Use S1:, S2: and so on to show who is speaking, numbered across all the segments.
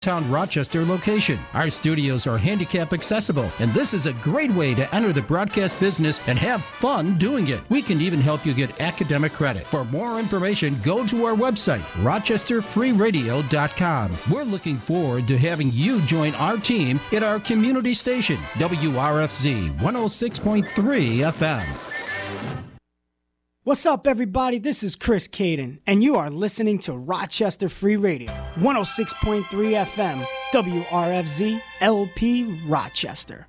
S1: Town Rochester location. Our studios are handicap accessible, and this is a great way to enter the broadcast business and have fun doing it. We can even help you get academic credit. For more information, go to our website, rochesterfreeradio.com. We're looking forward to having you join our team at our community station, WRFZ 106.3 FM.
S2: What's up, everybody? This is Chris Caden, and you are listening to Rochester Free Radio, 106.3 FM, WRFZ LP Rochester.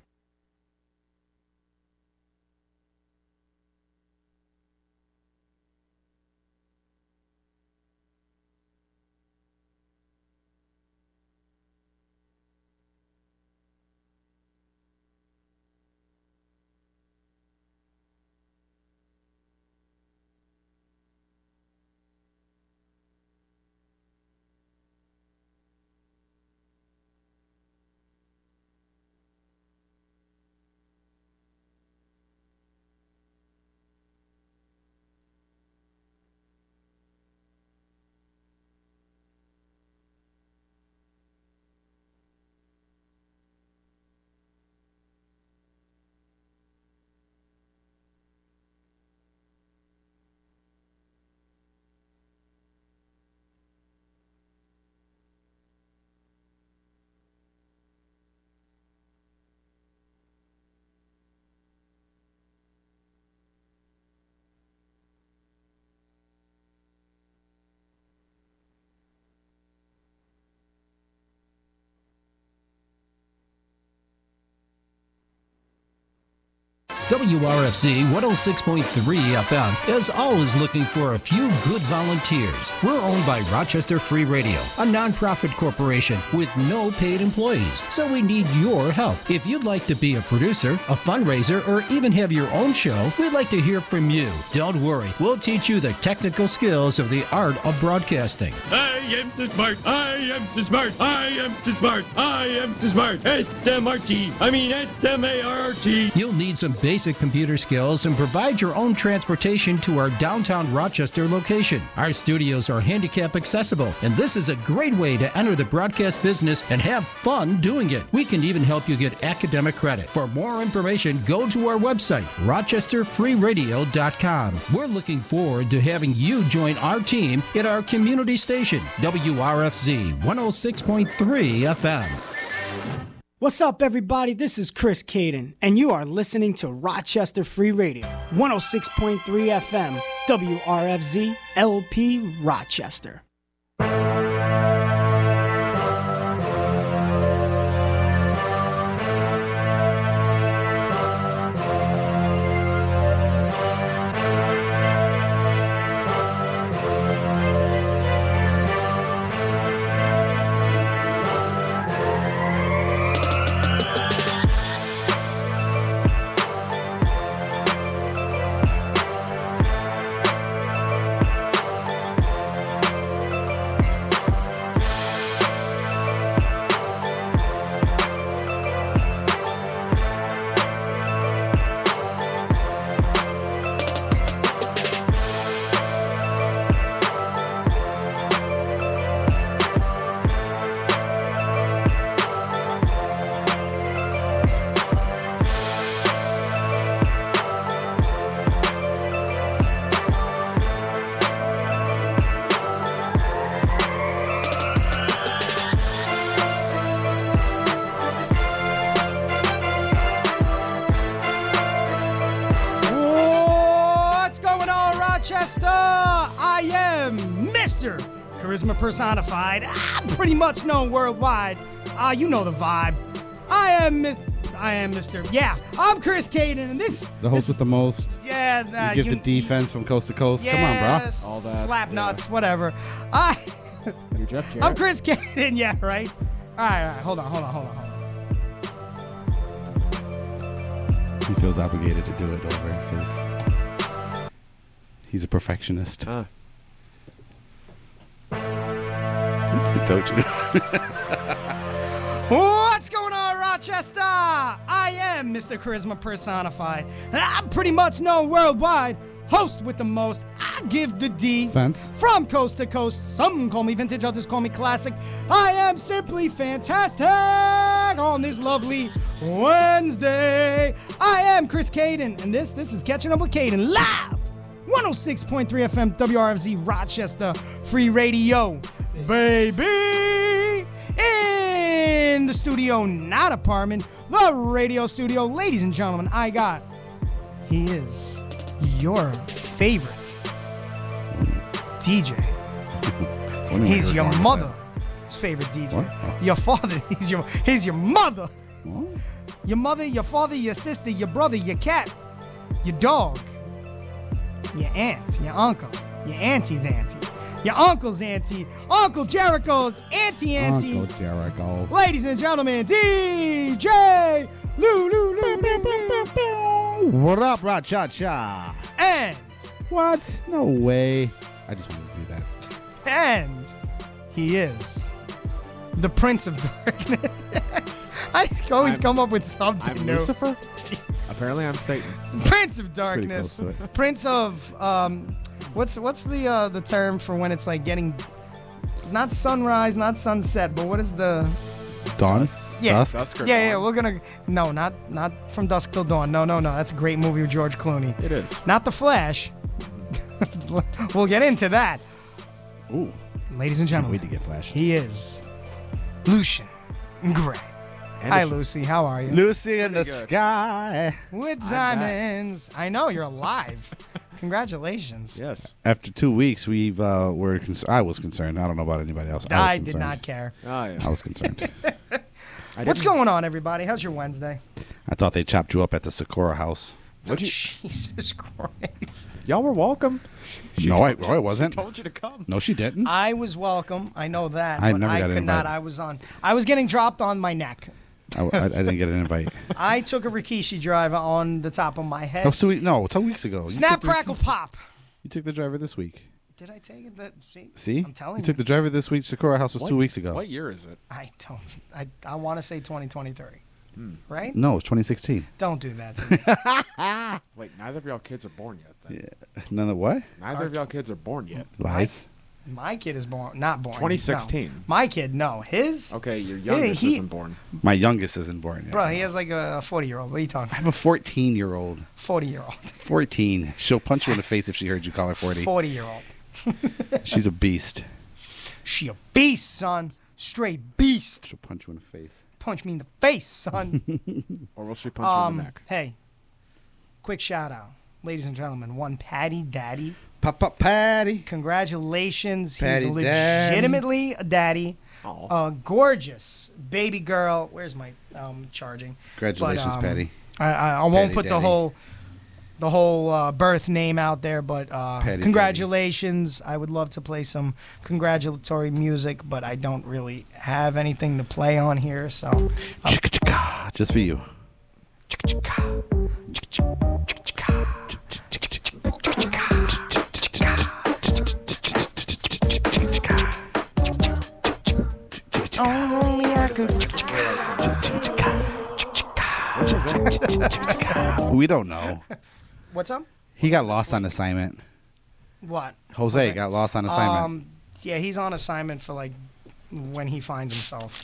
S1: WRFC 106.3 FM is always looking for a few good volunteers. We're owned by Rochester Free Radio, a nonprofit corporation with no paid employees, so we need your help. If you'd like to be a producer, a fundraiser, or even have your own show, we'd like to hear from you. Don't worry, we'll teach you the technical skills of the art of broadcasting.
S3: I am the smart. I am the smart. I am the smart. I am the smart. S M R T. I mean S M A R R T.
S1: You'll need some basic computer skills and provide your own transportation to our downtown Rochester location. Our studios are handicap accessible, and this is a great way to enter the broadcast business and have fun doing it. We can even help you get academic credit. For more information, go to our website, rochesterfreeradio.com. We're looking forward to having you join our team at our community station, WRFZ 106.3 FM.
S2: What's up, everybody? This is Chris Caden, and you are listening to Rochester Free Radio, 106.3 FM, WRFZ LP Rochester. What's going on, Rochester? I am Mr. Charisma Personified. I'm pretty much known worldwide. Ah, you know the vibe. I am Miss. I am Mr. Yeah, I'm Chris Caden, and this.
S4: The host
S2: this-
S4: with the most.
S2: Yeah, uh,
S4: You give the defense from coast to coast.
S2: Yeah,
S4: Come on, bro. All that.
S2: Slap nuts, whatever. I.
S4: You're Jeff Jarrett.
S2: I'm Chris Caden. Yeah, right. All right, all right. Hold on, hold on, hold on. hold on.
S4: He feels obligated to do it over because he's a perfectionist.
S3: Ah.
S4: It's a dojo.
S2: What's going on, Rochester? I am Mr. Charisma Personified, and I'm pretty much known worldwide. host with the most. I give the D.
S4: Fence.
S2: From coast to coast, some call me vintage, others call me classic. I am simply fantastic on this lovely Wednesday. I am Chris Caden, and this this is catching up with Caden live, 106.3 FM WRFZ Rochester Free Radio, baby. In the studio, not apartment, the radio studio, ladies and gentlemen, I got. He is your favorite DJ.
S4: Wondering where
S2: He's
S4: you
S2: your
S4: were going with
S2: mother's favorite DJ.
S4: What? Oh.
S2: Your father. He's your. He's your mother.
S4: that. Well,
S2: Your mother. Your father. Your sister. Your brother. Your cat. Your dog. Your aunt. Your uncle. Your auntie's auntie. Your uncle's auntie. Uncle Jericho's auntie auntie.
S4: Uncle Jericho.
S2: Ladies and gentlemen, DJ Lou Lou Lou Lou Lou
S4: What up, Ra Cha Cha?
S2: and
S4: What? No way. I just wanted to do that.
S2: and he is the Prince of Darkness. I always
S5: I'm-
S2: come up with something
S5: I'm
S2: new.
S5: Lucifer. Apparently, I'm Satan.
S2: Prince of Darkness.
S4: close to it.
S2: Prince of um, what's what's the uh, the term for when it's like getting not sunrise, not sunset, but what is the
S4: Dawn?
S2: Yeah.
S4: Dusk?
S5: Dusk or
S2: yeah yeah
S5: dawn?
S2: we're gonna no not not from dusk till dawn no no no that's a great movie with George Clooney
S5: It is.
S2: not the Flash. we'll get into that,
S4: Ooh.
S2: ladies and
S4: Wait to
S2: gentlemen.
S4: get flashed.
S2: He is Lucian Gray.
S5: And
S2: Hi
S5: it's-
S2: Lucy, how are you?
S4: Lucy in the
S5: Pretty good.
S4: sky.
S2: With diamonds. I know you're alive. Congratulations.
S5: Yes.
S4: After two weeks, we've uh, were cons- I was concerned. I don't know about anybody else. was
S2: I did
S4: concerned.
S2: not care.
S5: Oh, yeah.
S4: I was concerned.
S5: I
S2: What's
S5: didn't-
S2: going on, everybody? How's your Wednesday?
S4: I thought they chopped you up at the Sakura house.
S5: What'd you-
S2: Jesus Christ.
S5: Y'all were welcome.
S4: no, I, no, I wasn't.
S5: Told you to come.
S4: No, she didn't.
S2: I was welcome. I know that.
S4: I
S2: but
S4: never
S2: I
S4: got
S2: could
S4: an
S2: not.
S4: invite.
S2: I was on. I was getting dropped on my neck.
S4: I, I- I didn't get an invite.
S2: I took a Rikishi drive on the top of my head.
S4: No, two, Oh, we- no, two weeks ago. You
S2: Snap,
S4: took the-
S2: crackle, pop.
S4: You took the driver this week.
S2: Did I take it? That see,
S4: See,
S2: I'm telling
S4: you took the driver this week. Sakura house was two weeks ago.
S5: What year is it?
S2: I don't. I, I want to say 2023.
S5: Hmm.
S2: Right?
S4: No, it's 2016.
S2: Don't do that. To me.
S5: Wait, neither of y'all kids are born yet. Then.
S4: None of what
S5: Neither of y'all kids are born yet.
S4: lies.
S2: my kid is born. Not born. no.
S5: 2016.
S2: My kid, no. His.
S5: Okay, your youngest
S2: he-
S5: isn't born.
S4: My youngest isn't born yet.
S2: Bro, he has like a 40 year old. What are you talking about?
S4: I have a 14 year old.
S2: 40 year old.
S4: 14. She'll punch you in the face if she heard you call her 40.
S2: 40 year old.
S4: She's a beast.
S2: She a beast, son. Straight beast.
S4: She'll punch you in the face.
S2: Punch me in the face, son.
S5: Or will she punch you in the
S2: um,
S5: neck?
S2: hey, quick shout out, ladies and gentlemen. One Patty Daddy.
S4: Pop up, Patty.
S2: Congratulations.
S4: Patty
S2: He's
S4: Daddy.
S2: legitimately a daddy.
S5: Aw.
S2: A gorgeous baby girl. Where's my um, charging?
S4: Congratulations,
S2: But, um,
S4: Patty.
S2: I, I, I won't
S4: Patty
S2: put the
S4: Daddy.
S2: whole the whole uh, birth name out there, but uh,
S4: Patty
S2: congratulations. I would love to play some congratulatory music, but I don't really have anything to play on here, so. uh,
S4: Chicka chicka, Ah, just for you. We don't know.
S2: What's up?
S4: He got lost on assignment.
S2: What?
S4: Jose, got lost on assignment.
S2: Um, yeah, he's on assignment for like when he finds himself.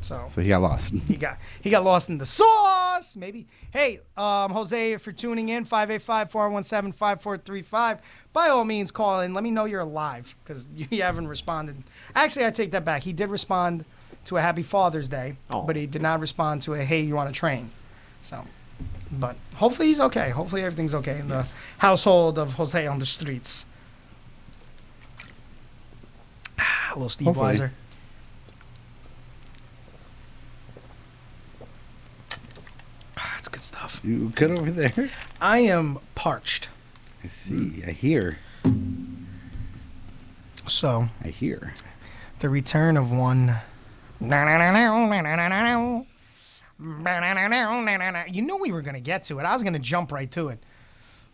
S2: So
S4: Hmm. so he got lost.
S2: he got he got lost in the sauce. Maybe. Hey, um, Jose, if you're tuning in, 585-417-5435, by all means call in. Let me know you're alive because you haven't responded. Actually, I take that back. He did respond to a Happy Father's Day,
S5: Aw.
S2: but he did not respond to a Hey, you want to train? So, but hopefully he's okay. Hopefully everything's okay in the household of Jose on the streets. Hello, Steve
S4: Hopefully.
S2: Weiser. Ah, That's good stuff.
S4: You good over there?
S2: I am parched.
S4: I see. I hear.
S2: So,
S4: I hear.
S2: the return of one. You know we were going to get to it. I was going to jump right to it.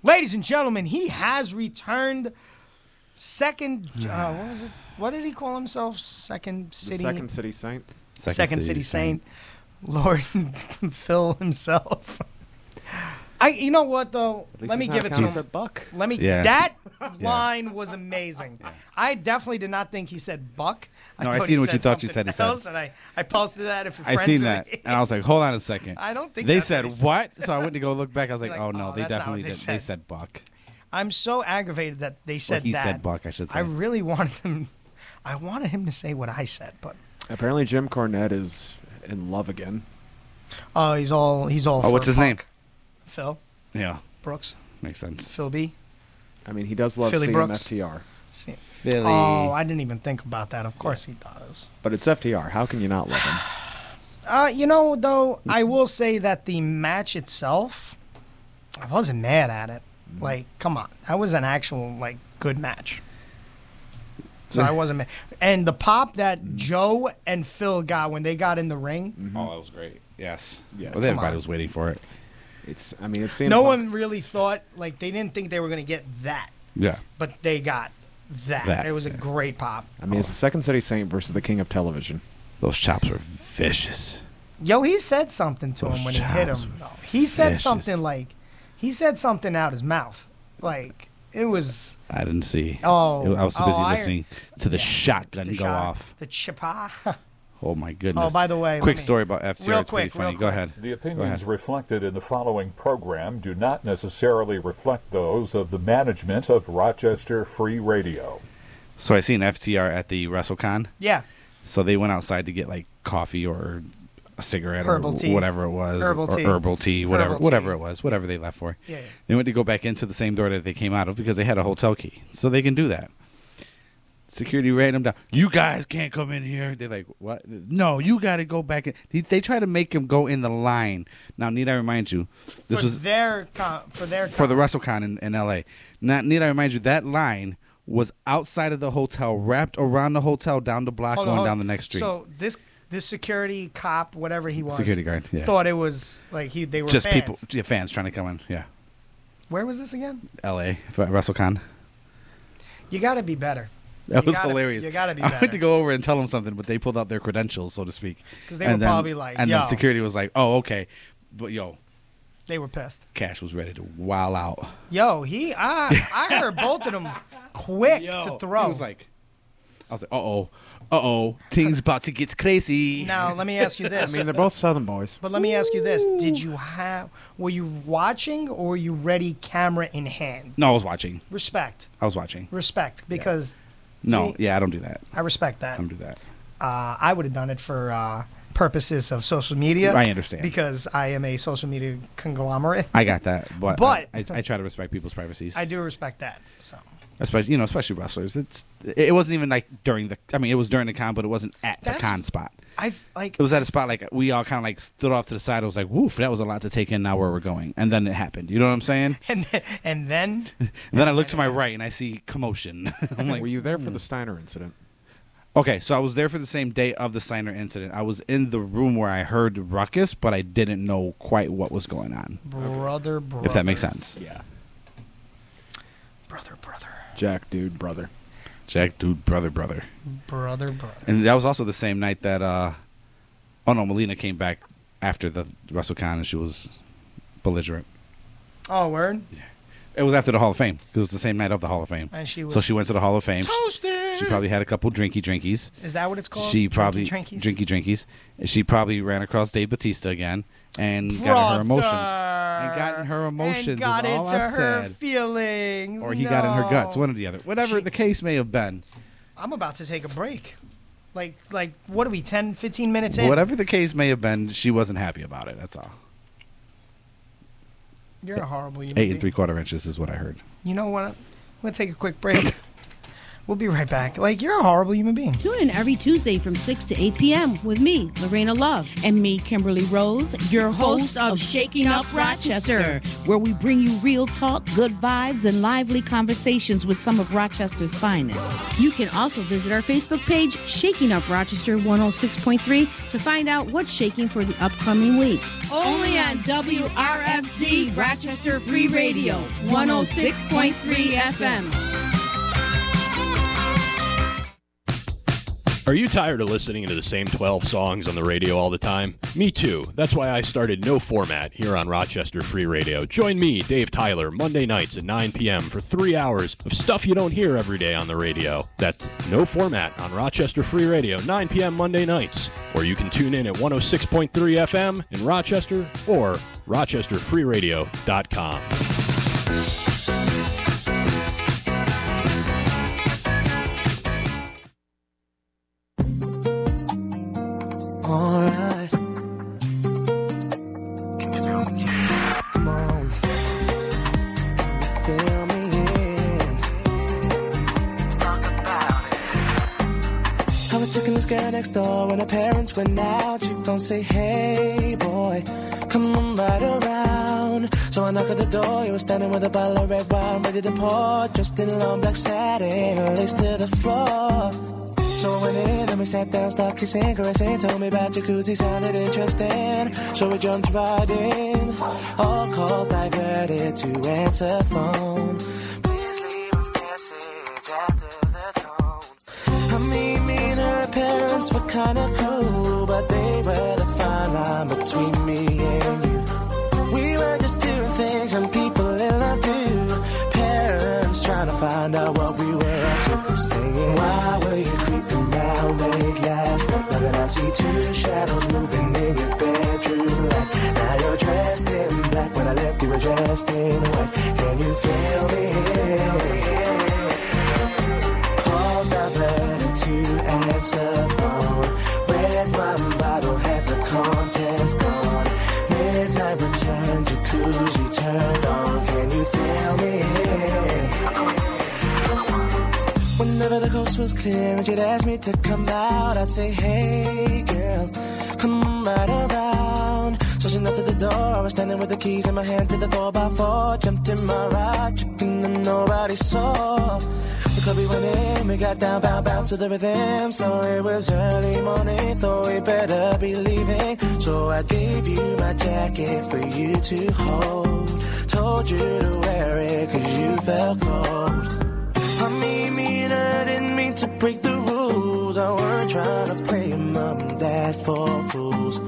S2: Ladies and gentlemen, he has returned second. Uh, what was it? What did he call himself? Second
S5: The
S2: City.
S5: second city saint.
S2: Second City, Saint, Lord Phil himself. I, you know what though?
S5: least
S2: Let me
S5: it's
S2: give
S5: not
S2: it to
S5: counter
S2: him.
S5: buck.
S2: Let me.
S4: Yeah.
S2: That line was amazing. I definitely did not think he said buck. I
S4: No, I
S2: thought
S4: seen
S2: he
S4: what you thought you
S2: something
S4: said he said.
S2: else, and I, I posted that. If your
S4: I
S2: friends
S4: seen
S2: are-
S4: that, and I was like, "Hold on a second.
S2: I don't think
S4: they
S2: that's what
S4: said
S2: they said.
S4: what. So I went to go look back. I was like,
S2: Like,
S4: "Oh no,
S2: oh,
S4: they
S2: that's not
S4: definitely
S2: what
S4: did."
S2: they
S4: They
S2: said.
S4: said buck.
S2: I'm so aggravated that they said
S4: he
S2: that.
S4: said buck, I should say.
S2: I really wanted him. I wanted him to say what I said, but
S5: Apparently, Jim Cornette is in love again.
S2: oh, he's all he's all.
S4: Oh,
S2: for
S4: what's his
S2: Buck.
S4: name?
S2: Phil
S4: Yeah,
S2: Brooks.
S4: makes sense.
S2: Phil B.
S5: I mean, he does love
S2: Philly
S5: seeing
S2: Brooks.
S5: FTR,
S2: See-
S4: Philly.
S2: Oh, I didn't even think about that. Of course he does.
S5: but it's FTR. How can you not love him?
S2: Uh, you know, though, I will say that the match itself, I wasn't mad at it.
S4: Mm-hmm.
S2: Like, come on, that was an actual like good match. So I wasn't mad. And the pop that Joe and Phil got when they got in the ring,
S4: Oh, that was great. Yes. Well,
S5: Yes. Come
S4: everybody
S2: on.
S4: was waiting for it.
S5: It's. I mean, it seems
S2: no one really thought like they didn't think they were gonna get that,
S4: Yeah.
S2: but they got that.
S4: That,
S2: it was a
S4: yeah.
S2: great pop.
S5: I mean, it's the Second City Saint versus the King of Television.
S4: Those chops were vicious.
S2: Yo, he said something to
S4: Those
S2: him when he hit
S4: chops
S2: him.
S4: were
S2: though. He said
S4: vicious.
S2: something like, he said something out his mouth. Like it was
S4: I didn't see.
S2: Oh,
S4: I was too busy
S2: oh, I-
S4: listening to the shotgun
S2: the
S4: go
S2: shot,
S4: off.
S2: the chippa.
S4: Oh my goodness.
S2: by the way, let
S4: quick
S2: me-
S4: story about FTR.
S2: real
S4: it's pretty
S2: quick, real
S4: funny. Go
S2: quick.
S4: ahead.
S6: The
S4: Go ahead.
S6: opinions reflected in the following program do not necessarily reflect those of the management of Rochester Free Radio.
S4: So I seen FTR at the WrestleCon.
S2: yeah,
S4: So they went outside to get like coffee or a cigarette
S2: Herbal
S4: or
S2: tea.
S4: whatever it was,
S2: Herbal
S4: or
S2: tea.
S4: herbal tea, whatever,
S2: Herbal tea.
S4: whatever it was, whatever they left for.
S2: Yeah, yeah.
S4: They went to go back into the same door that they came out of because they had a hotel key, so they can do that. Security ran them down. You guys can't come in here. They're like, what? No, you got to go back. In. They, they try to make him go in the line. Now, need I remind you, this
S2: for
S4: was
S2: their con- for their
S4: for the WrestleCon in, in LA. Not need I remind you that line was outside of the hotel, wrapped around the hotel, down the block,
S2: Hold on,
S4: going
S2: hold
S4: down the
S2: on.
S4: next street.
S2: So this this security cop, whatever he was,
S4: Security guard, yeah.
S2: thought it was like he they were
S4: just
S2: fans.
S4: people, yeah, fans trying to come in. Yeah,
S2: Where was this again?
S4: L.A. for WrestleCon.
S2: You got to be better.
S4: That
S2: You
S4: was
S2: gotta-
S4: hilarious.
S2: You got to be
S4: I
S2: better.
S4: went to go over and tell them something, but they pulled out their credentials, so to speak.
S2: 'Cause they
S4: And
S2: were probably like,
S4: and
S2: "Yo."
S4: then security was like, "Oh, okay," but yo,
S2: They were pissed.
S4: Cash was ready to wow out.
S2: Yo, he I I heard both of them quick to throw.
S4: He was like, "I was like, uh oh, uh oh, things about to get crazy."
S2: now let me ask you this.
S5: I mean, they're both Southern boys.
S2: But let me ask you this: Did you have? Were you watching, or were you ready, camera in hand?
S4: No, I was watching.
S2: Respect,
S4: I was watching.
S2: respect, because
S4: No,
S2: See?
S4: yeah, I don't do that.
S2: I respect that.
S4: I don't do that.
S2: Uh, I would have done it for uh, purposes of social media.
S4: I understand.
S2: because I am a social media conglomerate.
S4: I got that, but,
S2: But-
S4: I, I, I try to respect people's privacies.
S2: I do respect that. So
S4: especially you know, especially wrestlers. It's it wasn't even like during the. I mean, it was during the con, but it wasn't at
S2: That's-
S4: the con spot.
S2: I've like
S4: It was at a spot like we all kind of like stood off to the side. It was like, woof, that was a lot to take in. Now where we're going, and then it happened. You know what I'm saying?
S2: and then, and then
S4: And then I look to my right and I see commotion. I'm like, hmm.
S5: Were you there for the Steiner incident?
S4: okay, so I was there for the same day of the Steiner incident. I was in the room where I heard the ruckus, but I didn't know quite what was going on.
S2: brother, brother,
S4: If that makes sense,
S5: Yeah.
S2: brother, brother,
S5: Jack, dude, brother.
S4: Jack, dude, brother, brother.
S2: brother, brother.
S4: And that was also the same night that uh oh no, Melina came back after the WrestleCon and she was belligerent.
S2: Oh, word.
S4: It was after the Hall of Fame because it was the same night of the Hall of Fame.
S2: And she was
S4: so she went to the Hall of Fame.
S2: Toasted.
S4: She probably had a couple drinky drinkies.
S2: Is that what it's called?
S4: She
S2: Drinky
S4: probably
S2: drinkies?
S4: drinky drinkies. She probably ran across Dave Batista again and got in her emotions. And got in her emotions.
S2: And
S4: is
S2: got
S4: all
S2: into
S4: I
S2: her
S4: said.
S2: feelings.
S4: Or he got in her guts,
S2: No.
S4: one or the other. Whatever
S2: She-
S4: the case may have been.
S2: I'm about to take a break. Like, like, what are we? 10, 15 minutes in.
S4: Whatever the case may have been, she wasn't happy about it. That's all.
S2: You're a horrible human.
S4: Eight and
S2: being.
S4: three quarter inches is what I heard.
S2: You know what? We'll take a quick break. we'll be right back. Like, you're a horrible human being.
S7: Tune in every Tuesday from 6 to 8 p.m. with me, Lorena Love,
S8: and me, Kimberly Rose, your host of Shaking Up Rochester, where we bring you real talk, good vibes, and lively conversations with some of Rochester's finest.
S7: You can also visit our Facebook page, Shaking Up Rochester 106.3, to find out what's shaking for the upcoming week.
S8: Only on WRFC Rochester Free Radio, 106.3 FM.
S9: Are you tired of listening to the same 12 songs on the radio all the time? Me too. That's why I started No Format here on Rochester Free Radio. Join me, Dave Tyler, Monday nights at 9 p.m. for three hours of stuff you don't hear every day on the radio. That's No Format on Rochester Free Radio, 9 p.m. Monday nights. Or you can tune in at 106.3 FM in Rochester or rochesterfreeradio.com.
S10: Alright. Can you feel me? Come on. Fill me in. Let's talk about it. I was checking this girl next door when her parents went out. She phone say, hey boy, come on right around. So I knock at the door, he was standing with a bottle of red wine, ready to pour. Just in long black satin, lace to the floor. So I went in and we sat down, started kissing, caressing. Told me about jacuzzi, sounded interesting. So we jumped right in. All calls diverted to answer phone. Please leave a message after the tone. I mean, me and her parents were kinda cool, but they were the fine line between me and you. We were just doing things and people in love do. Parents trying to find out what we were up to. Saying, Why were you creeping round late last night? Now that I see two shadows moving in your bedroom light. Now you're dressed in black when I left you were dressed in white. Can you feel me? Calls diverted to answer phone. Red wine bottle, have the contents gone. Midnight return, jacuzzi turned on. Can you feel me? Whenever the coast was clear and she'd ask me to come out, I'd say, Hey girl, come on right around. So she knocked at the door, I was standing with the keys in my hand to the 4x4. Jumped in my ride, chicken and nobody saw. The club we went in, we got down, bound, bound to the rhythm. So it was early morning, thought we better be leaving. So I gave you my jacket for you to hold. Told you to wear it, cause you felt cold. I mean, me and I didn't mean to break the rules. I weren't trying to play mom and dad for fools.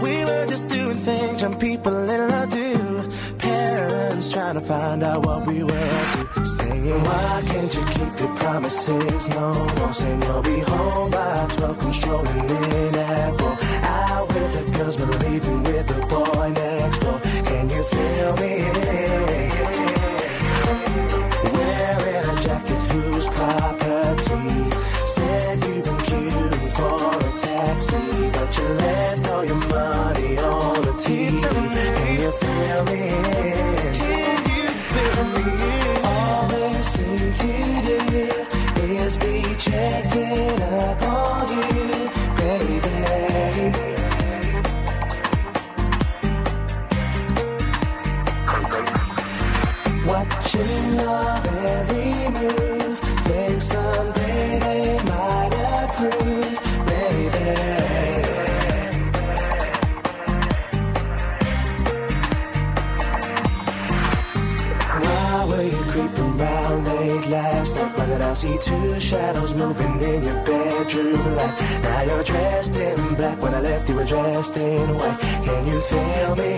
S10: We were just doing things young people in love do. Parents trying to find out what we were up to. Saying, why can't you keep your promises? No one saying you'll be home by 12, controlling in at 4. Out with the girls, but leaving with the boy next door. Can you feel me? Wearing a jacket whose property said you've been queuing for a taxi, but you left all your money on the TV. Can you feel me? Can you feel me? All they seem to do is be checking up on you, baby. Watching love every move. Think someday they might approve, baby. Why were you creeping round late last night? Why did I see two shadows moving in your bedroom light? Now you're dressed in black. When I left, you were dressed in white. Can you feel me?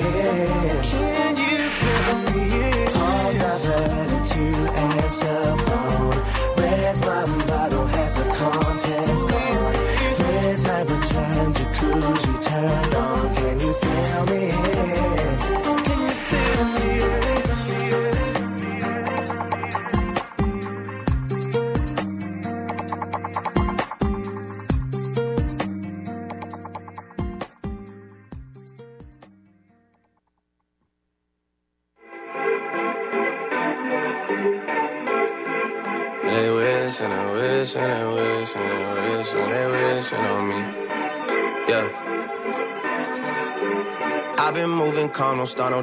S10: Can you feel me? Calls diverted to answer phone. Red wine bottle, half the contents gone. Midnight return, jacuzzi turned on. Can you feel me? Can you feel me?
S11: They wish and they wish and they wish and they wish and they wishing on me. Yeah. I've been moving calm, don't start no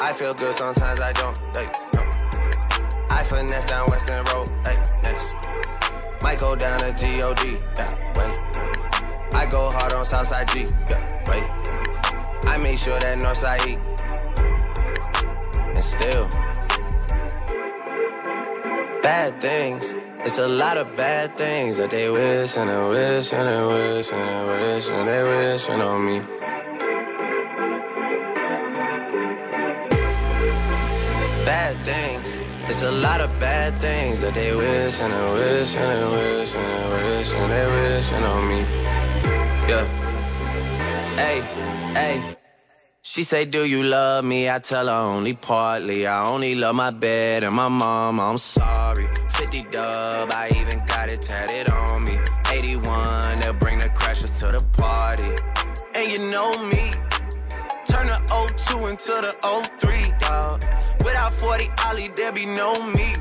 S11: I feel good sometimes I don't. Hey, no. I finesse down Western Road. Hey, next. Might go down to G-O-D. Yeah, wait. I go hard on Southside G. Yeah, wait. I make sure that Northside eat. And still. Bad things. It's a lot of bad things that they wish and they wish and they wish and they wish and they wishing on me. Bad things. It's a lot of bad things that they wish and they wish and they wish and they wish and they wishing on me. Yeah. Hey, hey. She say, Do you love me? I tell her only partly. I only love my bed and my mom. I'm sorry. 50 dub, I even got it tatted on me. 81, they'll bring the crashers to the party. And you know me. Turn the 02 into the 03, dog. Without 40 Ollie, there be no me.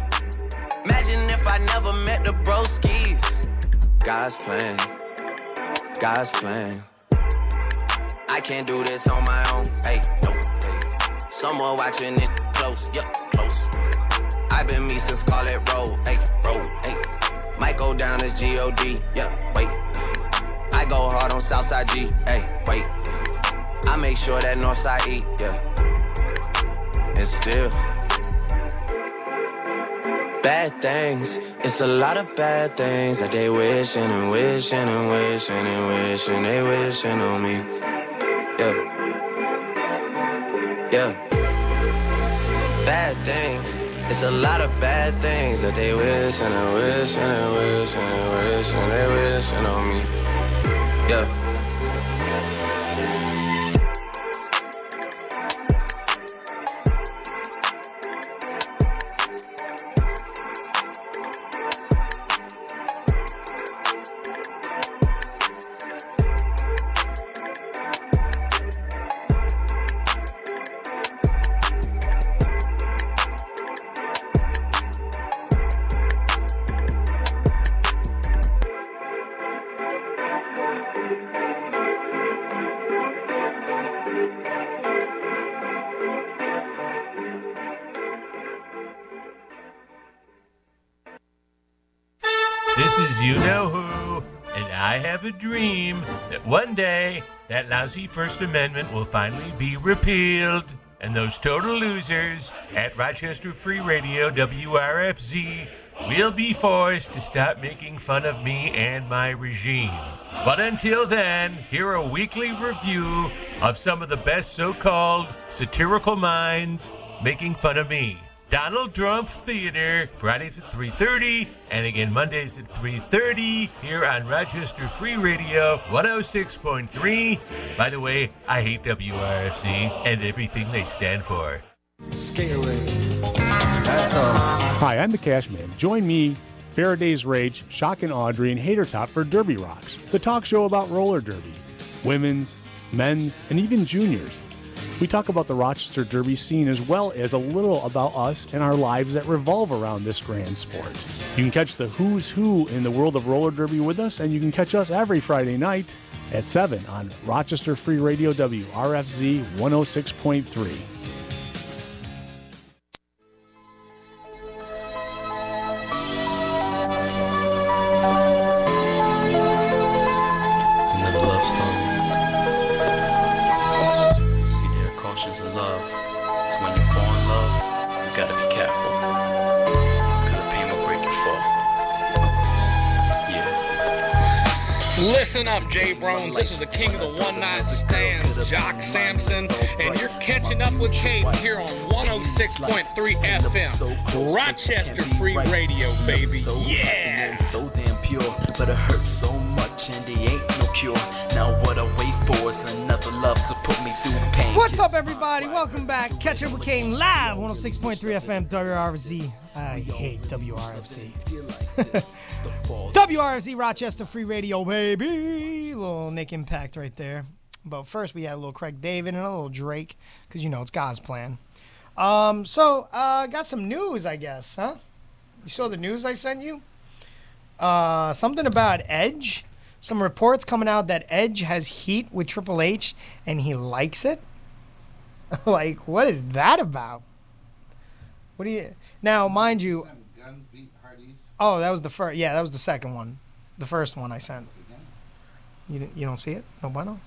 S11: Imagine if I never met the broskies. God's plan, God's plan. I can't do this on my own. Hey, no. Hey. Someone watching it close, yup, close. I've been me since Scarlet Road, hey, road, hey. Might go down as G-O-D, yeah, wait. I go hard on Southside G, hey, wait. I make sure that Northside eat, yeah. And still, bad things. It's a lot of bad things that they wishing and wishing and wishing and wishing they wishing on me. Yeah, yeah. Bad things. It's a lot of bad things that they wishing and wishing and wishing and wishing they wishing on me. Yeah.
S3: This is You Know Who, and I have a dream that one day that lousy First Amendment will finally be repealed, and those total losers at Rochester Free Radio WRFZ will be forced to stop making fun of me and my regime. But until then, here a weekly review of some of the best so called satirical minds making fun of me. Donald Trump Theater, Fridays at 3.30, and again Mondays at 3.30 here on Rochester Free Radio 106.3. By the way, I hate WRFC and everything they stand for.
S12: Hi, I'm the Cashman. Join me, Faraday's Rage, Shock and Audrey, and Hater Top for Derby Rocks, the talk show about roller derby, women's, men's, and even juniors. We talk about the Rochester Derby scene as well as a little about us and our lives that revolve around this grand sport. You can catch the who's who in the world of roller derby with us, and you can catch us every Friday night at 7 on Rochester Free Radio WRFZ 106.3.
S13: and the love stone. See, there are cautions in love. So when you fall in love, you gotta be careful. Cause the pain will break your fall.
S14: Listen up, Jay Brones. This is the king of the one night stands, Jock Sampson, and you're catching up with Kate here on 106.3 FM, Rochester Free Radio, baby.
S13: So
S14: Yeah!
S13: yeah. so damn pure, but it hurts so much and there ain't no cure. Now what I wait for is another love to put me through pain.
S2: What's up, everybody? Welcome back. Catch Up with Kane live, 106.3 FM, WRFZ. I uh, hate WRFZ. WRFZ Rochester Free Radio, baby. Little Nick Impact right there. But first, we had a little Craig David and a little Drake, because you know it's God's plan. Um, so, uh, got some news, I guess, huh? You saw the news I sent you? uh, something about Edge. Some reports coming out that Edge has heat with Triple H and he likes it. like, what is that about? What do you now, mind you? Oh, that was the first. Yeah, that was the second one. The first one I sent. You d- you don't see it? No bueno.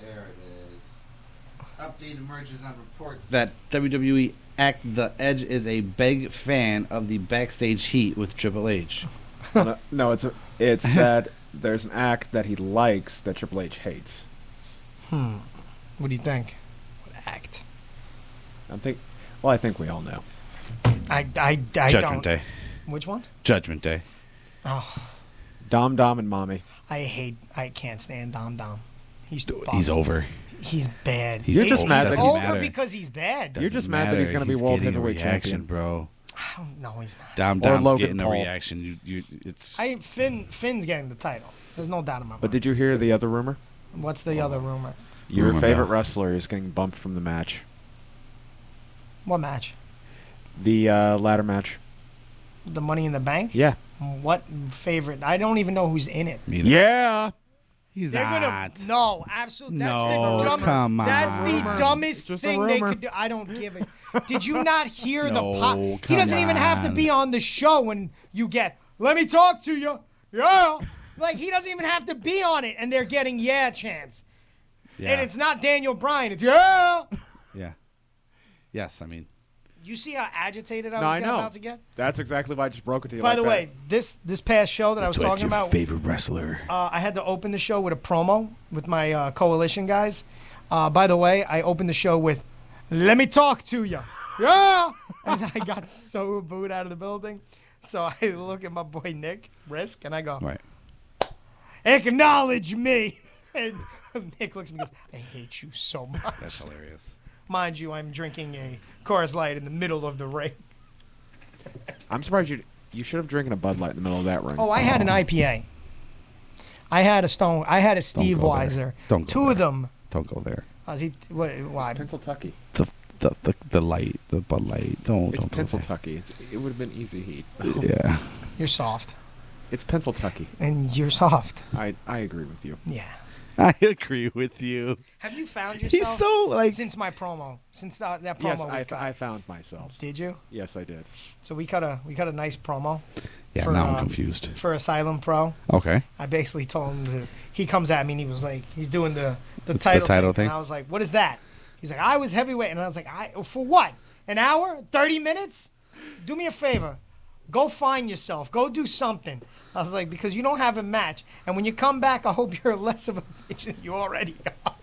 S4: There it is. Update emerges on reports
S15: that WWE act the Edge is a big fan of the backstage heat with Triple H.
S5: no, no, it's a, it's that there's an act that he likes that Triple H hates.
S2: Hmm. What do you think? What act?
S5: I think. Well, I think we all know.
S2: I I, I don't.
S5: Judgment Day.
S2: Which one?
S4: Judgment Day.
S2: Oh,
S5: Dom Dom and Mommy.
S2: I hate. I can't stand Dom Dom. He's
S4: He's
S2: bust.
S4: over.
S2: He's bad.
S4: He's
S5: You're just
S4: over.
S5: mad
S4: Doesn't
S5: that he's-
S2: over
S4: matter.
S2: because he's bad.
S5: You're just
S4: Doesn't
S5: mad that he's
S4: matter.
S5: gonna be world
S4: getting a
S5: heavyweight
S4: reaction,
S5: champion.
S4: bro.
S2: I don't know. He's not.
S4: Dom
S5: Or
S4: Dom's
S5: Logan
S4: getting the
S5: Paul.
S4: reaction. You, you, it's
S2: I Finn. Finn's getting the title. There's no doubt in my mind.
S5: But did you hear the other rumor?
S2: What's the other rumor?
S5: Your
S4: Rumor
S5: favorite
S4: mill.
S5: wrestler is getting bumped from the match,
S2: What match?
S5: the uh, ladder match.
S2: The Money in the Bank.
S5: Yeah.
S2: What favorite? I don't even know who's in it.
S5: Yeah.
S4: He's
S2: They're gonna no, absolutely. That's
S4: No,
S2: the dumbest.
S4: come
S2: That's the
S4: on.
S2: dumbest
S5: Just a
S2: thing they
S5: rumor.
S2: could do. I don't give it. Did you not hear
S4: No,
S2: the pop? He
S4: come
S2: doesn't even have to
S4: on.
S2: be on the show when you get. Let me talk to you. Yeah, like he doesn't even have to be on it, and they're getting yeah chance. And
S4: Yeah.
S2: it's not Daniel Bryan. It's yeah.
S4: yeah. Yes, I mean.
S2: You see how agitated I
S5: No,
S2: was
S5: I
S2: gonna-
S5: know.
S2: about to get.
S5: That's exactly why I just broke it to you.
S2: By
S5: like
S2: the
S5: that.
S2: way, this this past show that I was
S5: That's why it's
S2: talking
S5: your
S2: about,
S5: favorite wrestler.
S2: Uh, I had to open the show with a promo with my uh, coalition guys. Uh, by the way, I opened the show with, "Let me talk to you." Yeah, and I got so booed out of the building. So I look at my boy Nick Risk, and I go,
S4: Right.
S2: "Acknowledge me." And Nick looks at me and goes, "I hate you so much."
S4: That's hilarious.
S2: Mind you, I'm drinking a Coors Light in the middle of the ring.
S5: I'm surprised you you should have drinking a Bud Light in the middle of that ring.
S2: Oh, I had an IPA. I had a Stone. I had a Steve
S4: go there.
S2: Weiser.
S4: Don't go
S2: Two of them.
S4: Don't go there.
S2: I Was Oh, he? What, why?
S5: Pennsylvania.
S4: The the the, the light, the Bud Light. Don't
S5: It's
S4: don't go there.
S5: Pennsylvania. It's, it would have been easy heat.
S4: Yeah.
S2: You're soft.
S5: It's Pennsylvania.
S2: And you're soft.
S5: I I agree with you.
S2: Yeah.
S4: I agree with you.
S2: Have you found
S4: He's
S2: yourself?
S4: so, like-
S2: since my promo, since that, that promo.
S5: Yes,
S2: we
S5: I,
S2: cut.
S5: I found myself.
S2: Did you?
S5: Yes, I did.
S2: So we cut a we cut a nice promo.
S4: Yeah, now I'm
S2: uh,
S4: confused.
S2: For Asylum Pro,
S4: Okay.
S2: I basically told him to. He comes at me and he was like, he's doing the the title,
S4: title thing?
S2: and I was like, what is that? He's like, I was heavyweight, and I was like, I for what? An hour? Thirty minutes? Do me a favor, go find yourself, go do something. I was like, because you don't have a match, and when you come back, I hope you're less of a bitch than you already are.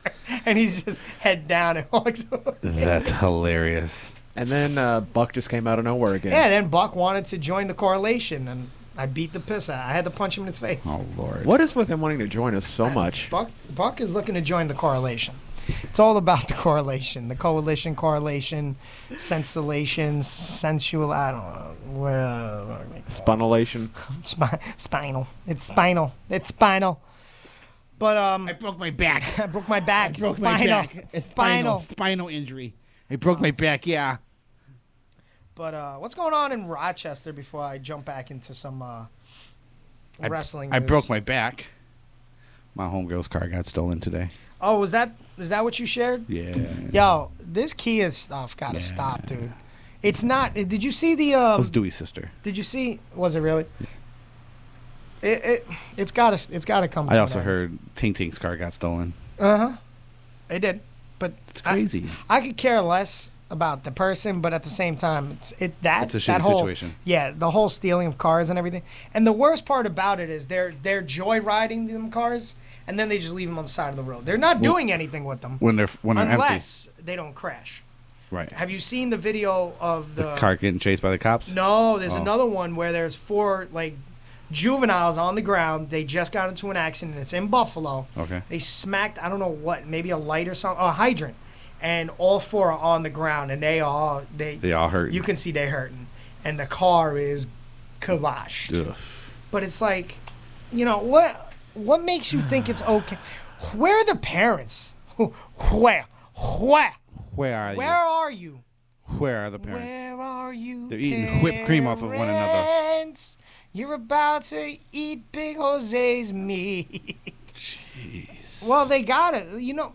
S2: And he's just head down and walks away.
S4: That's hilarious.
S5: And then uh, Buck just came out of nowhere again.
S2: Yeah, then Buck wanted to join the correlation, and I beat the piss out. I had to punch him in his face.
S4: Oh, lord!
S5: What is with him wanting to join us so much?
S2: Buck, Buck is looking to join the correlation. It's all about the correlation, the coalition, correlation, sensillation, sensual. I don't know. Well,
S5: Spinalation.
S2: spi- spinal. It's spinal. It's spinal. But um, I broke my back. I broke my back.
S15: broke my back. It's spinal. Spinal injury. I broke my back. Yeah.
S2: But uh, what's going on in Rochester? Before I jump back into some uh,
S4: I-
S2: wrestling.
S4: I
S2: news?
S4: broke my back. My homegirl's car got stolen today.
S2: Oh, was that is that what you shared?
S4: Yeah.
S2: Yo, this Kia stuff gotta stop, dude. It's not. Did you see the? Um,
S4: it was Dewey's sister.
S2: Did you see? Was it really? It, it it's gotta it's gotta come.
S4: I also heard Ting Ting's car got stolen.
S2: Uh huh. It did, but it's
S4: Crazy.
S2: I, could care less about the person, but at the same time, it's it that
S4: It's a shitty
S2: that whole
S4: situation.
S2: yeah the whole stealing of cars and everything. And the worst part about it is they're they're joyriding them cars, and then they just leave them on the side of the road. They're not
S4: Well,
S2: doing anything with them
S4: when they're- when they're empty.
S2: unless they don't crash.
S4: Right.
S2: Have you seen the video of the,
S4: The car getting chased by the cops.
S2: uh, No, there's
S4: Oh.
S2: another one where there's four like juveniles on the ground. They just got into an accident. It's in Buffalo.
S4: Okay.
S2: They smacked I don't know what, maybe a light or something, a hydrant, and all four are on the ground, and they all they
S4: They all hurting.
S2: You can see they hurting, and the car is kiboshed.
S4: Ugh.
S2: But it's like, you know what? What makes you think it's okay? Where are the parents? Where? Where?
S4: Where are
S2: Where are you?
S4: you? Where are the parents?
S2: Where are you?
S4: They're eating whipped cream off of one another.
S2: parents? You're about to eat Big Jose's meat. Well, they got it. You know,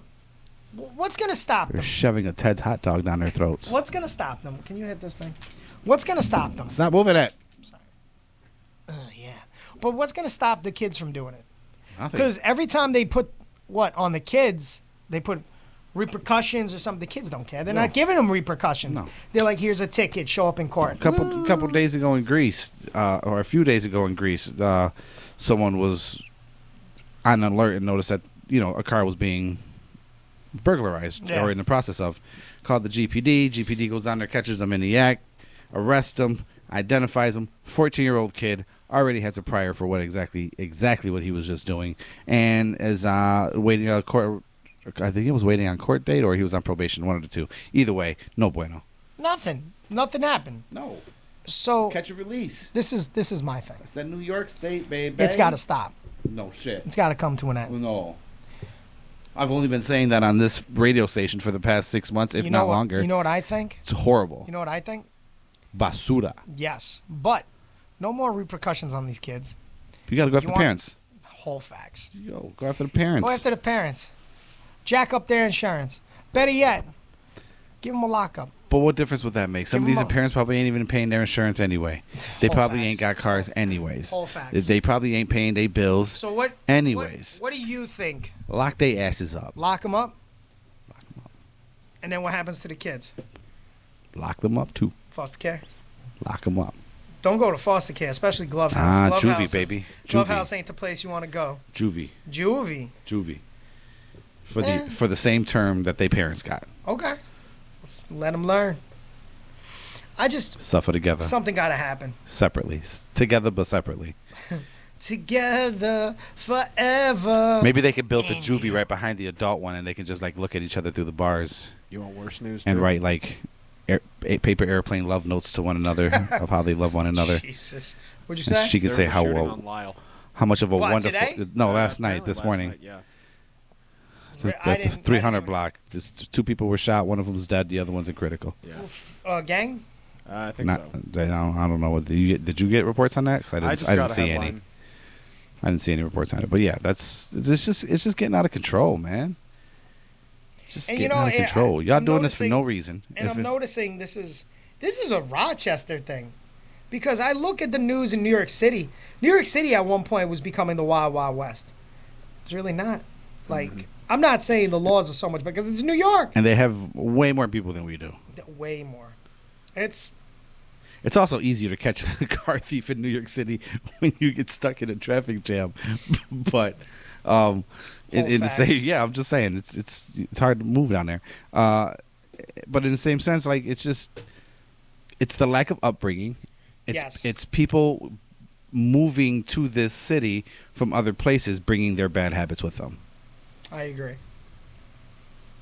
S2: wh- what's going to stop
S4: They're
S2: them?
S4: shoving a Ted's hot dog down their throats.
S2: What's going to stop them? Can you hit this thing? What's going to stop them?
S4: Stop moving it.
S2: But what's going to stop the kids from doing it?
S4: Nothing.
S2: Because every time they put what on the kids, they put repercussions or something. The kids don't care. They're
S4: No.
S2: not giving them repercussions. They're like, here's a ticket. Show up in court.
S4: couple couple days ago in Greece, uh, or a few days ago in Greece, uh, someone was on alert and noticed that you know a car was being burglarized
S9: Yeah.
S4: or in the process of. Called the GPD. GPD goes down there, catches them in the act, arrests them, identifies them. Fourteen year old kid already has a prior for what exactly exactly what he was just doing, and is uh, waiting on court. I think he was waiting on court date, or he was on probation. One of the two. Either way, no bueno.
S2: Nothing. Nothing happened.
S4: No.
S2: So
S4: catch a release.
S2: This is this is my thing.
S4: It's that New York State, baby.
S2: It's got to stop.
S4: No shit.
S2: It's got to come to an end.
S4: No. I've only been saying that on this radio station for the past six months, if
S2: you know
S4: not
S2: what,
S4: longer.
S2: You know what I think?
S4: it's horrible.
S2: You know what I think?
S4: Basura.
S2: Yes, but no more repercussions on these kids.
S4: You got to go
S2: You
S4: after the
S2: want-
S4: parents.
S2: Whole facts.
S4: Yo, go after the parents.
S2: Go after the parents. Jack up their insurance. Better yet, give them a lockup.
S4: but what difference would that make? Some of
S2: Give
S4: these
S2: 'em a-
S4: parents probably ain't even paying their insurance anyway. They
S2: Whole
S4: probably
S2: facts.
S4: ain't got cars anyways.
S2: Whole facts.
S4: They probably ain't paying their bills.
S2: So what?
S4: Anyways,
S2: what, what do you think?
S4: lock their asses up.
S2: Lock them up. Lock them up. And then what happens to the kids?
S4: Lock them up too.
S2: Foster care.
S4: Lock them up.
S2: Don't go to foster care, especially Glove House.
S4: Ah,
S2: Glove
S4: juvie,
S2: House is-
S4: baby.
S2: Glove
S4: Juvie.
S2: House ain't the place you want to go.
S4: Juvie.
S2: Juvie.
S4: Juvie. For
S2: Eh.
S4: the for the same term that their parents got.
S2: Okay. Let's let them learn. I just
S4: Suffer together.
S2: Something got to happen.
S4: separately, S- together but separately.
S2: Together forever.
S4: Maybe they could build the juvie right behind the adult one, and they can just like look at each other through the bars.
S5: You want worse news?
S4: and
S5: too?
S4: write like air, a- paper airplane love notes to one another of how they love one another.
S2: Jesus. What'd you
S4: And
S2: say?
S4: She can
S5: There
S4: say
S5: was a
S4: how
S5: shooting
S4: well-
S5: on Lyle.
S4: how much of a
S2: What,
S4: wonderful
S2: today?
S4: no
S5: Uh,
S4: last night
S5: apparently
S4: this
S5: last
S4: morning
S5: night, yeah.
S4: Th-
S2: I
S4: that
S2: didn't- I didn't
S4: 300 block just two people were shot one of them's dead the other one's in critical
S2: Uh, gang?
S5: I
S4: Not- I don't, I don't know what did you get, did you get reports on that 'Cause I didn't,
S5: I just
S4: I
S5: got
S4: didn't
S5: a
S4: see any
S5: headline.
S4: I didn't see any reports on it but yeah that's it's just it's just getting out of control man it's just
S2: And you
S4: getting
S2: know,
S4: out of
S2: I- I-
S4: control y'all
S2: I'm
S4: doing this for
S2: noticing-
S4: no reason
S2: And
S4: If
S2: I'm
S4: it-
S2: noticing this is this is a Rochester thing. Because I look at the news in New York City. New York City at one point was becoming the Wild Wild West. It's really not. Like
S4: Mm-hmm.
S2: I'm not saying the laws are so much because it's New York.
S4: and they have way more people than we do
S2: Way more. It's
S4: It's also easier to catch a car thief in New York City when you get stuck in a traffic jam. but um, in,
S9: Whole
S4: in the
S9: facts.
S4: same, yeah, I'm just saying it's it's it's hard to move down there. Uh, but in the same sense, like it's just it's the lack of upbringing. It's,
S2: Yes.
S4: It's people moving to this city from other places, bringing their bad habits with them,
S2: I agree.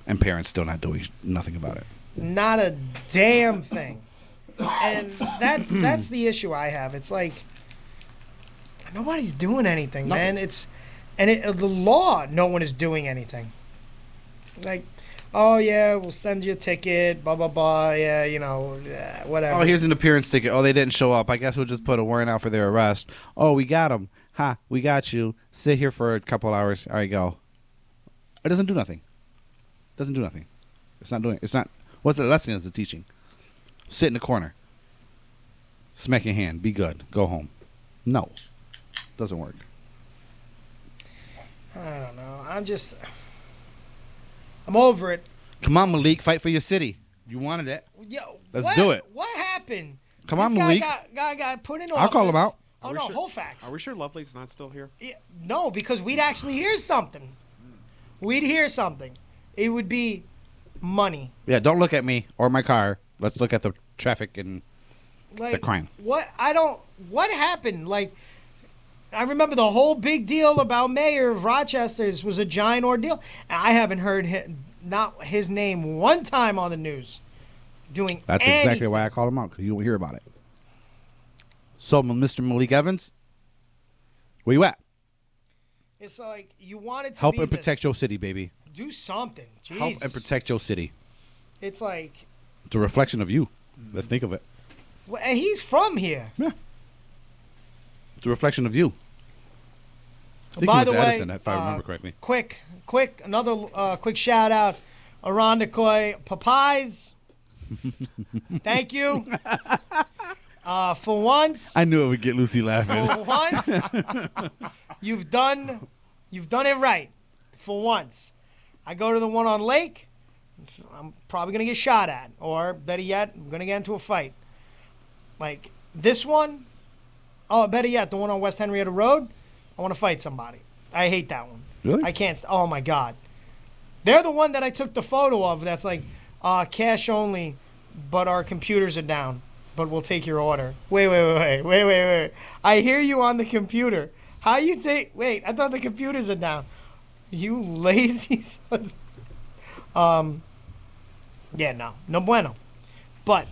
S4: and parents still not doing nothing about it.
S2: not a damn thing. And that's that's the issue I have. It's like nobody's doing anything, man. It's and it, the law, no one is doing anything. Like, oh yeah, we'll send you a ticket, blah blah blah. Yeah, you know, yeah, whatever.
S4: Oh, here's an appearance ticket. Oh, they didn't show up. I guess we'll just put a warrant out for their arrest. Oh, we got them. Ha, we got you. Sit here for a couple hours. All right, go. It doesn't do nothing. Doesn't do nothing. It's not doing. It's not. What's the lesson is the teaching? Sit in the corner. Smack your hand. Be good. Go home. No, doesn't work.
S2: I don't know. I'm just, I'm over it.
S4: Come on, Malik. Fight for your city. You wanted it.
S2: Yo,
S4: Let's
S2: what-
S4: do it.
S2: What happened?
S4: Come
S2: This
S4: on,
S2: guy
S4: Malik.
S2: Got, guy got put in office.
S4: I'll call him out.
S2: Oh
S5: Are we
S2: no,
S5: sure-
S2: whole facts.
S5: Are we sure Lovely's not still here?
S2: Yeah, no, because we'd actually hear something. We'd hear something. It would be money.
S4: Yeah, don't look at me or my car. Let's look at the traffic and
S2: Like
S4: the crime.
S2: What I don't. What happened? Like I remember the whole big deal about Mayor of Rochester's was a giant ordeal. And I haven't heard him, not his name one time on the news. Doing
S4: That's
S2: any-
S4: exactly why I called him out because you don't hear about it. So, Mr. Malik Evans, where you at?
S2: It's like you wanted to
S4: Help
S2: be
S4: and
S2: this.
S4: protect your city, baby.
S2: Do something. Jesus.
S4: Help and protect your city.
S2: It's like
S4: It's a
S2: Mm-hmm.
S4: reflection of you. Let's think of it.
S2: Well, and he's from here.
S4: Yeah. It's a reflection of you. I think
S2: By
S4: he was
S2: the way,
S4: Edison, if I
S2: uh,
S4: remember correctly.
S2: Quick, quick, another uh, quick shout out, Arondakoi Papais. Thank you. Uh, for once,
S4: I knew it would get Lucy laughing.
S2: for once, you've done, you've done it right. For once, I go to the one on Lake. I'm probably gonna get shot at, or better yet, I'm gonna get into a fight. Like this one, oh, better yet, the one on West Henrietta Road. I want to fight somebody. I hate that one.
S4: Really?
S2: I can't. St- oh my god, they're the one that I took the photo of. That's like uh, cash only, but our computers are down. But we'll take your order. Wait, wait, wait, wait, wait, wait, wait. I hear you on the computer. How you take? Wait, I thought the computers are down. You lazy sons. Um. Yeah, no, no bueno. But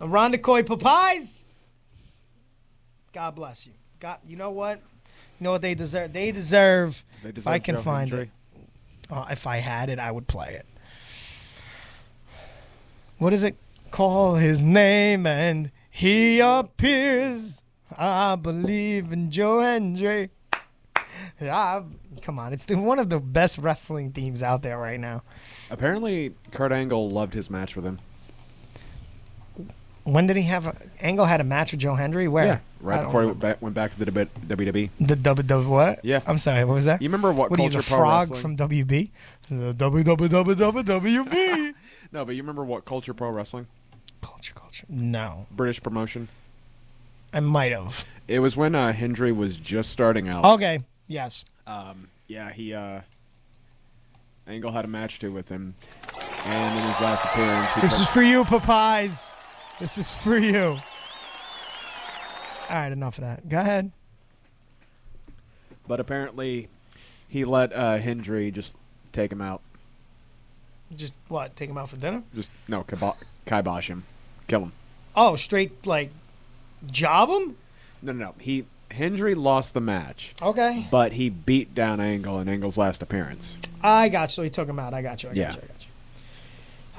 S2: Rondakoi Papais, God bless you. God, you know what? You know what they deserve? They deserve.
S5: They
S2: if I
S5: deserve
S2: can
S5: Joe
S2: find
S5: Hendry.
S2: it, uh, if I had it, I would play it. What is it? Call his name and he appears. I believe in Joe Hendry. Ah, come on, it's the, one of the best wrestling themes out there right now.
S5: Apparently, Kurt Angle loved his match with him.
S2: When did he have a, Angle had a match with Joe Hendry? Where?
S5: Yeah,
S2: I
S5: right
S2: don't
S5: before he
S2: remember.
S5: went back, went back to the debit- WWE.
S2: The W the what?
S5: Yeah.
S2: I'm sorry, what was that?
S5: You remember what,
S2: What are you,
S5: culture
S2: the
S5: pro
S2: frog
S5: wrestling?
S2: from WB? The WWWWWB.
S5: No, but you remember what culture pro wrestling?
S2: Culture, culture. No,
S5: British promotion.
S2: I might have.
S5: It was when uh, Hendry was just starting out.
S2: Okay. Yes.
S5: Um, yeah, he uh, Angle had a match too with him, and in his last appearance, he
S2: This
S5: took-
S2: is for you, Popeyes. This is for you. All right, enough of that. Go ahead.
S5: but apparently, he let uh, Hendry just take him out.
S2: Just what? Take him out for dinner?
S5: Just no, kibo- kibosh him, kill him.
S2: Oh, straight like job him?
S5: No, no, no. He Hendry lost the match,
S2: Okay.
S5: but he beat down Angle in Angle's last appearance.
S2: I got you. So he took him out. I got you. I got
S5: Yeah.
S2: you. I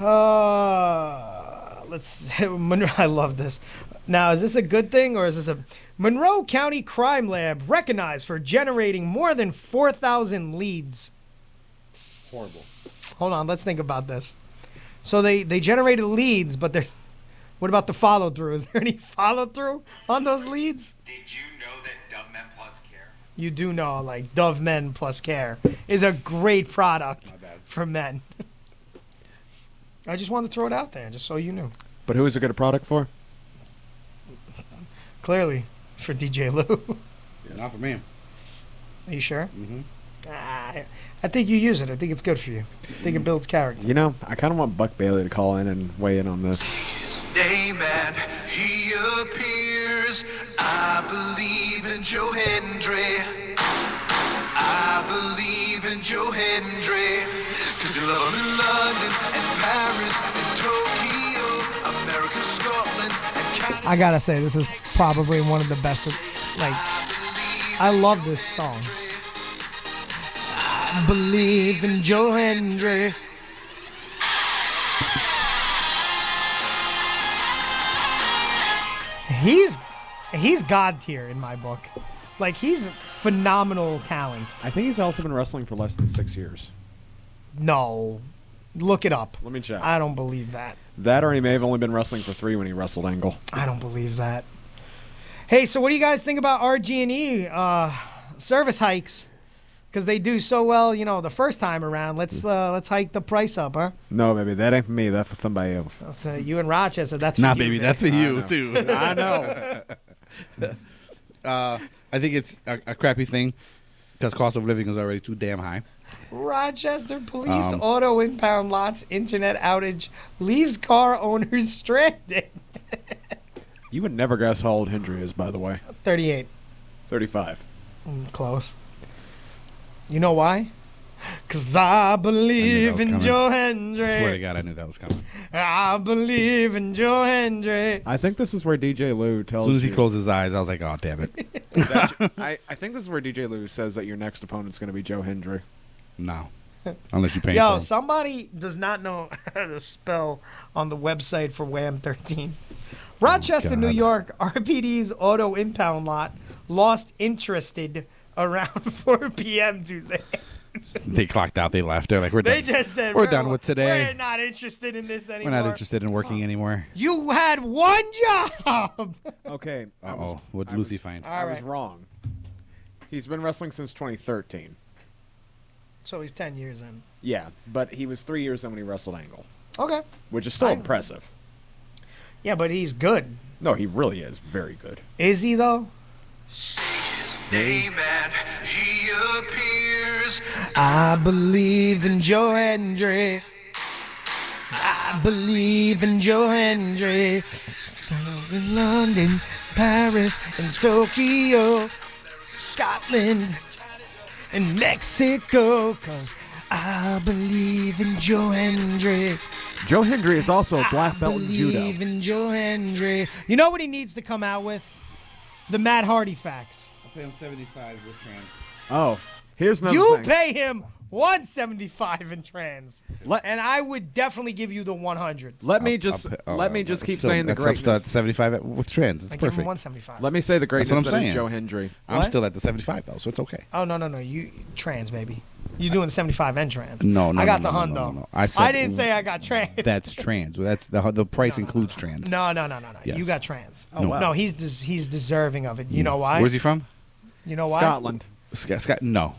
S2: got you. Uh, let's. Monroe, I love this. Now, is this a good thing or is this a Monroe County Crime Lab recognized for generating more than four thousand leads?
S5: Horrible.
S2: Hold on, let's think about this. So they they generated leads, but there's what about the follow through? Is there any follow through on those leads? Did you know that Dove Men Plus Care? You do know, like Dove Men Plus Care is a great product for men. I just wanted to throw it out there, just so you knew.
S5: But who is it good a product for?
S2: Clearly, for DJ Lou.
S4: Not for me.
S2: Are you sure? Mm-hmm. I, I think you use it. I think it's good for you. I think it builds character.
S5: You know, I kind of want Buck Bailey to call in and weigh in on this.
S16: name and he appears. I believe in Joe Hendry. I believe in Joe Hendry. Cause he loved London and Paris and Tokyo, America, Scotland and Canada.
S2: I gotta say, this is probably one of the best. Of, like, I love this song. I believe in Joe Hendry. He's he's god tier in my book. Like he's phenomenal talent.
S5: I think he's also been wrestling for less than six years.
S2: No, look it up.
S5: Let me check.
S2: I don't believe that.
S5: That or he may have only been wrestling for three when he wrestled Angle.
S2: I don't believe that. Hey, so what do you guys think about RG&E uh, service hikes? Because they do so well, you know, the first time around. Let's uh, let's hike the price up, huh?
S5: No, baby, that ain't for me. That's for somebody else.
S2: That's, uh, you in Rochester, that's
S4: Nah,
S2: for you,
S4: baby, that's for you too.
S5: I know.
S4: uh, I think it's a, a crappy thing because cost of living is already too damn high.
S2: Rochester police
S4: Um,
S2: auto impound lots internet outage leaves car owners stranded.
S5: You would never guess how old Hendry is, by the way.
S2: 38.
S5: 35.
S2: Mm, Close. You know why? Because I believe in
S4: coming.
S2: Joe Hendry.
S4: Swear to God, I knew that was coming.
S2: I believe in Joe Hendry.
S5: I think this is where DJ Lou
S4: As
S5: tells
S4: soon as he
S5: you.
S4: closed his eyes, I was like, "Oh damn it!"
S5: that- I, I think this is where DJ Lou says that your next opponent's going to be Joe Hendry.
S4: No. Unless you pay
S2: Yo,
S4: for them.
S2: somebody does not know how to spell on the website for Wham 13. Rochester, New
S4: Oh God.
S2: York, RPD's auto impound lot lost interested around 4 p.m. Tuesday.
S4: They clocked out. They left. They're like, we're
S2: they
S4: done.
S2: just said,
S4: we're,
S2: "We're-
S4: done with today.
S2: We're not interested in this
S4: We're
S2: anymore.
S4: not interested in working anymore.
S2: You had one job.
S5: Okay. I
S4: Uh
S5: was-
S4: oh. What'd Lucy find?
S5: I was
S2: Alright.
S5: wrong. He's been wrestling since 2013.
S2: so he's 10 years in.
S5: Yeah, but he was three years in when he wrestled Angle,
S2: Okay.
S5: which is still impressive.
S2: Yeah, but he's good.
S5: No, he really is very good.
S2: Is he, though?
S16: Name and he appears.
S2: I believe in Joe Hendry. I believe in Joe Hendry. In London, Paris, and Tokyo, Scotland, and Mexico. Cause I believe in Joe Hendry.
S5: Joe Hendry is also a black belt in
S2: Believe
S5: judo.
S2: in Joe Hendry. You know what he needs to come out with? The Matt Hardy facts.
S4: I'll pay him 75 with trans.
S5: Oh, here's another
S2: you
S5: thing.
S2: pay him 175 in trans, and I would definitely give you the 100.
S5: Let me just let me just keep saying the
S4: oh, That's up
S5: greatness.
S4: to 75 at- with trans. It's
S2: I give him
S4: perfect.
S2: 175.
S5: Let me say the
S4: That's
S5: greatness
S4: what I'm
S5: that
S4: saying.
S5: is Joe Hendry.
S4: I'm
S2: What?
S4: still at the 75 though, so it's okay.
S2: Oh no no no! You trans baby. You doing 75 and trans?
S4: No, no,
S2: I got
S4: no,
S2: the
S4: no,
S2: hundo.
S4: no, no, no. I said-
S2: didn't say I got trans.
S4: That's trans. That's the the price includes trans.
S2: no no no no no. You
S4: Yes.
S2: got trans.
S4: Oh, No. wow. Mm.
S2: No, he's des- he's deserving of it. You know why?
S4: Where's he from?
S2: You know why?
S4: Scott. Scott no.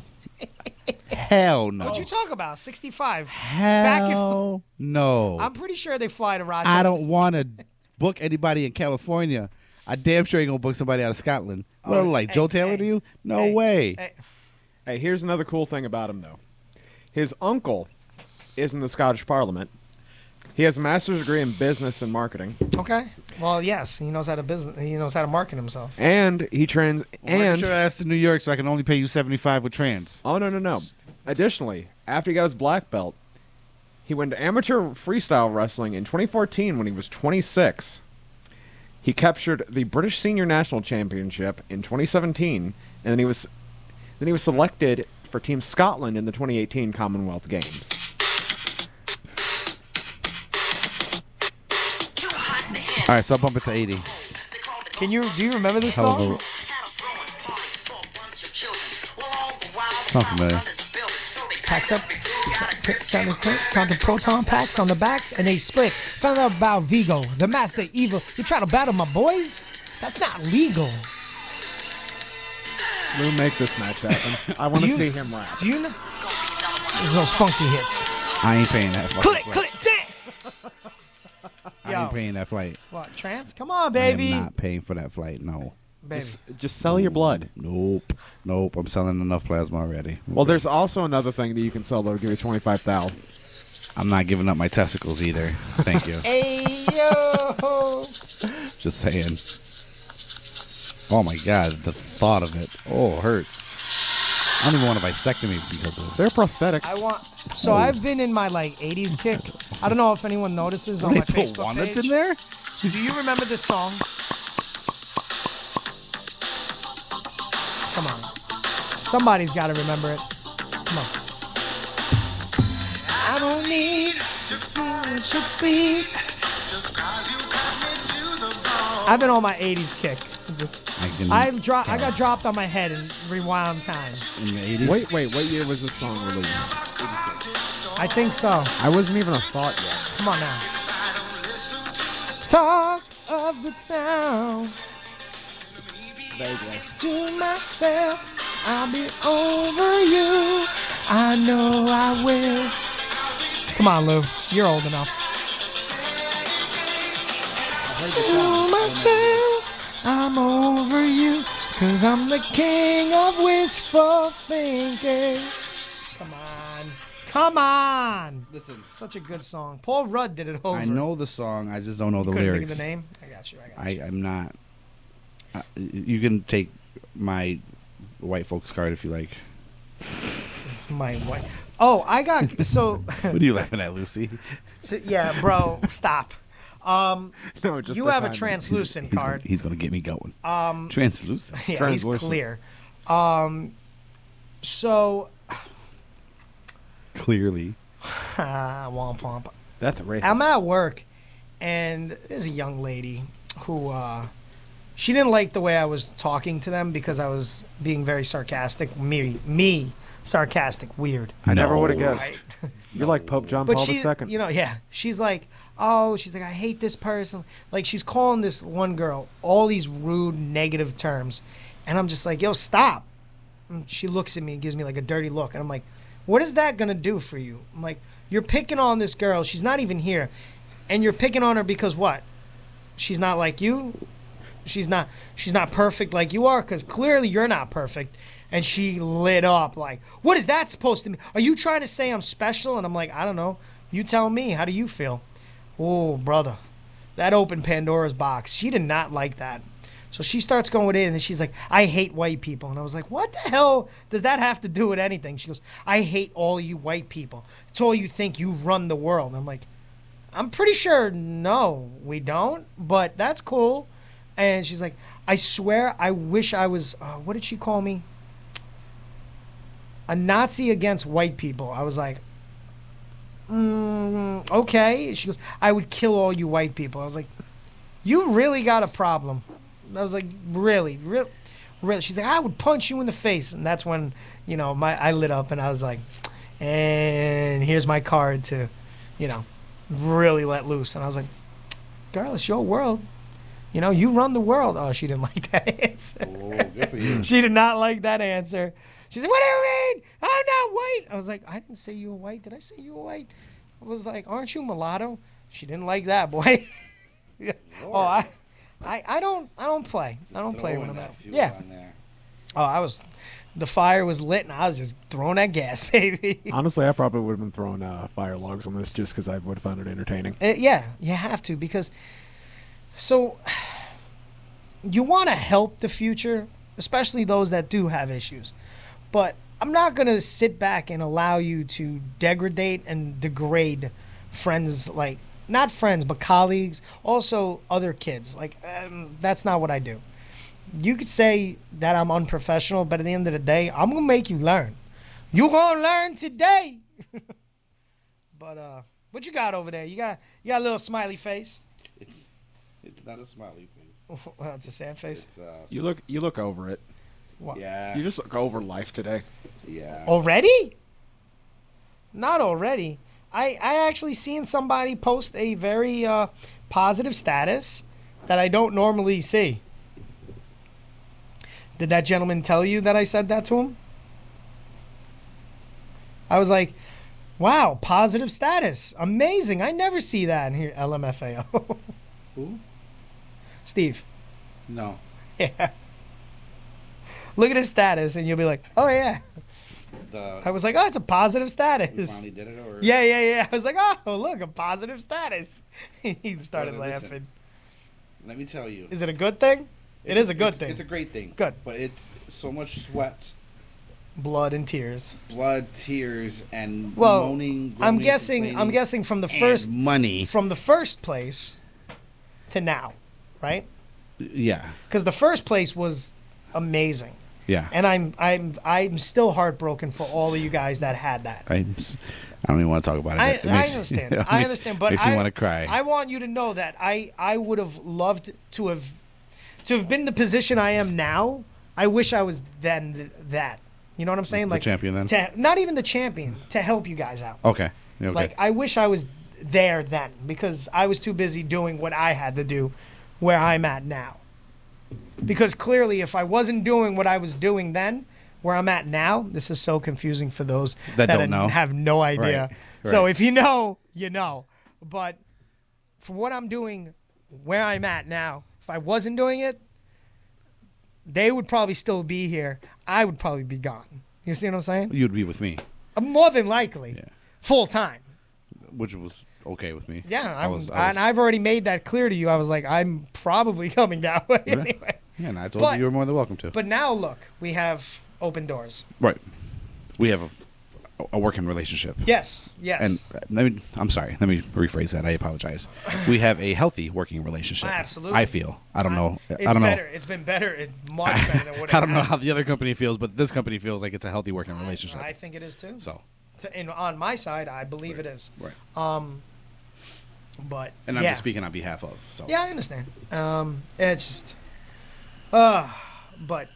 S4: Hell Oh, no.
S2: What you talk about? 65. Back in,
S4: Hell no.
S2: I'm pretty sure they fly to Rochester.
S4: I don't want to book anybody in California. I damn sure ain't gonna book somebody out of Scotland. What am I like Joe Taylor to you? No way.
S5: Hey, here's another cool thing about him, though. His uncle is in the Scottish Parliament. He has a master's degree in business and marketing,
S2: Okay. Well, yes, he knows how to business. He knows how to market himself.
S5: and he trans. and
S4: sure I asked to New York so I can only pay you seventy five with trans.
S5: oh no no no! Additionally, after he got his black belt, he went to amateur freestyle wrestling in 2014 when he was 26. He captured the British Senior National Championship in 2017, and then he was then he was selected for Team Scotland in the 2018 Commonwealth Games.
S4: All right, so I'll bump it to eighty.
S2: Can you do you remember this
S4: Hell of
S2: song?
S4: Sounds familiar.
S2: Packed up, kind of quick, count the proton packs on the backs, and they split. Found out about Vigo, the master evil. You try to battle my boys? That's not legal.
S5: We'll make this match happen. I want
S2: Do
S5: to
S2: you-
S5: see him rap.
S2: Do you know? There's those funky hits.
S4: I ain't paying that
S2: Click,
S4: flight.
S2: click, dance.
S4: I ain't paying that flight.
S2: What trance? Come on, baby.
S4: I am not paying for that flight. No.
S2: Baby.
S5: Just, just sell your blood.
S4: Nope. Nope. I'm selling enough plasma already.
S5: Well, there's also another thing that you can sell that'll give you twenty five thou.
S4: I'm not giving up my testicles either. Thank you.
S2: Hey yo.
S4: Just saying. Oh my god, the thought of it. Oh, it hurts. I don't even want a vasectomy because of it.
S5: They're prosthetics.
S2: I want. So
S4: Oh.
S2: I've been in my like '80s kick. I don't know if anyone notices on
S4: They
S2: my
S4: put
S2: Facebook
S4: walnuts
S2: page.
S4: in there?
S2: Do you remember this song? Come on. Somebody's got to remember it. Come on. I don't need to foolish your feet. I've been on my '80s kick. Just-
S4: I can-
S2: I dro- I got dropped on my head and rewound time.
S4: In the 80s?
S5: Wait, wait, what year was this song released?
S2: I think so.
S5: I wasn't even a thought yet.
S2: Come on now. Talk of the town. To myself, I'll be over you. I know I will. Come on, Lou. You're old enough. To myself, I'm over you. Cause I'm the king of wishful thinking. Come on. Come on. Listen. Such a good song. Paul Rudd did it over.
S4: I know the song, I just don't know the
S2: Couldn't
S4: lyrics.
S2: think of the name. I got you. I got you.
S4: I, I'm not. I, you can take my white folks card if you like.
S2: My wife. Oh, I got so.
S4: What are you laughing at, Lucy?
S2: so- yeah, bro, stop. Um,
S5: no, just
S2: you
S5: the
S2: have a
S5: timing.
S2: translucent
S4: He's
S2: card.
S4: Gonna, he's gonna get me going.
S2: Um,
S4: Translucent.
S2: yeah, he's clear. Um, so
S4: Clearly.
S2: Womp womp.
S5: That's racist.
S2: I'm at work, and there's a young lady who uh, she didn't like the way I was talking to them because I was being very sarcastic. Me, me, sarcastic, weird.
S5: I never would have
S2: Right?
S5: guessed. You're like Pope John
S2: but
S5: Paul
S2: she,
S5: II.
S2: you know, yeah, she's like, oh, she's like, I hate this person. Like, she's calling this one girl all these rude, negative terms, and I'm just like, yo, stop. And she looks at me and gives me like a dirty look, and I'm like, what is that gonna do for you? I'm like, you're picking on this girl. She's not even here, and you're picking on her because what? She's not like you. She's not. She's not perfect like you are, because clearly you're not perfect. And she lit up like, "What is that supposed to mean? Are you trying to say I'm special?" And I'm like, "I don't know. You tell me. How do you feel?" Oh, brother, that opened Pandora's box. She did not like that. So she starts going in, and she's like, "I hate white people." And I was like, "What the hell does that have to do with anything?" She goes, "I hate all you white people. It's all you think you run the world." And I'm like, I'm pretty sure no, we don't, but that's cool. And she's like, I swear, I wish I was, uh, what did she call me? A Nazi against white people. I was like, mm, okay. She goes, I would kill all you white people. I was like, you really got a problem. I was like, really, really, really. She's like, I would punch you in the face, and that's when you know my I lit up, and I was like, and here's my card to, you know, really let loose, and I was like, girl, it's your world. You know, you run the world. Oh, she didn't like that answer.
S4: Oh.
S2: she did not like that answer. She said, What do you mean? I'm not white. I was like, I didn't say you were white. Did I say you were white? I was like, Aren't you mulatto? She didn't like that, boy. oh, I, I, I don't, I don't play. I don't play when I'm out. Yeah. Oh, I was, the fire was lit, and I was just throwing that gas, baby.
S5: Honestly, I probably would have been throwing uh, fire logs on this just because I would have found it entertaining.
S2: Uh, yeah, you have to because so you want to help the future, especially those that do have issues. But I'm not going to sit back and allow you to degrade and degrade friends like not friends but colleagues, also other kids. Like um, that's not what I do. You could say that I'm unprofessional, but at the end of the day, I'm going to make you learn. You going to learn today. But uh, what you got over there? You got you got a little smiley face.
S4: It's it's not a smiley face.
S2: well, it's a sad face.
S4: It's, uh,
S5: You look, you look over it.
S2: What?
S4: Yeah.
S5: You just look over life today.
S4: Yeah.
S2: Oh, Already? Not already. I I actually seen somebody post a very uh, positive status that I don't normally see. Did that gentleman tell you that I said that to him? I was like, "Wow, positive status, amazing! I never see that in here." LMFAO.
S4: Who?
S2: Steve.
S4: No.
S2: Yeah. Look at his status, and you'll be like, "Oh yeah."
S4: The,
S2: I was like, "Oh, it's a positive
S4: we
S2: status."
S4: finally did it, or
S2: Yeah, yeah, yeah. I was like, "Oh, look, a positive status." he started
S4: Brother, listen.
S2: laughing.
S4: Let me tell you.
S2: Is it a good thing? it
S4: It's-
S2: is a good
S4: it's-
S2: thing.
S4: It's a great thing.
S2: Good.
S4: But it's so much sweat,
S2: Blood and tears.
S4: blood, tears, and
S2: Well,
S4: moaning.
S2: I'm
S4: groaning,
S2: guessing. I'm
S4: complaining.
S2: guessing from the
S4: and
S2: first
S4: money.
S2: from the first place to now, right?
S4: Yeah.
S2: Because the first place was amazing,
S4: Yeah.
S2: and I'm I'm I'm still heartbroken for all of you guys that had that.
S4: I, just- I don't even want to talk about it.
S2: I,
S4: It
S2: I
S4: makes-
S2: understand.
S4: it
S2: I
S4: makes-
S2: understand, but
S4: makes
S2: I
S4: me want to cry.
S2: I want you to know that I I would have loved to have to have been in the position I am now. I wish I was then th- that. You know what I'm saying?
S4: The champion then?
S2: To, not even the champion to help you guys out.
S4: okay. Okay.
S2: Like I wish I was there then because I was too busy doing what I had to do where I'm at now. Because clearly if I wasn't doing what I was doing then, where I'm at now, this is so confusing for those
S4: That don't
S2: had-
S4: know.
S2: have no idea.
S4: Right,
S2: So
S4: right.
S2: if you know, you know. But for what I'm doing where I'm at now, if I wasn't doing it, they would probably still be here. I would probably be gone. You see what I'm saying?
S4: You'd be with me,
S2: More than likely. Full time.
S4: which was okay with me.
S2: Yeah, I'm,
S4: was-
S2: and I've already made that clear to you. I was like, I'm probably coming that way
S4: Yeah.
S2: anyway.
S4: Yeah, and I told
S2: But-
S4: you you were more than welcome to.
S2: But now look, we have open doors.
S4: right. We have a, a working relationship.
S2: Yes, yes.
S4: And uh, let me, I'm sorry. Let me rephrase that. I apologize. We have a healthy working relationship.
S2: Ah, Absolutely.
S4: I feel. I don't know.
S2: it's
S4: I don't
S2: better.
S4: know.
S2: It's been better. It's much better than what it
S4: I don't know
S2: has.
S4: how the other company feels, but this company feels like it's a healthy working relationship.
S2: I think it is too.
S4: So
S2: to, in, on my side, I believe it is.
S4: Right.
S2: Um, but
S4: And I'm
S2: yeah.
S4: just speaking on behalf of. So
S2: Yeah, I understand. Um, it's just, uh, but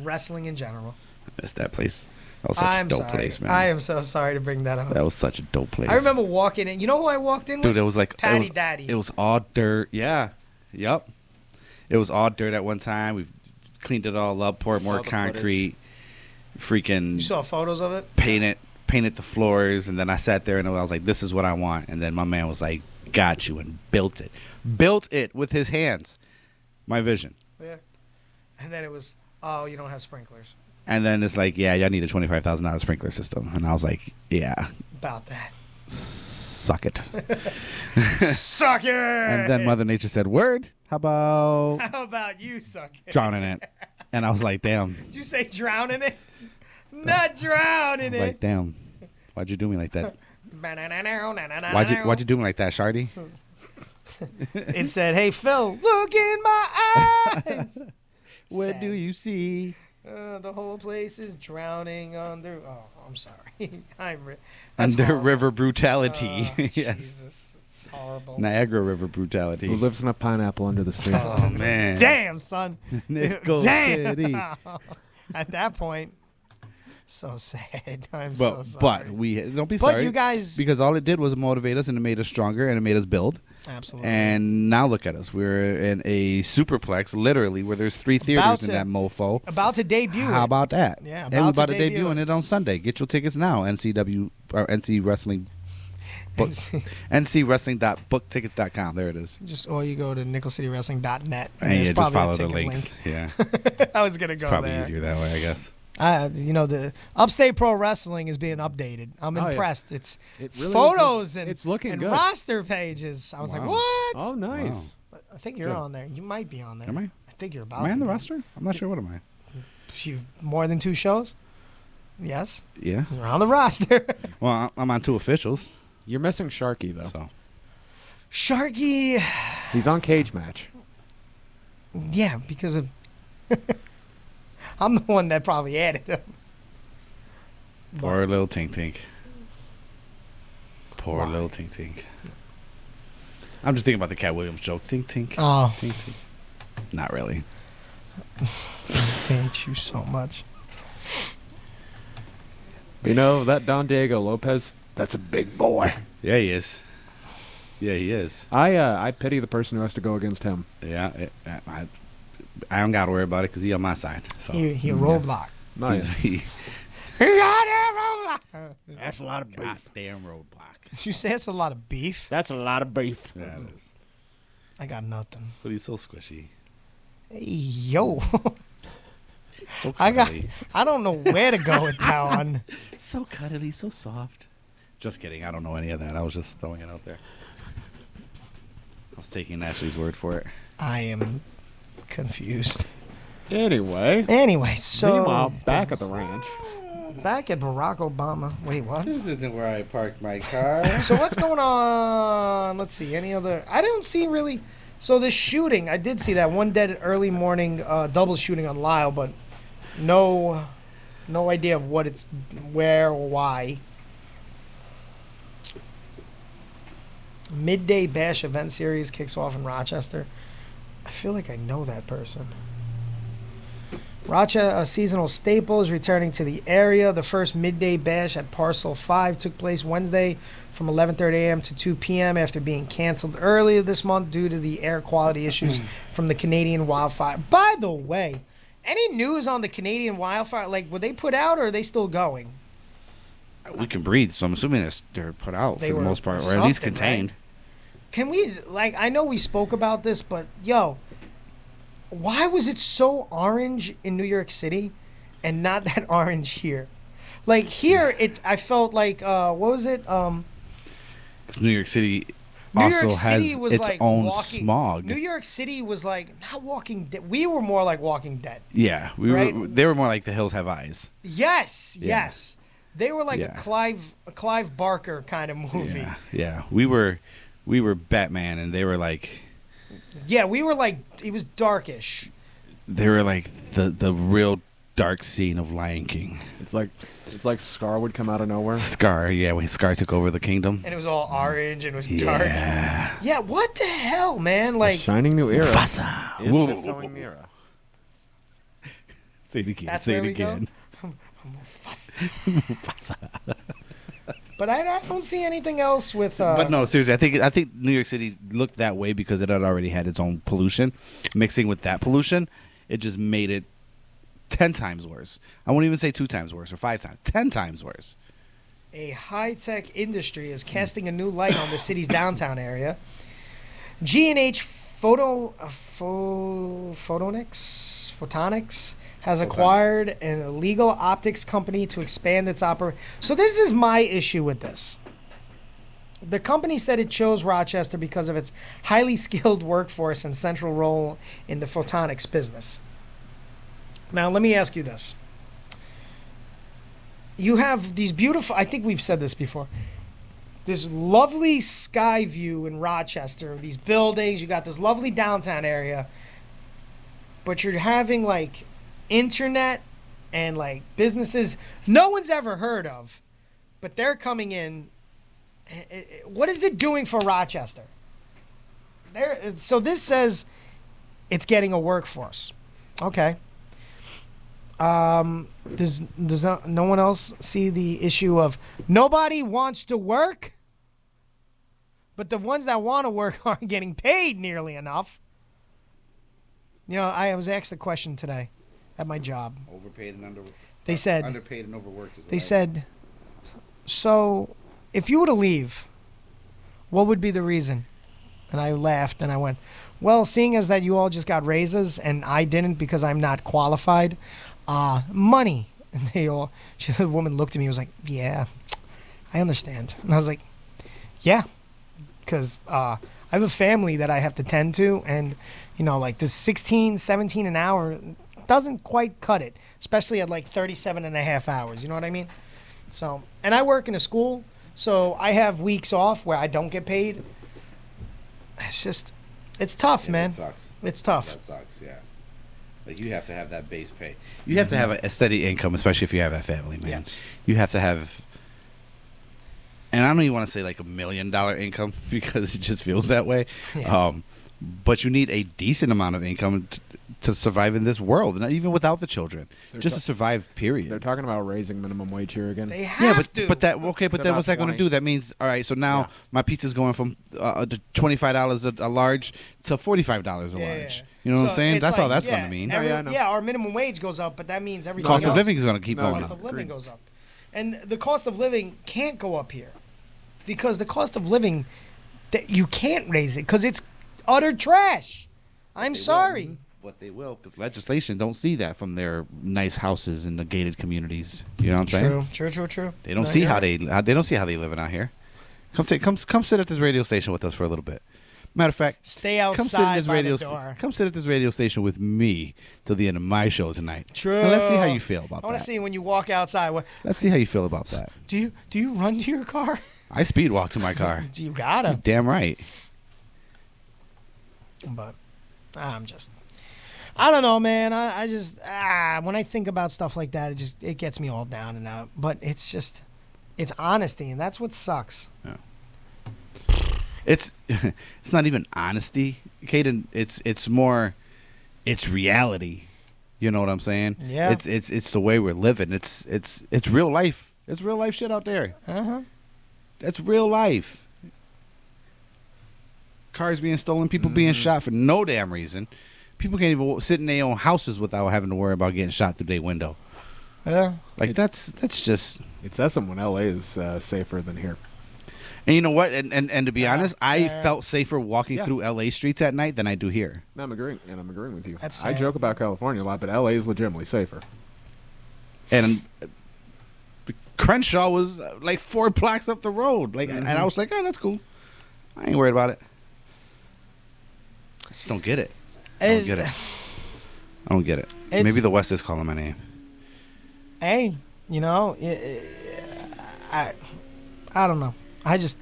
S2: wrestling in general.
S4: That's that place. That was such
S2: I'm
S4: a dope
S2: sorry.
S4: place, man.
S2: I am so sorry to bring that up.
S4: that was such a dope place.
S2: I remember walking in. You know who I walked in with?
S4: Dude, it was like it
S2: Patty
S4: was-
S2: Daddy.
S4: It was all dirt. Yeah. Yep. It was all dirt at one time. We cleaned it all up, poured
S2: Saw
S4: more
S2: the footage.
S4: concrete,
S2: you
S4: freaking
S2: saw photos of it?
S4: painted painted the floors, and then I sat there and I was like, "This is what I want." And then my man was like, "Got you," and built it, built it with his hands. My vision.
S2: Yeah. And then it was, oh, you don't have sprinklers.
S4: And then it's like, "Yeah, y'all need a twenty five thousand dollars sprinkler system," and I was like, "Yeah,
S2: About that.
S4: suck it."
S2: Suck it!
S4: And then Mother Nature said, "Word, how about
S2: How about you suck it?
S4: drowning it?" And I was like, "Damn."
S2: Did you say drown in it? Not drown in
S4: I was like,
S2: it.
S4: damn, why'd you do me like that? Why'd
S2: Why'd
S4: you why'd you do me like that, Shardy?
S2: It said, "Hey Phil, look in my eyes.
S4: What do you see?
S2: Uh, the whole place is drowning under." Oh, I'm sorry. I'm. Re- that's
S4: Under
S2: horrible.
S4: River Brutality.
S2: Oh,
S4: yes.
S2: Jesus, it's horrible.
S4: Niagara River Brutality.
S5: Who lives in a pineapple under the sea?
S4: Oh, man.
S2: Damn, son.
S4: Nickel
S2: Damn.
S4: City.
S2: At that point, so sad. I'm so
S4: But
S2: sorry.
S4: but we don't be
S2: But
S4: sorry.
S2: you guys-
S4: because all it did was motivate us and it made us stronger and it made us build.
S2: Absolutely.
S4: And now look at us. We're in a superplex, literally, where there's three theaters
S2: About
S4: in
S2: to-
S4: that mofo.
S2: about to debut.
S4: How
S2: it.
S4: about that?
S2: Yeah,
S4: and we're
S2: about to
S4: about to
S2: debut
S4: debut it on Sunday. Get your tickets now. NCW or NC Wrestling. Book, NC Wrestling dot booktickets.com. There it is.
S2: Just or you go to nickelcitywrestling.net.
S4: And
S2: there's
S4: yeah, just
S2: probably a
S4: follow the
S2: ticket link.
S4: links. Yeah,
S2: I was gonna
S4: it's
S2: go
S4: probably
S2: there.
S4: easier that way, I guess.
S2: Uh, you know the Upstate Pro Wrestling is being updated. I'm
S5: Oh, yeah.
S2: impressed. It's
S5: It really
S2: photos
S5: looking-
S2: and
S5: it's looking
S2: and
S5: good.
S2: roster pages. I was like,
S4: Wow.
S2: what?
S4: Oh, nice.
S2: I think you're
S4: Good.
S2: on there. You might be on there.
S4: Am I?
S2: I think you're about.
S4: Am I on
S2: to
S4: the
S2: be.
S4: roster? I'm not sure. What am I?
S2: You've more than two shows. Yes,
S4: Yeah.
S2: you're on the roster.
S4: Well, I- I'm on two officials.
S5: You're missing Sharky though.
S4: So
S2: Sharky.
S5: he's on Cage Match.
S2: Yeah, because of. I'm the one that probably added him.
S4: poor little Tink Tink. Poor little Tink Tink. I'm just thinking about the Cat Williams joke. Tink Tink.
S2: Oh.
S4: Tink Tink. Not really.
S2: hate you so much.
S5: You know that Don Diego Lopez? That's a big boy.
S4: Yeah, he is. Yeah, he is.
S5: I uh, I pity the person who has to go against him.
S4: Yeah, it, I, I- I don't got to worry about it because he on my side. So
S2: He, he a
S4: Yeah.
S2: roadblock.
S4: He's- he-
S2: That's a lot of beef.
S4: Damn roadblock.
S2: Did you say that's a lot of beef?
S17: That's a lot of beef.
S4: Yeah, it is.
S2: I got nothing.
S4: But he's so squishy.
S2: Hey, yo.
S4: So
S2: I got.
S4: cuddly.
S2: I don't know where to go with that one.
S4: So cuddly, so soft. Just kidding. I don't know any of that. I was just throwing it out there. I was taking Ashley's word for it.
S2: I am confused.
S5: Anyway.
S2: Anyway, so
S5: meanwhile, back at the ranch.
S2: back at Barack Obama. Wait, what?
S4: This isn't where I parked my car.
S2: so what's going on? Let's see. Any other? I don't see really. So the shooting, I did see that one dead early morning uh, double shooting on Lyle, but no, no idea of what it's where or why. Midday Bash event series kicks off in Rochester. I feel like I know that person. Racha a seasonal staple is returning to the area. The first midday bash at Parcel 5 took place Wednesday from 11:30 a.m. to 2 p.m. after being canceled earlier this month due to the air quality issues from the Canadian wildfire. By the way, any news on the Canadian wildfire like were they put out or are they still going?
S4: We can breathe, so I'm assuming they're, they're put out
S2: They
S4: for the
S2: were
S4: most part, or at
S2: something, right?
S4: least contained.
S2: Can we like I know we spoke about this, but yo, why was it so orange in New York City and not that orange here? Like here it I felt like uh what was it? Um
S4: 'Cause New York City
S2: New
S4: also
S2: York City
S4: has
S2: was
S4: its
S2: like
S4: own
S2: walking
S4: smog.
S2: New York City was like not walking dead. We were more like walking dead.
S4: yeah, we were.
S2: Right?
S4: They were more like the hills have eyes.
S2: Yes,
S4: Yeah.
S2: yes. They were like
S4: Yeah.
S2: a Clive a Clive Barker kind of movie. Yeah.
S4: Yeah, we were, we were Batman, and they were like,
S2: we were like it was darkish.
S4: they were like the the real dark scene of Lion King.
S5: It's like it's like Scar would come out of nowhere.
S4: Scar, yeah, when Scar took over the kingdom.
S2: and it was all orange and it was dark. Yeah, what the hell, man? Like
S5: Shining new era.
S4: Mufasa.
S5: Is
S4: Whoa.
S5: tiptoeing nearer.
S4: Say it again.
S2: That's
S4: say
S2: where
S4: it
S2: we go?
S4: again.
S2: Mufasa. But I, I don't see anything else with. Uh,
S4: but no, seriously, I think I think New York City looked that way because it had already had its own pollution. Mixing with that pollution, it just made it ten times worse. I won't even say two times worse or five times, ten times worse.
S2: a high tech industry is casting a new light on the city's downtown area. G and H Photo uh, pho, Photonics Photonics has acquired an illegal optics company to expand its oper. So this is my issue with this. The company said it chose Rochester because of its highly skilled workforce and central role in the photonics business. Now let me ask you this you have these beautiful i think we've said this before this lovely sky view in rochester these buildings you got this lovely downtown area but you're having like internet and like businesses no one's ever heard of but they're coming in Eh, eh, eh, what is it doing for rochester there so this says it's getting a workforce okay um, does does no, no one else see the issue of nobody wants to work, but the ones that want to work aren't getting paid nearly enough? You know, I was asked a question today at my job.
S4: Overpaid and under.
S2: They said-
S4: underpaid and overworked. Is
S2: They said, "So, if you were to leave, what would be the reason?" And I laughed and I went, "Well, seeing as that you all just got raises and I didn't because I'm not qualified, uh, money." And they all, she, the woman looked at me and was like, "Yeah, I understand." And I was like, "Yeah, because uh, I have a family that I have to tend to, and you know, like this 16, 17 an hour doesn't quite cut it, especially at like 37 and a half hours. You know what I mean? So, and I work in a school, so I have weeks off where I don't get paid. It's just, it's tough, man. It's tough.
S4: That sucks. Yeah. Like you have to have that base pay. You have to
S5: Mm-hmm.
S4: have a, a steady income, especially if you have a family, man. You have to have. And I don't even want to say like a million dollar income because it just feels that way.
S2: Yeah.
S4: Um, but you need a decent amount of income t- to survive in this world, and even without the children,
S5: They're
S4: just
S5: ta-
S4: to survive. Period. They're
S5: talking about raising minimum wage here again.
S2: They
S4: yeah, but but that okay, but
S5: They're
S4: then
S5: not
S4: what's that going to
S5: 20.
S4: do? That means all right. So now my pizza's going from uh, twenty five dollars a a large to forty five dollars a
S2: Yeah, yeah,
S4: large. You know what
S2: So
S4: I'm saying?
S2: it's
S4: That's
S2: like,
S4: all that's
S2: yeah,
S4: going to
S5: Oh,
S4: mean.
S2: every- yeah, our minimum wage goes up, but that means everything.
S4: Cost of
S2: else-
S4: living is gonna keep
S2: the
S4: going
S2: Cost
S4: up.
S2: of living goes up, and the cost of living can't go up here because the cost of living that you can't raise it because it's utter trash. I'm sorry.
S4: But they will because legislation don't see that from their nice houses in the gated communities. You know what I'm saying?
S2: True, true, true, true.
S4: They don't
S2: No,
S4: see
S2: you're
S4: how
S2: right.
S4: they how, they don't see how they living out here. Come sit, come come sit at this radio station with us for a little bit. Matter of fact,
S2: stay
S4: come sit at
S2: outside
S4: this
S2: by
S4: radio
S2: the
S4: sta-
S2: door.
S4: come sit at this radio station with me till the end of my show tonight.
S2: True.
S4: And let's see how you feel about
S2: I want
S4: that.
S2: to see when you walk outside. What
S4: Let's see how you feel about that.
S2: do you do? You run to your car?
S4: I speed walk to my car.
S2: You gotta.
S4: You damn right.
S2: but I'm just I don't know, man. I, I just ah, when I think about stuff like that, it just it gets me all down and out. But it's just it's honesty, and that's what sucks.
S4: It's it's not even honesty, Caden. It's it's more it's reality. You know what I'm saying?
S2: Yeah.
S4: It's it's it's the way we're living. It's it's it's real life. It's real life shit out there.
S2: Uh huh.
S4: That's real life. Cars being stolen, people being shot for no damn reason. People can't even sit in their own houses without having to worry about getting shot through their window.
S2: Yeah.
S4: Like that's that's just.
S5: It's SM when LA is uh, safer than here.
S4: And you know what? And and, and to be honest, I
S5: yeah.
S4: felt safer walking
S5: Yeah.
S4: through L.A. streets at night than I do here.
S5: No, I'm agreeing, and I'm agreeing with you.
S2: That's
S5: I
S2: sad.
S5: joke about California a lot, but LA is legitimately safer.
S4: And uh, Crenshaw was uh, like four blocks up the road. Like, and
S5: Mm-hmm.
S4: I was like, oh, that's cool. I ain't worried about it. I just don't get it. I don't
S2: Is-
S4: get it. I don't get it.
S2: It's-
S4: Maybe the West is calling my name.
S2: Hey, you know, i- I I I don't know. I just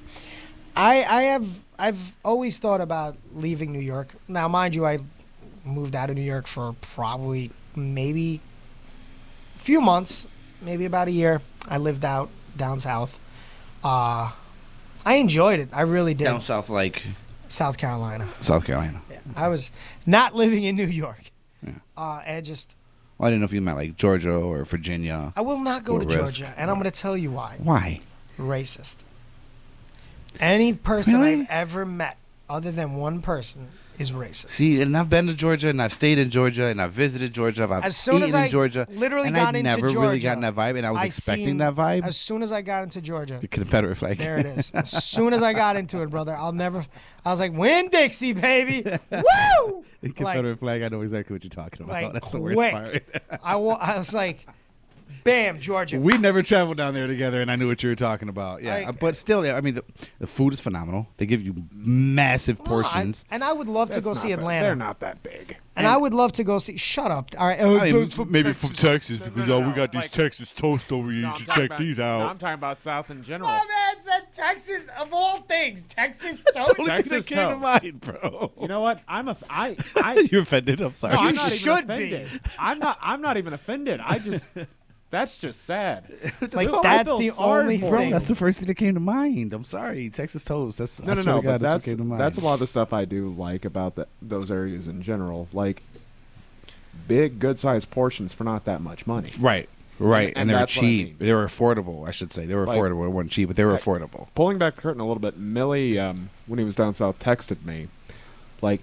S2: I I have I've always thought about leaving New York. Now, mind you, I moved out of New York for probably maybe few months, maybe about a year, I lived out down south. Uh, I enjoyed it. I really did.
S4: Down south, like
S2: South Carolina.
S4: South Carolina.
S2: I was not living in New York. Uh, and just,
S4: Well, I didn't know if you meant like Georgia or Virginia.
S2: I will not go
S4: Or
S2: to
S4: risk.
S2: Georgia, and I'm going to tell you why.
S4: Why?
S2: Racist. Any person I've ever met, other than one person, is racist.
S4: See, and I've been to Georgia, and I've stayed in Georgia, and I've visited Georgia. I've
S2: As soon
S4: eaten
S2: as
S4: in
S2: I
S4: Georgia.
S2: literally
S4: and
S2: got
S4: I
S2: into
S4: never really
S2: Georgia,
S4: gotten that vibe, and I was expecting
S2: seen-
S4: that vibe.
S2: As soon as I got into Georgia,
S4: the Confederate flag.
S2: there it is. As soon as I got into it, brother, I'll never. I was like, "Win Dixie, baby, woo!"
S4: the
S2: Like,
S4: Confederate flag. I know exactly what you're talking about.
S2: like
S4: That's the worst part.
S2: quick. I, wa- I was like, "Bam, Georgia."
S4: We never traveled down there together, and I knew what you were talking about. Yeah,
S2: Like-
S4: but still, yeah, I mean, the, the food is phenomenal. They give you massive
S2: No, I-
S4: portions.
S2: and I would love to
S5: That's
S2: go
S5: not
S2: see
S5: that-
S2: Atlanta.
S5: they're not that big.
S2: And I would love to go see. Shut up! All right, oh,
S5: I mean,
S2: dudes from
S17: Maybe
S2: Texas.
S17: from Texas because oh, we got these Texas toast over here.
S5: No,
S17: You
S5: I'm
S17: should
S5: talking
S17: check
S5: about-
S17: these
S5: no,
S17: out.
S5: I'm talking about South in general.
S2: My man said Texas of all things, Texas toast.
S5: Texas toast.
S4: bro.
S5: You know what? I'm a I I
S4: You're offended. I'm sorry.
S5: No, I'm not even offended. I'm not I'm not even offended. I just that's just sad.
S4: Like,
S5: Dude, I
S4: that's
S5: feel
S4: the
S5: sorry
S4: only
S5: for
S4: bro,
S5: him.
S4: That's the first thing that came to mind. I'm sorry, Texas toast. That's
S5: No,
S4: I
S5: no,
S4: swear
S5: no.
S4: to God,
S5: But that's
S4: what came to mind.
S5: that's a lot of the stuff I do like about the, those areas in general. Like big, good-sized portions for not that much money.
S4: Right, right, and,
S5: And
S4: they were
S5: that's what I
S4: cheap. They were affordable. I should say they were
S5: Like-
S4: affordable. They weren't cheap, but they were
S5: Like,
S4: affordable.
S5: Pulling back the curtain a little bit, Millie, um, when he was down south, texted me. Like,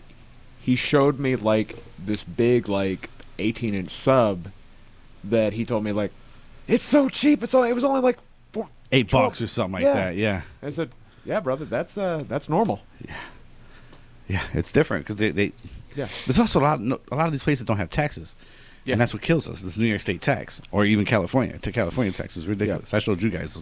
S5: he showed me, like, this big, like, 18 inch sub that he told me, like, it's so cheap. It's only, It was only, like, four,
S4: Eight
S5: 12
S4: bucks or something like that, yeah.
S5: I said, yeah, brother, that's uh, that's normal.
S4: Yeah, it's different because they, they.
S5: Yeah.
S4: There's also a lot. no- A lot of these places don't have taxes,
S5: Yeah.
S4: and that's what kills us. This New York State tax, or even California. To California tax is ridiculous. I showed you guys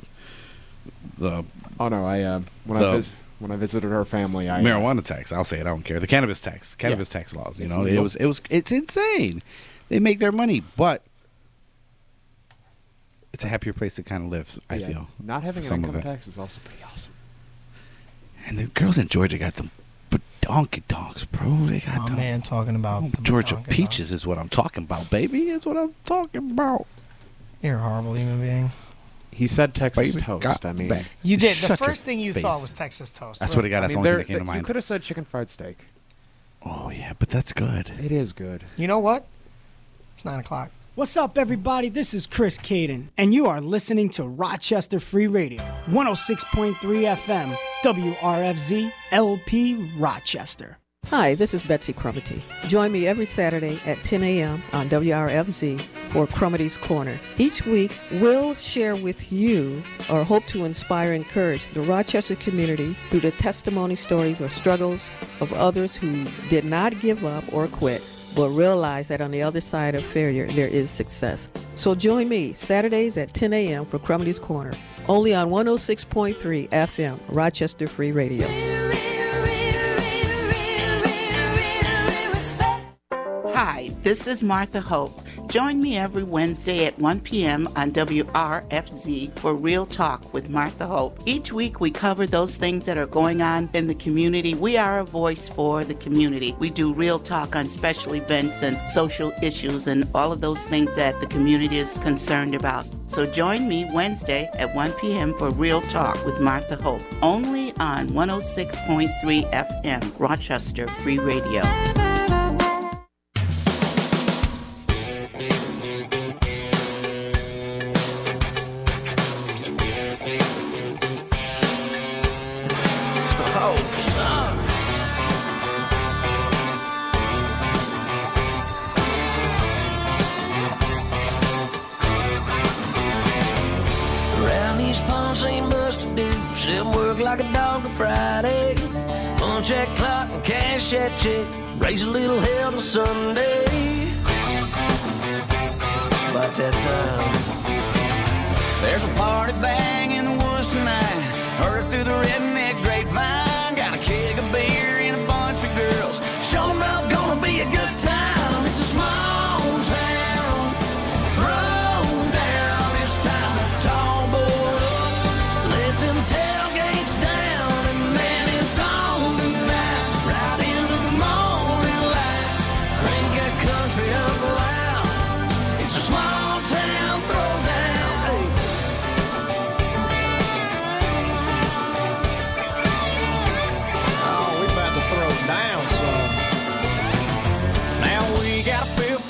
S4: the.
S5: Oh no! I uh, when I
S4: the
S5: vis- when I visited her family, I uh,
S4: marijuana tax. I'll say it. I don't care. The cannabis tax. Cannabis tax laws. You
S5: It's
S4: know, it
S5: legal.
S4: was. It was. It's insane. They make their money, but it's a happier place to kind of live. I
S5: yeah,
S4: feel
S5: not having
S4: for
S5: an
S4: some of
S5: income
S4: it.
S5: tax is also pretty awesome.
S4: And the girls in Georgia got them
S5: Oh,
S4: donkey donks, bro. They got
S2: My man talking about the
S4: Georgia
S2: batonka.
S4: peaches is what I'm talking about, baby. Is what I'm talking about.
S2: You're a horrible human being.
S5: He said Texas
S4: Baby,
S5: toast.
S4: got
S5: I mean,
S4: back.
S2: You did. The
S4: Shut your
S2: first thing you
S4: face.
S2: thought was Texas toast.
S4: I swear to God,
S5: I
S4: that's
S5: mean,
S4: the
S5: there-
S4: only thing that came to
S5: th- You
S4: mind.
S5: could have said chicken fried steak.
S4: Oh yeah, but that's good.
S5: It is good.
S2: You know what? It's nine o'clock.
S18: What's up, everybody? This is Chris Caden, and you are listening to Rochester Free Radio, 106.3 FM, WRFZ, LP, Rochester.
S19: Hi, this is Betsy Crumity. Join me every Saturday at 10 a.m. on WRFZ for Crumity's Corner. Each week, we'll share with you or hope to inspire and encourage the Rochester community through the testimony stories or struggles of others who did not give up or quit, but realize that on the other side of failure, there is success. So join me Saturdays at 10 a.m. for Crumity's Corner, only on 106.3 FM, Rochester Free Radio.
S20: Hi, this is Martha Hope. Join me every Wednesday at 1 p.m. on WRFZ for Real Talk with Martha Hope. Each week, we cover those things that are going on in the community. We are a voice for the community. We do real talk on special events and social issues and all of those things that the community is concerned about. So join me Wednesday at 1 p.m. for Real Talk with Martha Hope, only on 106.3 FM, Rochester Free Radio.
S16: Oh, son.
S21: Around these palms ain't much to do. Sit and work like a dog to Friday. Punch that clock and cash that check. Raise a little hell to Sunday. It's about that time.
S22: There's a party bang in the woods tonight. Heard it through the redneck grapevine. Got a keg of beer and a bunch of girls. Show 'em off, gonna be a good time. It's a small town. Thrown down. It's time to tall boy up. Let them tailgates down. And man, it's on tonight. Right in the morning light. Crank that country up loud. It's a small town.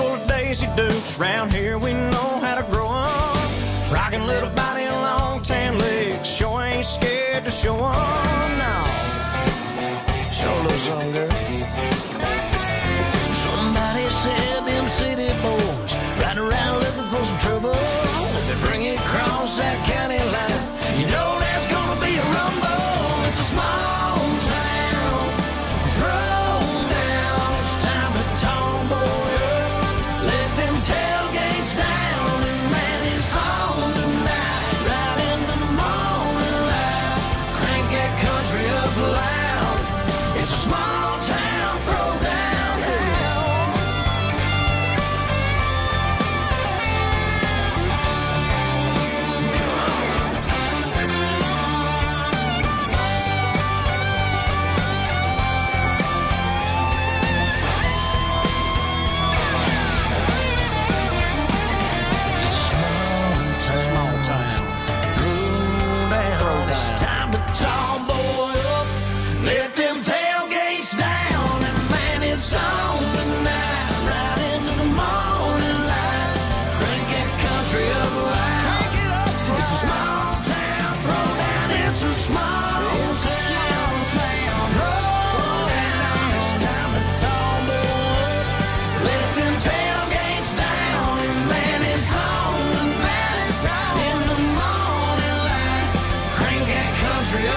S22: Oh,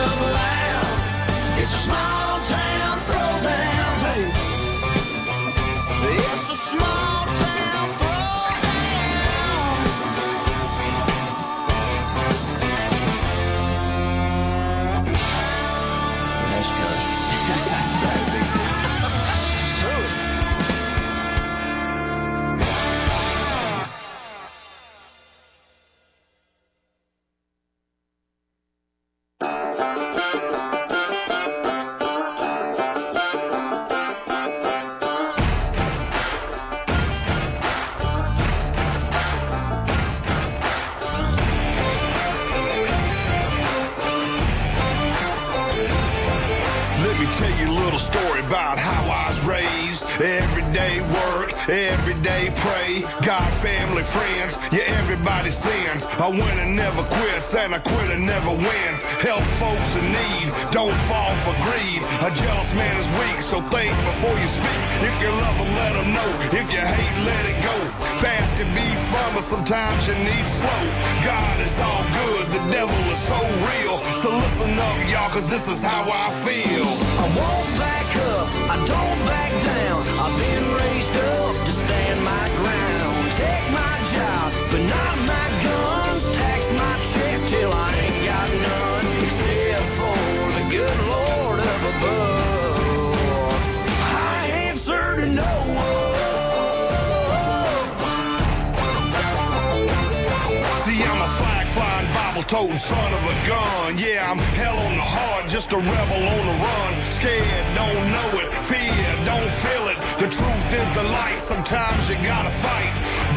S22: It's a small town throwdown. Hey. It's a small town throwdown. That's country. That's not a big deal.
S23: Let me tell you a little story about how I was raised. Everyday work, everyday pray. God, family, friends, yeah, everybody sins. I win and never quits, and I quit and never wins. Help folks in need, don't fall for greed. A jealous man is weak, so think before you speak. If you love them, let them know. If you hate, let it go. Fast can be fun, but sometimes you need slow. God is all good, the devil is so real. So listen up, y'all, cause this is how I feel.
S22: I won't back up, I don't back down. I've been raised up to stand my ground. Take my job, but not my guns. Tax my check till I ain't got none, except for the good Lord up above. I answer to no one.
S23: See, I'm a flag flying, Bible toting son of a gun. Yeah, I'm hell on the hard, just a rebel on the run. Scared, don't know it. Fear, don't feel it. The truth is the light, sometimes you gotta fight.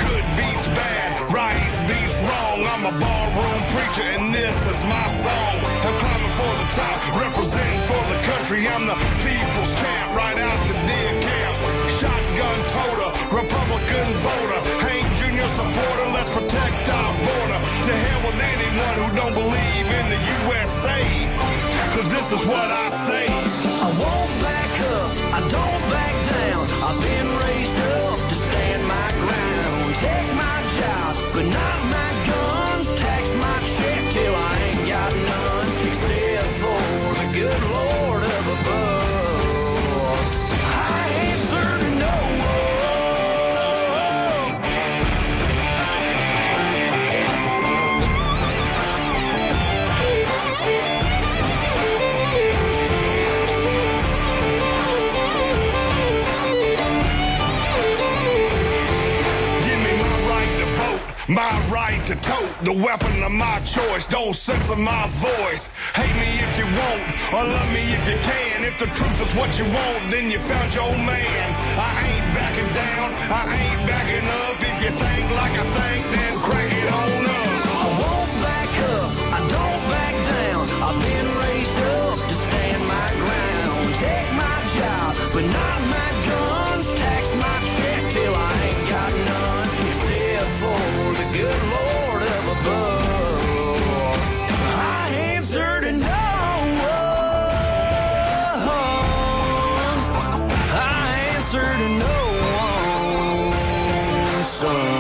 S23: Good beats bad, right beats wrong. I'm a barroom preacher, and this is my song. I'm climbing for the top, representing for the country. I'm the people's champ, right out the deer camp. Shotgun toter, Republican voter, Hank Jr. supporter. Let's protect our border. To hell with anyone who don't believe in the USA. Cause this is what I say.
S22: I won't back up, I don't back down. I've been raised up to stand my ground. Take my job, but not my guns. Tax my check till I ain't got none, except for the good Lord up above. I answer to no one.
S23: Give me my right to vote, my right to tote, the weapon of my choice. Don't censor my voice. Hate me if you want, or love me if you can. If the truth is what you want, then you found your man. I ain't backing down, I ain't backing up. If you think like I think, then crack it on up.
S22: I won't back up, I don't back down. I've been raised up to stand my ground. Take my job, but not my guns. Tax my check till I ain't got none, except for the good Lord up above. I answer to no one. I answer to no one, son.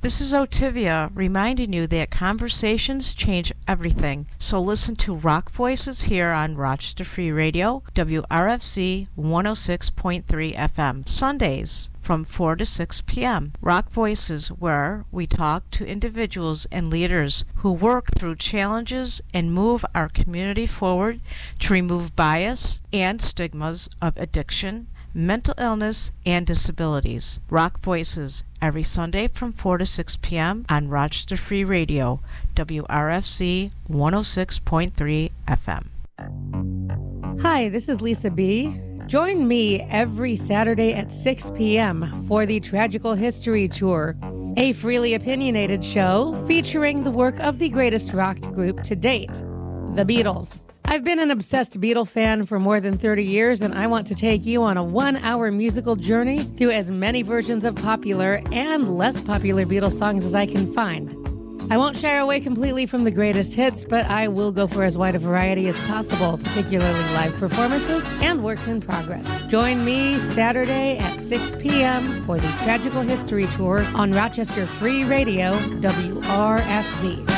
S24: This is Otivia reminding you that conversations change everything. So listen to Rock Voices here on Rochester Free Radio, WRFC 106.3 FM, Sundays from 4 to 6 p.m. Rock Voices, where we talk to individuals and leaders who work through challenges and move our community forward to remove bias and stigmas of addiction mental illness, and disabilities. Rock Voices every Sunday from 4 to 6 p.m. on Rochester Free Radio, WRFC 106.3 FM.
S6: Hi, this is Lisa B. Join me every Saturday at 6 p.m. for the Tragical History Tour, a freely opinionated show featuring the work of the greatest rock group to date, the Beatles. I've been an obsessed Beatle fan for more than 30 years, and I want to take you on a one hour musical journey through as many versions of popular and less popular Beatles songs as I can find. I won't shy away completely from the greatest hits, but I will go for as wide a variety as possible, particularly live performances and works in progress. Join me Saturday at 6 p.m. for the Tragical History Tour on Rochester Free Radio, WRFZ.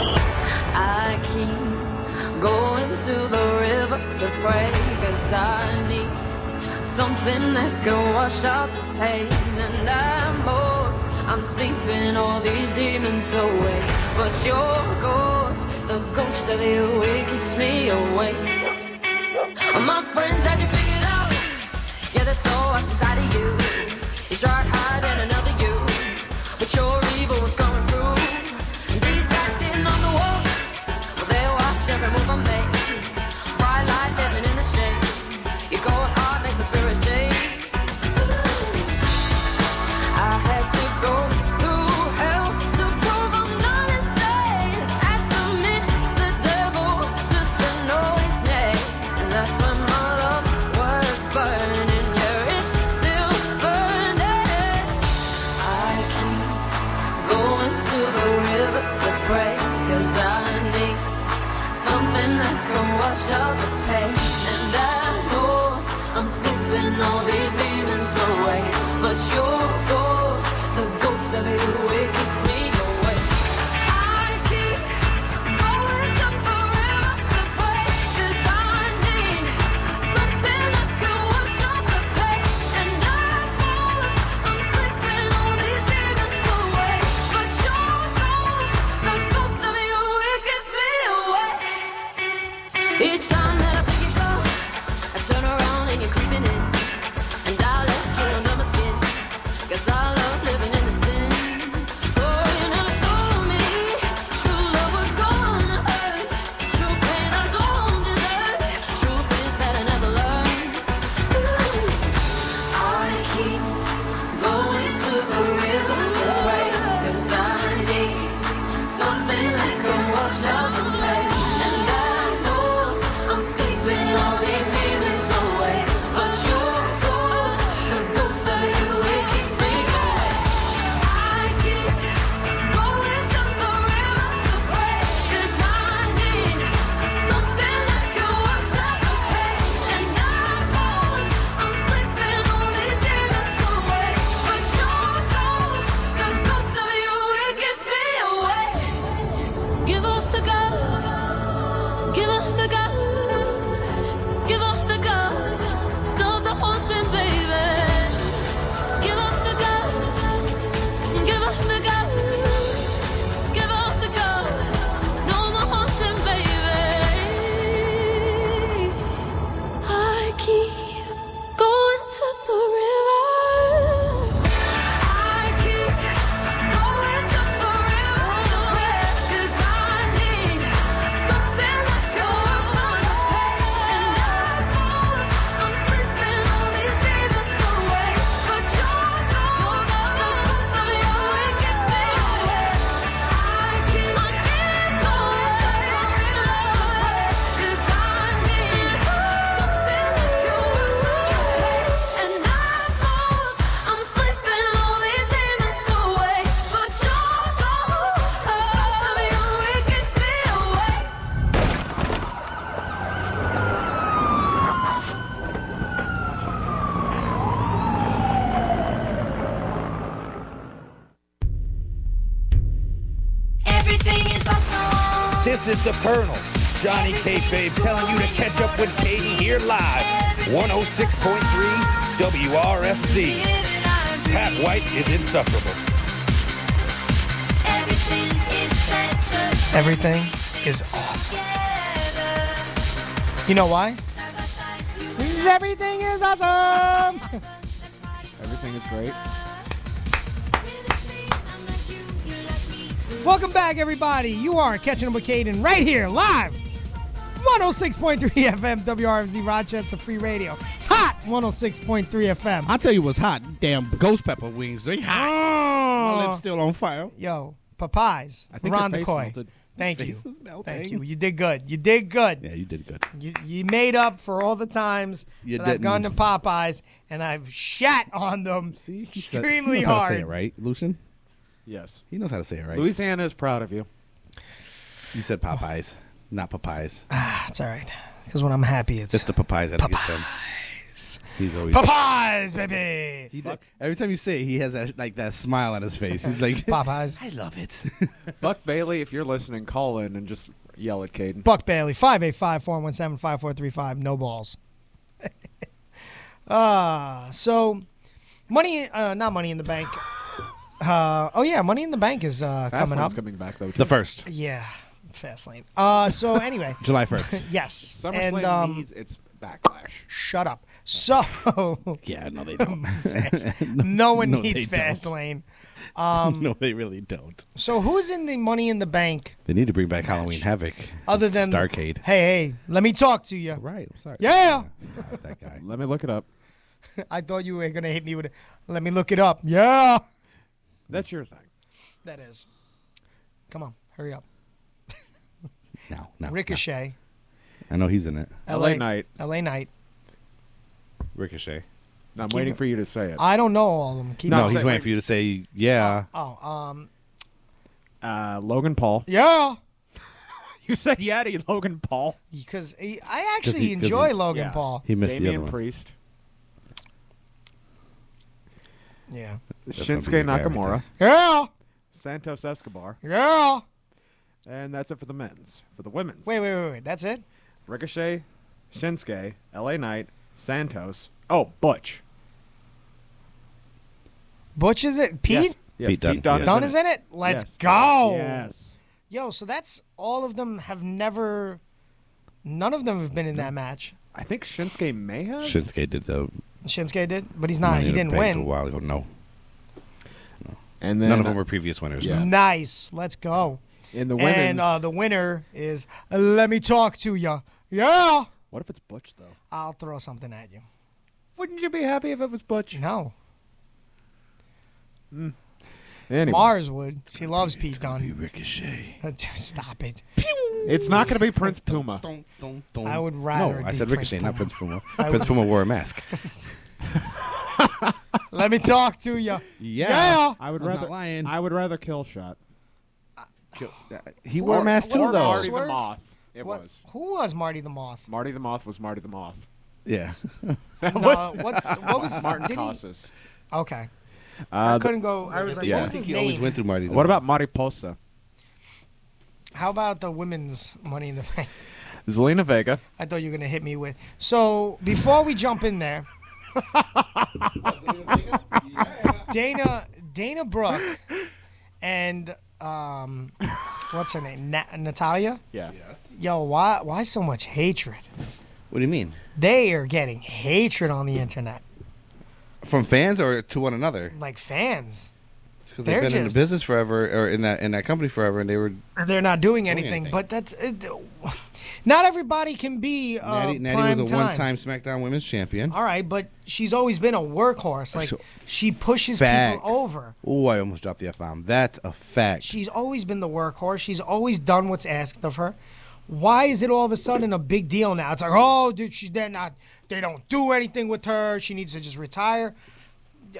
S22: I keep going to the river to pray Cause I need something that can wash out the pain And I'm lost, I'm sleeping all these demons away But your ghost, the ghost of you, it keeps me awake My friends had you figured out Yeah, they're so what's inside of you You tried hiding another you But your evil was coming through And these eyes sitting on the wall well, they watch every move I make. Bright light living in the shade. Your cold heart makes my spirit shake. I had to go through hell to prove I'm not insane. Had to meet the devil just to know his name. And that's when my love was burning. Yeah, it's still burning. I keep
S7: that can wash out the pain. And I know I'm slipping all these demons away. But your ghost, the ghost of you, it keeps me away. I keep going to forever to pray, 'cause I need something that can wash out the pain. And I know I'm slipping all these demons away. But your ghost, the ghost of you, it keeps me away. Each time that I think you go, I turn around and you're creeping in. And I let you under my skin. Cause I love living in the sin. Oh, you never told me true love was gonna hurt. True pain I don't deserve. True things that I never learned. Ooh. I keep going to the river to pray. Cause I need something that can wash out the pain. And I know I'm sleeping all these demons away. But your ghost, the ghost of you, it keeps me away. I keep going to the river to pray. 'Cause I need something that can wash out the pain. And I know I'm sleeping all these demons away. But your ghost, the ghost of you, it keeps me away. Give up the ghost. Give up the ghost. Give up the ghost. Stop the haunting, baby. Give up the ghost. Give up the ghost. Give up the ghost. No more haunting, baby. I keep going to the river. I keep going to the river to pray, 'cause I need something that can wash out the pain. And I know I'm sleeping all these demons away, but your ghost, the ghost of you, it gets me away. I keep on going to the river to pray, 'cause I need something that can wash out the pain. And I know I'm sleeping all these demons away, but your ghost, the ghost of you, it gets me away. Everything is awesome.
S8: This is the Colonel, Johnny Kayfabe, telling you to catch up with Katie here live. 106.3 WRFZ. Pat White is insufferable.
S7: Everything is better.
S18: Everything is awesome. You know why?
S2: This is everything is awesome.
S5: Everything is great.
S2: Welcome back, everybody. You are catching up with Caden right here, live. 106.3 FM WRFZ Rochester Free Radio. Hot 106.3 FM.
S4: I tell you what's hot. Damn ghost pepper wings. They hot.
S2: Oh.
S4: My lips still on fire.
S2: Yo, Papayes.
S4: I
S2: I
S4: think
S2: think
S4: your
S2: Ron
S4: face
S2: DeCoy.
S4: melted.
S2: Thank
S4: Your
S2: you.
S4: face is melting.
S2: Thank you. You did good. You did good.
S4: Yeah, you did good.
S2: You, you made up for all the times
S4: You
S2: that I've gone to
S4: didn't.
S2: Popeyes and I've shat on them
S4: He
S2: extremely
S4: knows How to
S2: hard.
S4: say it, right, Lucian?
S5: Yes.
S4: He knows how to say it, right?
S5: Louisiana is proud of you.
S4: You said Popeyes, not Popeyes.
S2: That's Ah, all right. Because when I'm happy, it's,
S4: the Popeyes that gets him. He's always
S2: Popeyes, baby.
S4: He did- Every time you say it, he has that, like that smile on his face. He's like
S2: Popeyes.
S4: I love it.
S5: Buck Bailey, if you're listening, call in and just yell at Caden.
S2: Buck Bailey, 585 417 5435. No balls. uh, so, money, uh, not money in the bank. Uh, oh, yeah, money in the bank is uh,
S5: Fast
S2: coming
S5: Lane's
S2: up.
S5: coming back though.
S4: The first.
S2: Yeah, fast lane. Uh, so, anyway.
S4: July 1st.
S2: yes.
S5: SummerSlam
S2: and, um,
S5: needs its backlash.
S2: Shut up. So
S4: yeah, no, they don't.
S2: Fast-
S4: No,
S2: no, one
S4: no,
S2: needs
S4: they don't.
S2: Fastlane. Um,
S4: no, they really don't.
S2: So who's in the Money in the Bank
S4: They need to bring back Halloween Havoc.
S2: other than
S4: Starcade.
S2: Hey, hey, let me talk to you.
S4: Right. Sorry.
S2: Yeah.
S4: that guy.
S5: Let me look it up.
S2: I thought you were gonna hit me with. A, let me look it up. Yeah.
S5: That's your thing.
S2: That is. Come on, hurry up.
S4: No, no.
S2: Ricochet,
S4: I know he's in it.
S5: LA Knight.
S2: L.A. Knight.
S4: Ricochet.
S5: I'm waiting for you to say it.
S2: I don't know all of them. Keep
S4: no,
S2: it.
S4: he's waiting for you to say yeah.
S2: Oh, um,
S5: Uh, Logan Paul.
S2: yeah.
S5: You said yeah to Logan Paul
S2: because I
S5: 'Cause
S2: actually
S5: he- 'cause
S2: enjoy
S5: he-
S2: Logan
S5: yeah.
S2: Paul.
S4: He missed the
S5: Damian
S4: other one.
S5: Priest,
S2: Yeah.
S5: Shinsuke Nakamura,
S2: yeah,
S5: Santos Escobar,
S2: yeah,
S5: and that's it for the men's. For the women's,
S2: Wait, wait, wait, wait. That's it.
S5: Ricochet, Shinsuke, L.A. Knight, Santos. Oh, Butch.
S2: Butch is it? Pete.
S5: Yes, Pete Dunne. Pete Dunne is
S2: Dunne
S5: in
S2: is
S5: it.
S2: in it. Let's
S5: Yes.
S2: go.
S5: Yes.
S2: Yo, so that's all of them have never. None of them have been in that match.
S5: I think Shinsuke may have.
S4: Shinsuke did the.
S2: Shinsuke did, but he's not.
S4: Money
S2: He
S4: in the
S2: didn't
S4: Bank A
S2: win.
S4: while ago, no.
S5: And
S4: none of them were previous winners. no.
S2: Nice. Let's go.
S5: In the
S2: And
S5: women's-
S2: uh, the winner is. Let me talk to ya. Yeah.
S5: What if it's Butch though?
S2: I'll throw something at you.
S5: Wouldn't you be happy if it was Butch?
S2: No.
S5: Anyway.
S2: Mars would. She loves Pete Dunne. Uh,
S4: Ricochet.
S2: Stop it.
S5: It's not going to be Prince Puma.
S2: I would rather. it
S4: No, I
S2: be
S4: said
S2: Prince
S4: Ricochet,
S2: Puma.
S4: not Prince Puma.
S2: I
S4: Prince
S2: would-
S4: Puma wore a mask.
S2: Let me talk to you.
S4: Yeah.
S5: I would
S4: I'm
S5: rather.
S4: not lying. uh,
S5: I would rather kill shot.
S4: He wore a mask too, though.
S5: Marty the Moth. It
S2: What-
S5: was.
S2: Who was Marty the Moth?
S5: Marty the Moth was Marty the Moth. uh,
S4: Yeah.
S5: That
S2: No,
S5: was-
S2: uh, what's- what was-
S5: Martin
S2: did he-
S5: Casas?
S2: Okay.
S5: Uh,
S2: I
S5: the-
S2: couldn't go. I was like, what was his name?
S4: through Marty the
S5: What about Mariposa?
S2: How about the women's money in the bank?
S5: Zelina Vega.
S2: I thought you were gonna hit me with. So before we jump in there, Dana Dana Brooke and um, what's her name? Na- Natalia.
S5: Yeah.
S2: Yo, why why so much hatred?
S4: What do you mean?
S2: They are getting hatred on the internet,
S4: From fans or to one another?
S2: like fans.
S4: Because
S2: They're
S4: they've been in the
S2: just-
S4: business forever, or in that in that company forever, and they were
S2: They're not doing
S4: Doing
S2: anything,
S4: anything.
S2: but that's it, not everybody can be uh,
S4: Natty, Natty
S2: prime
S4: was a
S2: time.
S4: one-time SmackDown Women's Champion.
S2: All right, but she's always been a workhorse. Like
S4: So-
S2: she pushes
S4: Facts.
S2: people over.
S4: Oh, I almost dropped the F bomb. That's a fact.
S2: She's always been the workhorse. She's always done what's asked of her. Why is it all of a sudden a big deal now? It's like, oh, dude, she's they're not. They don't do anything with her. She needs to just retire.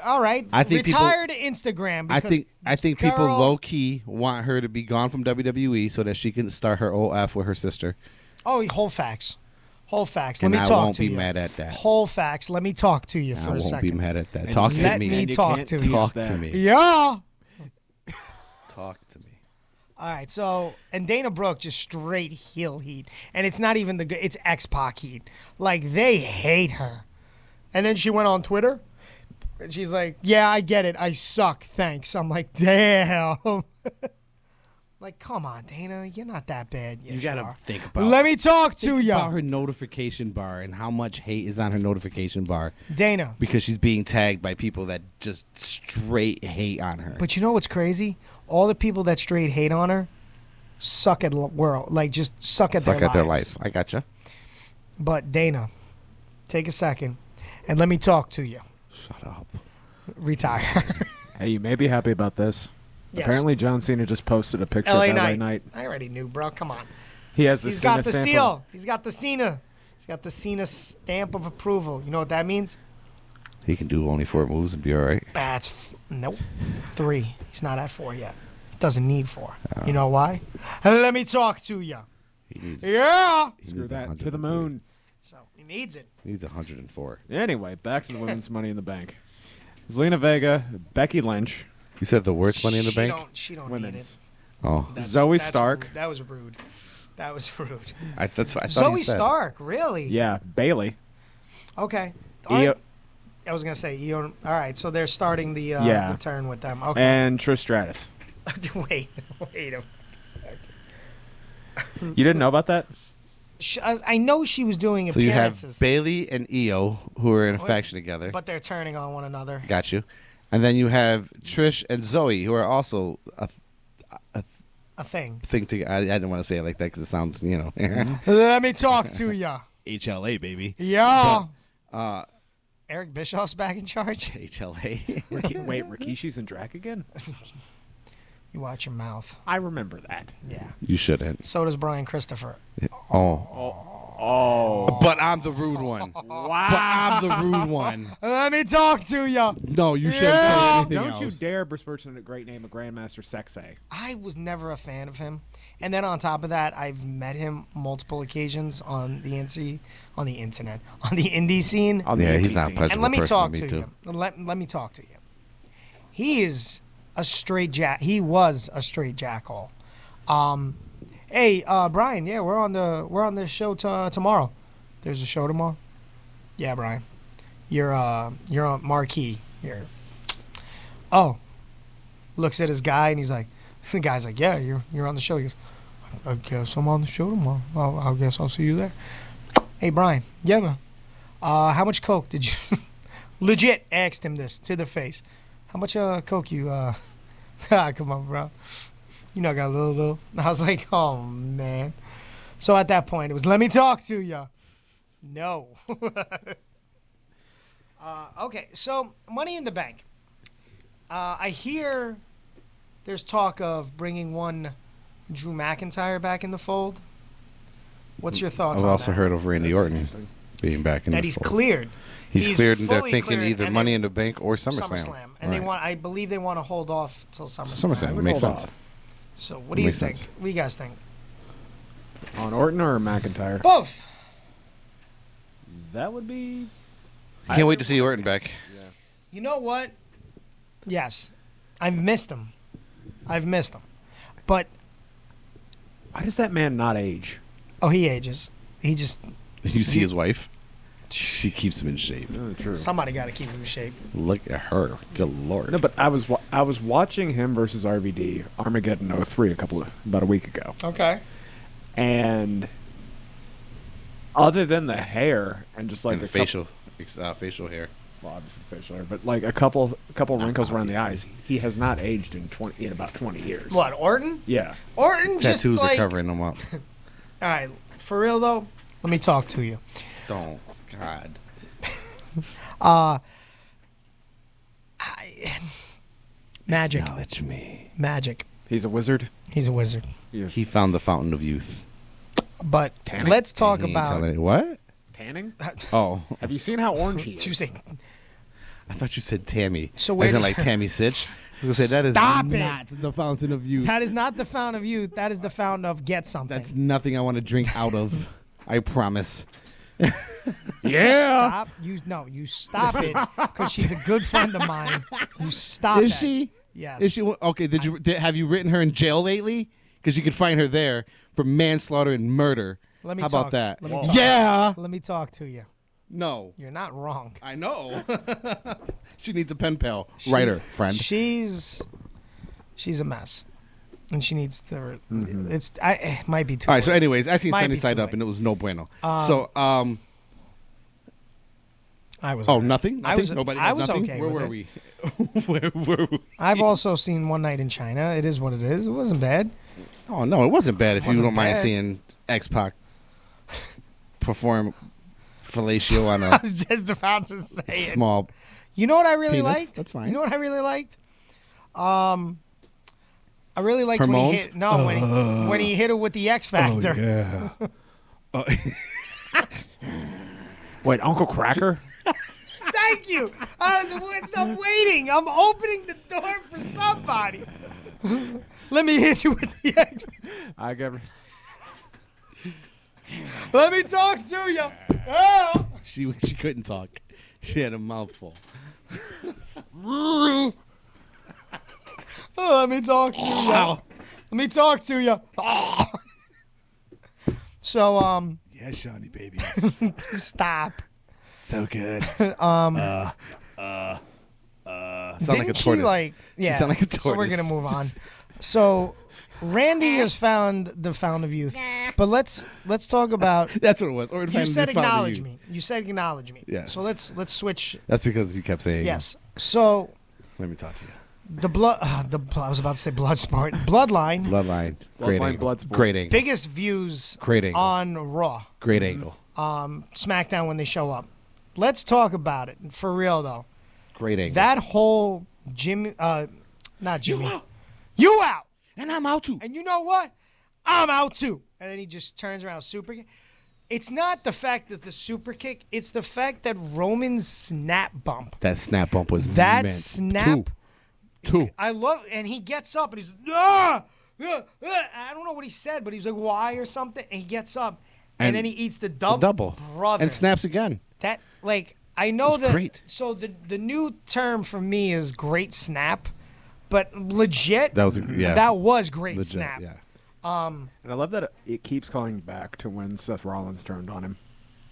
S2: All right,
S4: I think people-
S2: retire to Instagram.
S4: I
S2: Because
S4: think I think people
S2: girl-
S4: low key want her to be gone from WWE so that she can start her old F with her sister.
S2: Oh, whole facts, whole facts. Let
S4: and
S2: me
S4: I
S2: talk
S4: won't
S2: to
S4: be
S2: you.
S4: mad at that.
S2: Whole facts. Let me talk to you
S4: I
S2: for a
S4: won't
S2: second.
S4: be mad at that. Talk to
S2: Let
S4: me.
S2: me
S4: And you
S2: talk
S4: can't
S2: to you.
S4: teach Talk to that. me.
S2: Yeah.
S4: Talk to me.
S2: All right, so and Dana Brooke just straight heel heat, and it's not even the good. It's X Pac heat. Like they hate her, and then she went on Twitter, and she's like, "Yeah, I get it. I suck. Thanks." I'm like, "Damn." like, come on, Dana, you're not that bad. Yes,
S4: you gotta
S2: are.
S4: think about.
S2: Let me talk to
S4: think
S2: ya.
S4: About her notification bar and how much hate is on her notification bar.
S2: Dana.
S4: because she's being tagged by people that just straight hate on her.
S2: But you know what's crazy? All the people that straight hate on her suck at l- world. Like just suck at
S4: Suck
S2: their
S4: at their
S2: lives.
S4: life. I gotcha.
S2: But Dana, take a second and let me talk to you.
S4: Shut up.
S2: Retire.
S5: Hey, you may be happy about this.
S2: Yes.
S5: Apparently, John Cena just posted a picture
S2: LA
S5: of LA
S2: Knight.
S5: Knight.
S2: I already knew, bro. Come on.
S5: He has the
S2: He's
S5: Cena
S2: got the
S5: stamp of-
S2: seal. He's got the Cena. He's got the Cena stamp of approval. You know what that means?
S4: He can do only four moves and be all right.
S2: That's f- nope. Three. He's not at four yet. Doesn't need four.
S4: Uh.
S2: You know why? Let me talk to you. Yeah.
S5: Screw that. To the moon.
S2: So he needs it.
S4: He's 104.
S5: Anyway, back to the women's Money in the Bank. Zelina Vega, Becky Lynch.
S4: You said the worst Money in the
S2: she
S4: Bank.
S2: Don't, she don't need it.
S5: Women's.
S4: Oh,
S5: Zoe
S2: that's
S5: Stark.
S2: rude. That was rude. That was rude.
S4: I, that's what I thought.
S2: Zoe
S4: you said.
S2: Stark, really?
S5: Yeah, Bailey.
S2: Okay. All
S5: Io-
S2: right. I was gonna say Io. All right, so they're starting the, uh,
S5: Yeah.
S2: the turn with them. Okay.
S5: And Trish Stratus.
S2: wait, wait a second.
S5: You didn't know about that?
S2: She, I, I know she was doing
S4: So you have
S2: appearances,
S4: Bailey and Io who are in a faction together.
S2: but they're turning on one another.
S4: Got you. And then you have Trish and Zoe who are also a, a
S2: A thing.
S4: thing together. I, I didn't want to say it like that because it sounds, you know,
S5: Mm-hmm.
S2: Let me talk to ya.
S4: HLA baby.
S2: Yeah.
S4: But, uh,
S2: Eric Bischoff's back in charge.
S4: HLA.
S5: Riki- wait, Rikishi's in drag again?
S2: You watch your mouth.
S5: I remember that.
S2: Yeah.
S4: you shouldn't.
S2: So does Brian Christopher.
S4: Oh,
S5: Oh. Oh.
S4: But I'm the rude one. Wow. But I'm the rude one.
S2: Let me talk to you.
S4: No, you shouldn't say anything
S5: Don't you
S4: else.
S5: dare besmirch the great name of Grandmaster Sexay.
S2: I was never a fan of him. And then on top of that, I've met him multiple occasions on the NC, on the internet, on the indie scene.
S4: On the Yeah, indie he's not a
S2: And
S4: scene. pleasurable
S2: let me
S4: person to
S2: talk
S4: me,
S2: to,
S4: too.
S2: you. Let, let me talk to you. He is a straight jack. He was a straight jackal. Um, hey, uh, Brian. Yeah, we're on the we're on the show t- uh, tomorrow. There's a show tomorrow. Yeah, Brian. You're uh you're on marquee here. Oh, looks at his guy and he's like, the guy's like, yeah, you're you're on the show. He goes, I guess I'm on the show tomorrow. I'll, I guess I'll see you there. Hey, Brian. Yeah, man. Uh, how much coke did you? legit asked him this to the face. How much uh coke you uh? ah, come on, bro. You know I got a little little. And I was like, oh man. So at that point, it was let me talk to ya. No. uh, okay, so Money in the Bank. Uh, I hear there's talk of bringing one Drew McIntyre back in the fold. What's your thoughts
S4: Mm, I've
S2: on
S4: also
S2: that?
S4: heard of Randy Orton being back in
S2: That
S4: the
S2: he's
S4: fold.
S2: cleared.
S4: He's,
S2: He's
S4: cleared, and they're
S2: fully
S4: thinking
S2: cleared,
S4: either
S2: and
S4: Money in the Bank or SummerSlam.
S2: SummerSlam. And they
S4: Right.
S2: want I believe they want to hold off till SummerSlam.
S4: SummerSlam it makes sense.
S2: So what do you
S4: Makes
S2: think?
S4: sense.
S2: What do you guys think?
S5: On Orton or McIntyre?
S2: Both.
S5: That would be.
S4: I can't wait to see Orton back.
S2: You know what? Yes, I've missed him. I've missed him. But
S5: Why does that man not age?
S2: oh, he ages. He just
S4: You see his wife? She keeps him in shape.
S5: Oh, true.
S2: somebody got to keep him in shape.
S4: Look at her. Good lord.
S5: No, but I was wa- I was watching him versus RVD Armageddon 03 a couple of, about a week ago,
S2: Okay.
S5: and other than the hair and just like
S4: And the
S5: a couple-
S4: facial, ex- uh, facial hair.
S5: well, obviously facial hair, but like a couple a couple wrinkles around the eyes, he has not aged in twenty in about twenty years.
S2: What Orton?
S5: Yeah,
S2: Orton just
S4: Tattoos
S2: like
S4: are covering them up.
S2: all right. For real though, let me talk to you.
S4: Don't. God.
S2: Uh Magic.
S4: Acknowledge me.
S2: Magic.
S5: He's a wizard.
S2: He's a wizard.
S4: He found the fountain of youth.
S2: But
S4: Tanning.
S2: let's talk
S4: He ain't
S2: about
S4: telling- What?
S5: Tanning?
S4: Oh.
S5: Have you seen how orange he is?
S2: you say
S4: I thought you said Tammy.
S2: So
S4: So
S2: where
S4: where? Isn't
S2: do-
S4: like Tammy Sitch? I was gonna say that is
S2: Stop it.
S4: not the fountain of youth.
S2: that is not the fountain of youth. That is the fountain of get something.
S4: That's nothing I want to drink out of. I promise.
S2: Stop. You no. You stop it because she's a good friend of mine. You stop.
S4: Is
S2: that.
S4: she?
S2: Yes.
S4: Is she okay? Did you did, have you written her in jail lately? Because you could find her there for manslaughter and murder.
S2: Let me
S4: How
S2: talk.
S4: about that?
S2: Let me talk.
S4: Yeah.
S2: Let me talk to you.
S4: No.
S2: You're not wrong.
S4: I know. she needs a pen pal. Writer friend.
S2: She's she's a mess, and she needs to. It's I it might be too.
S4: Mm-hmm. All right. So,
S2: late.
S4: anyways, I seen
S2: Might
S4: Sunny
S2: be
S4: Side
S2: too
S4: Up,
S2: late.
S4: and it was no bueno.
S2: Um,
S4: so, um,
S2: I was.
S4: Oh,
S2: alright.
S4: nothing.
S2: I
S4: Nothing?
S2: was.
S4: Nobody
S2: I
S4: has
S2: was
S4: nothing?
S2: okay.
S4: Where
S2: with
S4: were
S2: it.
S4: we? Where were we?
S2: I've also seen One Night in China. It is what it is. It wasn't bad.
S4: Oh no, it wasn't bad. If you
S2: Wasn't
S4: don't mind
S2: bad.
S4: seeing X Pac perform fellatio on
S2: I
S4: a
S2: was just about to say it.
S4: small.
S2: You know what I really
S4: Penis,
S2: liked?
S4: that's fine.
S2: You know what I really liked? Um, I really liked when he
S4: Hormones?
S2: hit. No, when he
S4: Uh, oh,
S2: when he hit her with the X
S5: Oh,
S2: Factor.
S4: yeah.
S5: Uh, Wait, Uncle Cracker?
S2: Thank you. I was wait- I'm waiting. I'm opening the door for somebody. Let me hit you with the X.
S5: I got.
S2: Let me talk to you. Oh.
S4: She she couldn't talk. She had a mouthful.
S2: Let me talk to you. Let me talk to you. So um.
S4: Yeah, Shawnee baby.
S2: Stop.
S4: So good.
S2: Um.
S4: Uh, uh, uh, sound
S2: Didn't
S4: like a
S2: she
S4: tortoise.
S2: like yeah?
S4: She sound like a tortoise.
S2: So we're gonna move on. So Randy has found the fountain of youth, but let's let's talk about.
S4: That's what it was. Orton
S2: You
S4: found the
S2: said
S4: fountain of
S2: acknowledge
S4: youth.
S2: me. You said acknowledge me.
S4: Yes.
S2: So let's let's switch.
S4: That's because you kept saying
S2: Yes. So
S4: Let me talk to you.
S2: the blood. Uh, the bl- I was about to say blood sport. Bloodline.
S4: Bloodline. Great
S5: Bloodline,
S4: angle.
S5: Bloodsport.
S4: Great angle.
S2: Biggest views
S4: Great angle.
S2: on Raw.
S4: Great angle.
S2: Um, SmackDown when they show up. Let's talk about it for real though.
S4: Great angle.
S2: That whole Jimmy, uh, not Jimmy, you out. you out,
S4: and I'm out too.
S2: And you know what? I'm out too. And then he just turns around super. It's not the fact that the super kick, it's the fact that Roman's snap bump.
S4: That snap bump was
S2: That
S4: meant
S2: snap-
S4: to- Two.
S2: I love and he gets up and he's ah, ah, ah." I don't know what he said, but he's like why or something and he gets up and,
S4: And
S2: then he eats the
S4: The
S2: double,
S4: double
S2: brother.
S4: and snaps again.
S2: That like I know
S4: That's
S2: that.
S4: great.
S2: So the the new term for me is great snap, but legit.
S4: That was a- yeah.
S2: That was great
S5: Legit,
S2: snap.
S5: yeah.
S2: Um.
S5: And I love that it keeps calling back to when Seth Rollins turned on him.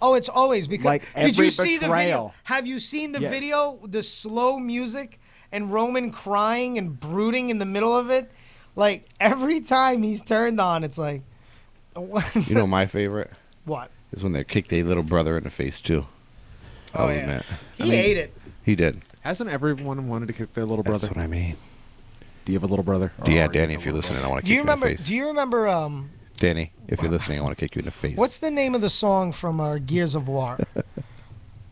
S2: Oh, it's always because
S5: Like
S2: did you
S5: every
S2: see the video?
S5: betrayal.
S2: Have you seen the
S5: Yeah.
S2: video? The slow music and Roman crying and brooding in the middle of it. Like every time he's turned on, it's like, what?
S4: You know my favorite
S2: What?
S4: is when they kicked their little brother in the face too. That
S2: Oh,
S4: was
S2: yeah.
S4: mad.
S2: He ate it.
S4: He did.
S5: Hasn't everyone wanted to kick their little brother?
S4: That's what I mean.
S5: Do you have a little brother?
S4: yeah, Danny, if you're listening, I want to
S2: Do
S4: kick
S2: you
S4: you in the
S2: remember?
S4: face.
S2: Do you remember? Um,
S4: Danny, if you're listening, I want to kick you in the face.
S2: what's the name of the song from uh, Gears of War?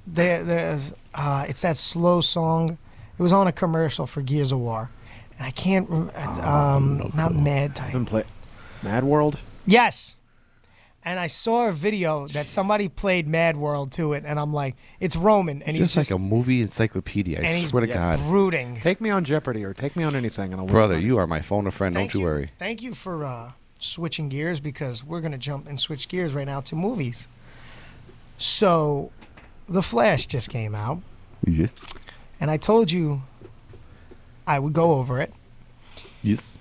S2: there, there's, uh, it's that slow song. It was on a commercial for Gears of War, and I can't. rem-
S4: Oh,
S2: Um, not Mad Time.
S5: Mad World.
S2: Yes. And I saw a video that somebody played Mad World to it, and I'm like, it's Roman, and he's
S4: just,
S2: just
S4: like a movie encyclopedia.
S2: and
S4: I
S2: he's
S4: swear to God,
S2: brooding.
S5: Take me on Jeopardy or take me on anything, and I'll.
S4: brother, you are my phone a friend. Don't you, worry.
S2: Thank you for uh, switching gears because we're gonna jump and switch gears right now to movies. So, The Flash just came out,
S4: Yes.
S2: and I told you I would go over it.
S4: Yes.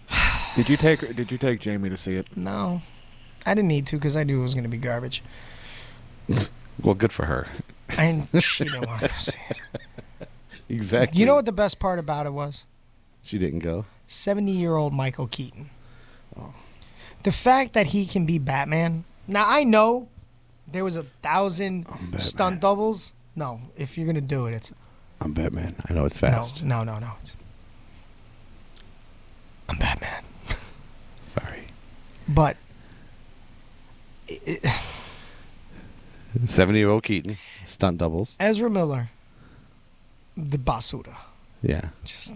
S5: did you take Did you take Jamie to see it?
S2: No, I didn't need to because I knew it was gonna be garbage.
S4: Well, good for her.
S2: And she didn't want to see it.
S4: Exactly.
S2: You know what the best part about it was?
S4: She didn't go.
S2: 70 year old Michael Keaton.
S4: Oh.
S2: The fact that he can be Batman. Now, I know there was a thousand stunt doubles. No, if you're going to do it, it's.
S4: I'm Batman. I know it's fast.
S2: No, no, no, no. It's, I'm Batman.
S4: Sorry.
S2: But. i- i-
S4: Seventy-year-old Keaton stunt doubles.
S2: Ezra Miller, the Basura.
S4: Yeah.
S2: Just,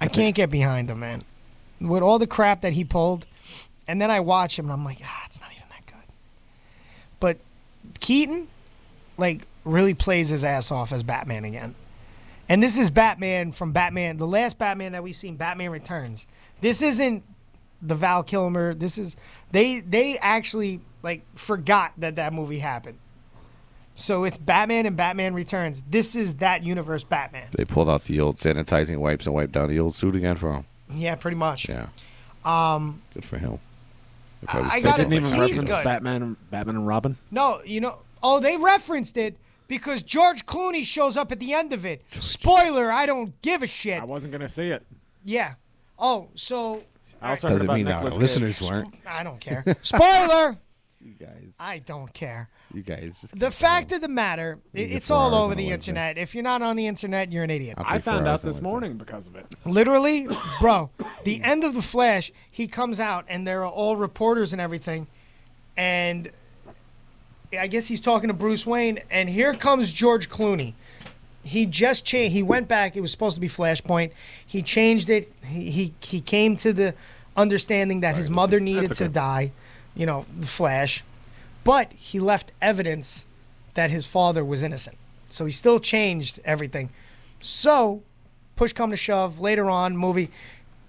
S2: I can't get behind him, man. With all the crap that he pulled, and then I watch him and I'm like, ah, it's not even that good. But Keaton, like, really plays his ass off as Batman again. And this is Batman from Batman, the last Batman that we've seen, Batman Returns. This isn't the Val Kilmer. This is they they actually like forgot that that movie happened. So it's Batman and Batman Returns. This is that universe Batman.
S4: They pulled out the old sanitizing wipes and wiped down the old suit again for him.
S2: Yeah, pretty much.
S4: Yeah.
S2: Um,
S4: Good for him. If
S2: I-
S4: was
S2: I
S4: thinking
S2: gotta
S4: like
S2: think
S4: that.
S2: he's good.
S5: Batman, Batman and Robin.
S2: no, you know, oh, they referenced it because George Clooney shows up at the end of it. Spoiler, I don't give a shit. I
S5: wasn't gonna see it.
S2: Yeah. Oh, so
S5: I also heard
S4: Doesn't
S5: about
S4: mean our
S5: Nicolas Cage.
S4: listeners weren't.
S2: I don't care. Spoiler.
S4: You guys.
S2: I don't care.
S4: You guys. Just
S2: The fact of the matter, i-
S4: You get
S2: it's
S4: four
S2: all
S4: hours
S2: over
S4: on
S2: the
S4: Wednesday.
S2: internet. If you're not on the internet, you're an idiot.
S5: I found out this morning because of it.
S2: Literally, bro, the end of the Flash, he comes out and there are all reporters and everything, and I guess he's talking to Bruce Wayne, and here comes George Clooney. He just changed. He went back. It was supposed to be Flashpoint. He changed it. He he, he came to the understanding that his mother needed
S10: that's
S2: to
S10: okay.
S2: die. You know, the Flash, but he left evidence that his father was innocent. So he still changed everything. So push come to shove later on movie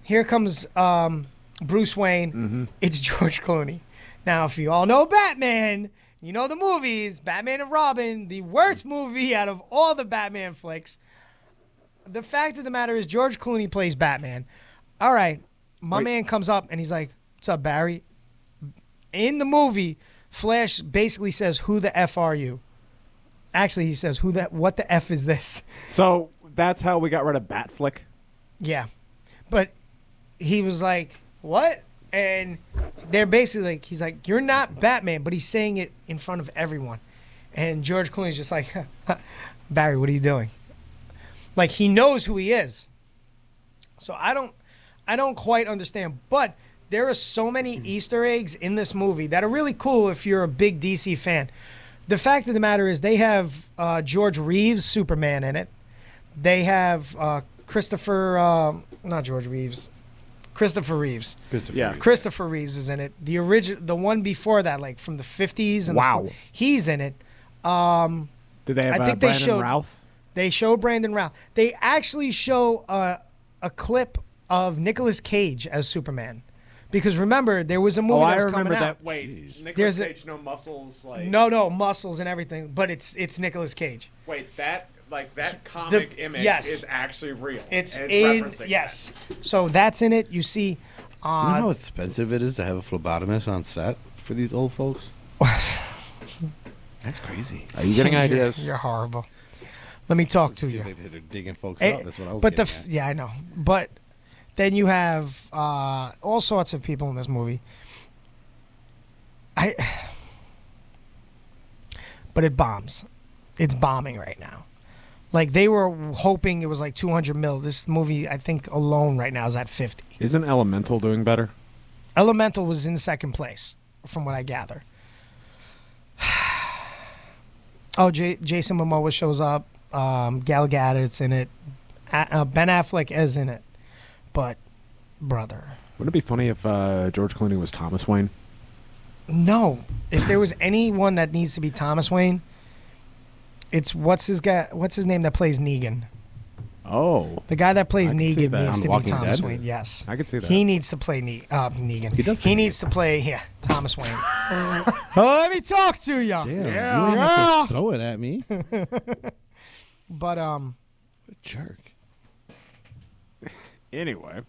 S2: here comes um, bruce wayne it's george clooney now if you all know batman you know the movies batman and robin the worst movie out of all the batman flicks the fact of the matter is george clooney plays batman all right my
S10: Wait.
S2: man comes up and he's like what's up barry in the movie flash basically says who the f are you actually he says who that what the f is this
S5: So that's how we got rid of Batflick.
S2: Yeah. But he was like, What? And they're basically like, He's like, You're not Batman, but he's saying it in front of everyone. And George Clooney's just like, Barry, what are you doing? Like he knows who he is. So I don't I don't quite understand. But there are so many Easter eggs in this movie that are really cool if you're a big DC fan. The fact of the matter is they have uh, George Reeves Superman in it. They have uh, Christopher, um, not George Reeves, Christopher Reeves.
S5: Christopher
S2: Yeah. Christopher Reeves is in it. The original, the one before that, like from the fifties.
S5: Wow.
S2: he's in it. Um,
S5: Did they have
S2: I think
S5: uh,
S2: they
S5: Brandon
S2: showed.
S5: Routh?
S2: They showed Brandon Routh. They actually show uh, a clip of Nicolas Cage as Superman, because remember there was a movie
S5: oh,
S2: that
S5: I
S2: was
S5: remember
S2: coming out.
S5: that. Wait, Nicholas
S2: There's a-
S5: Cage, no muscles, like
S2: No, no muscles and everything, but it's it's Nicolas Cage.
S5: Wait, that like that comic image
S2: yes.
S5: is actually real.
S2: It's,
S5: and
S2: in
S5: referencing
S2: yes. So that's in it. You see,
S4: you know how
S2: uh,
S4: expensive it is to have a phlebotomist on set for these old folks? That's crazy.
S5: Are you getting
S2: You're-
S5: ideas?
S2: You're, horrible. Let me talk to you.
S4: They're digging folks
S2: Eh,
S4: up. That's what I was
S2: but the
S4: getting
S2: f- yeah, I know. But then you have uh, all sorts of people in this movie. I. But it bombs. It's bombing right now. Like they were hoping it was like 200 mil. This movie, I think, alone right now is at 50.
S5: it. Isn't Elemental doing better?
S2: Elemental was in second place, from what I gather. oh, J- Jason Momoa shows up. Um, Gal Gadot's in it. A- uh, ben Affleck is in it. But, brother,
S5: Wouldn't it be funny if uh, George Clooney was Thomas Wayne?
S2: no. If there was anyone that needs to be Thomas Wayne, it's what's his guy? What's his name that plays Negan?
S5: Oh,
S2: The guy that plays
S5: I can see
S2: Negan
S5: that.
S2: needs
S5: On
S2: to be
S5: Walking
S2: Thomas
S5: Dead?
S2: Wayne. Yes,
S5: I could see that.
S2: He needs to play ne- uh, Negan. He does. he needs to play yeah Thomas Wayne. Uh, Let me talk to you.
S4: at. You didn't have to throw it at me.
S2: but um,
S4: jerk.
S5: Anyway,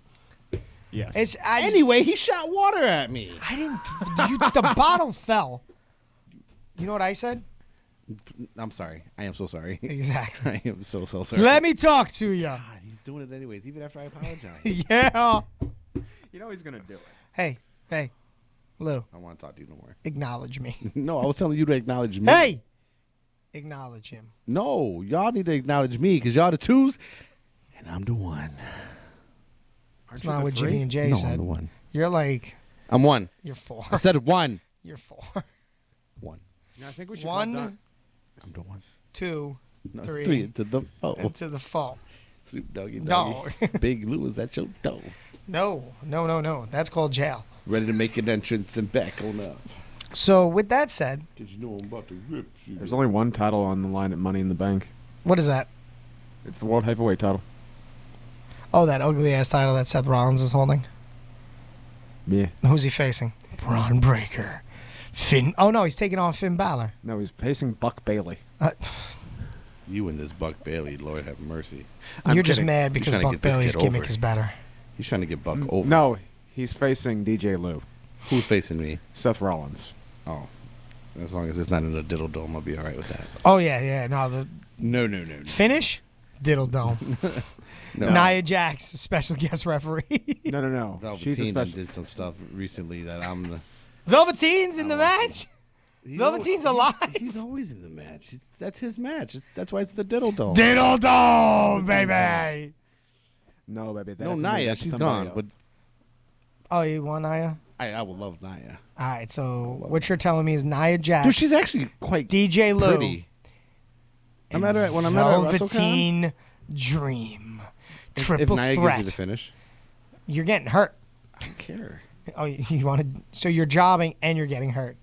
S5: yes.
S2: It's I just-
S15: anyway, he shot water at me.
S2: I didn't. You, the bottle fell. You know what I said?
S4: I'm sorry. I am so sorry.
S2: Exactly.
S4: I am so so sorry.
S2: Let me talk to you.
S4: He's doing it anyways, even after I apologize.
S2: yeah.
S5: You know he's gonna do it.
S2: Hey, hey, Lou,
S4: I want to talk to you no more.
S2: acknowledge me.
S4: no, I was telling you to acknowledge me.
S2: Hey, acknowledge him.
S4: No, y'all need to acknowledge me because y'all the twos, and I'm the one.
S2: That's
S4: you
S2: not
S4: the
S2: what
S4: three?
S2: Jimmy and Jay
S4: No, I'm
S2: said.
S4: the one.
S2: You're like
S4: I'm one.
S2: You're four.
S4: I said one.
S2: You're four.
S4: One.
S5: I think we
S2: should one. I'm
S4: the one.
S2: Two,
S4: No,
S2: three,
S4: three to the foe.
S2: and to the fall.
S4: Snoop Doggy
S2: No.
S4: Doggy. Big Lou is at your door,
S2: No, no, no, no. That's called jail.
S4: ready to make an entrance and back on up.
S2: So with that said,
S4: Cause you know I'm about to rip you.
S5: There's only one title on the line at Money in the Bank.
S2: what is that?
S5: It's the World Heavyweight title.
S2: Oh, that ugly ass title that Seth Rollins is holding.
S5: Yeah.
S2: Who's he facing? Braun Breaker. Finn. Oh no, he's taking on Finn Balor.
S5: No, he's facing Buck Bailey.
S2: Uh,
S4: You and this Buck Bailey, Lord have mercy.
S2: You're
S4: I'm
S2: just
S4: kidding. You're
S2: mad because
S4: trying to
S2: Buck
S4: get this
S2: Bailey's
S4: kid
S2: gimmick
S4: over. Mm,
S2: is better.
S4: He's trying to get Buck over.
S5: No, he's facing DJ Lou,
S4: Who's facing me?
S5: Seth Rollins.
S4: Oh, as long as it's not in a diddle dome, I'll be all right with that.
S2: Oh yeah, yeah. No, the
S4: No, no, no, no.
S2: finish. Diddle dome.
S4: No.
S2: Nia Jax, special guest referee.
S5: no, no, no.
S4: Velveteen done did some stuff recently that I'm the.
S2: Velveteen's in the match.
S4: You
S2: Velveteen's
S4: know,
S2: alive.
S4: He's always in the match. He's- that's his match. It's, that's why it's the diddle dome.
S2: Diddle dome, Oh, baby.
S5: No,
S4: No,
S5: baby. That had to be
S4: Nia,
S5: next to
S4: she's
S5: somebody
S4: gone. But
S2: Oh, you want Nia?
S4: I, I would love Nia.
S2: All right, so what you're telling me is Nia Jax.
S4: Dude, she's actually quite
S2: DJ Lou.
S4: pretty. I met her at- when I met her at
S2: Velveteen Dream.
S4: if
S2: Triple
S4: Nia
S2: threat.
S4: gives me the finish,
S2: You're getting hurt.
S4: I don't care.
S2: Oh, you, you want to? So you're jobbing and you're getting hurt.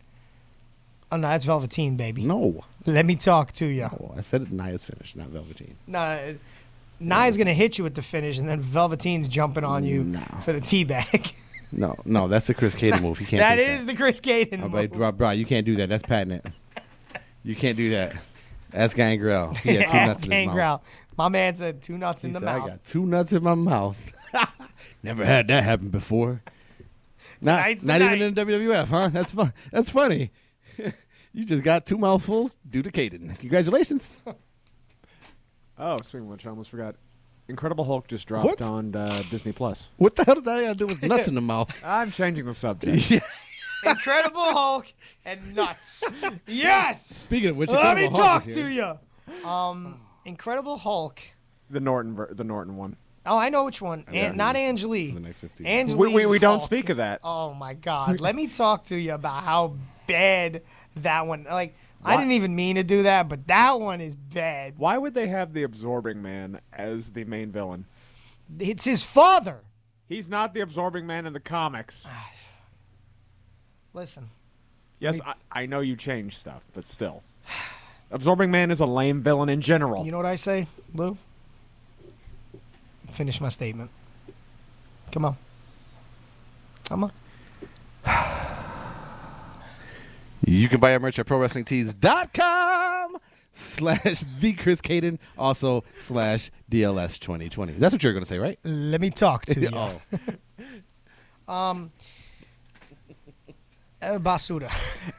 S2: Oh no, that's Velveteen, baby.
S4: No.
S2: Let me talk to you.
S4: I said Nia's finish, not Velveteen.
S2: No, Nia's gonna hit you with the finish, and then Velveteen's jumping on you for the teabag.
S4: No, no, that's a Chris Caden move. He can't.
S2: that
S4: do
S2: is the Chris Gaten.
S4: Oh,
S2: move.
S4: but, bro, bro, you can't do that. That's patented. You can't do that. Ask Gangrel. He had two
S2: Ass
S4: nuts in his mouth.
S2: Gangrel. My man said two nuts
S4: He
S2: in the
S4: said, I
S2: mouth.
S4: got two nuts in my mouth. Never had that happen before. Not,
S2: Tonight's the
S4: not
S2: night.
S4: even in WWF, huh? That's fun. That's funny. you just got two mouthfuls due to Caden. Congratulations.
S5: Oh, speaking of which, I almost forgot. Incredible Hulk just dropped
S4: What?
S5: on uh, Disney Plus.
S4: What the hell does that got to do with nuts in the mouth?
S5: I'm changing the subject.
S2: Incredible Hulk and nuts. Yes.
S4: Speaking of which,
S2: let me
S4: Incredible
S2: talk
S4: Hulk is
S2: to
S4: here.
S2: you. Um, Incredible Hulk.
S5: The Norton, ver- the Norton one.
S2: Oh, I know which one. An- not Angelique.
S5: The
S4: next 15.
S2: Angelique's
S5: We, we, we don't
S2: Hulk.
S5: speak of that.
S2: Oh my God! Let me talk to you about how bad that one. Like I
S5: Why-
S2: didn't even mean to do that, but that one is bad.
S5: Why would they have the Absorbing Man as the main villain?
S2: It's his father.
S5: He's not the absorbing man in the comics.
S2: Listen,
S5: Yes, I, I know you change stuff, but still. Absorbing Man is a lame villain in general.
S2: you know what I say, Lou? Finish my statement. Come on. Come on.
S4: You can buy our merch at prowrestlingtees.com slash the Chris Caden, also slash DLS 2020. That's what you were going to say, right?
S2: Let me talk to you.
S4: oh,
S5: Oh.
S2: Um, El Basura.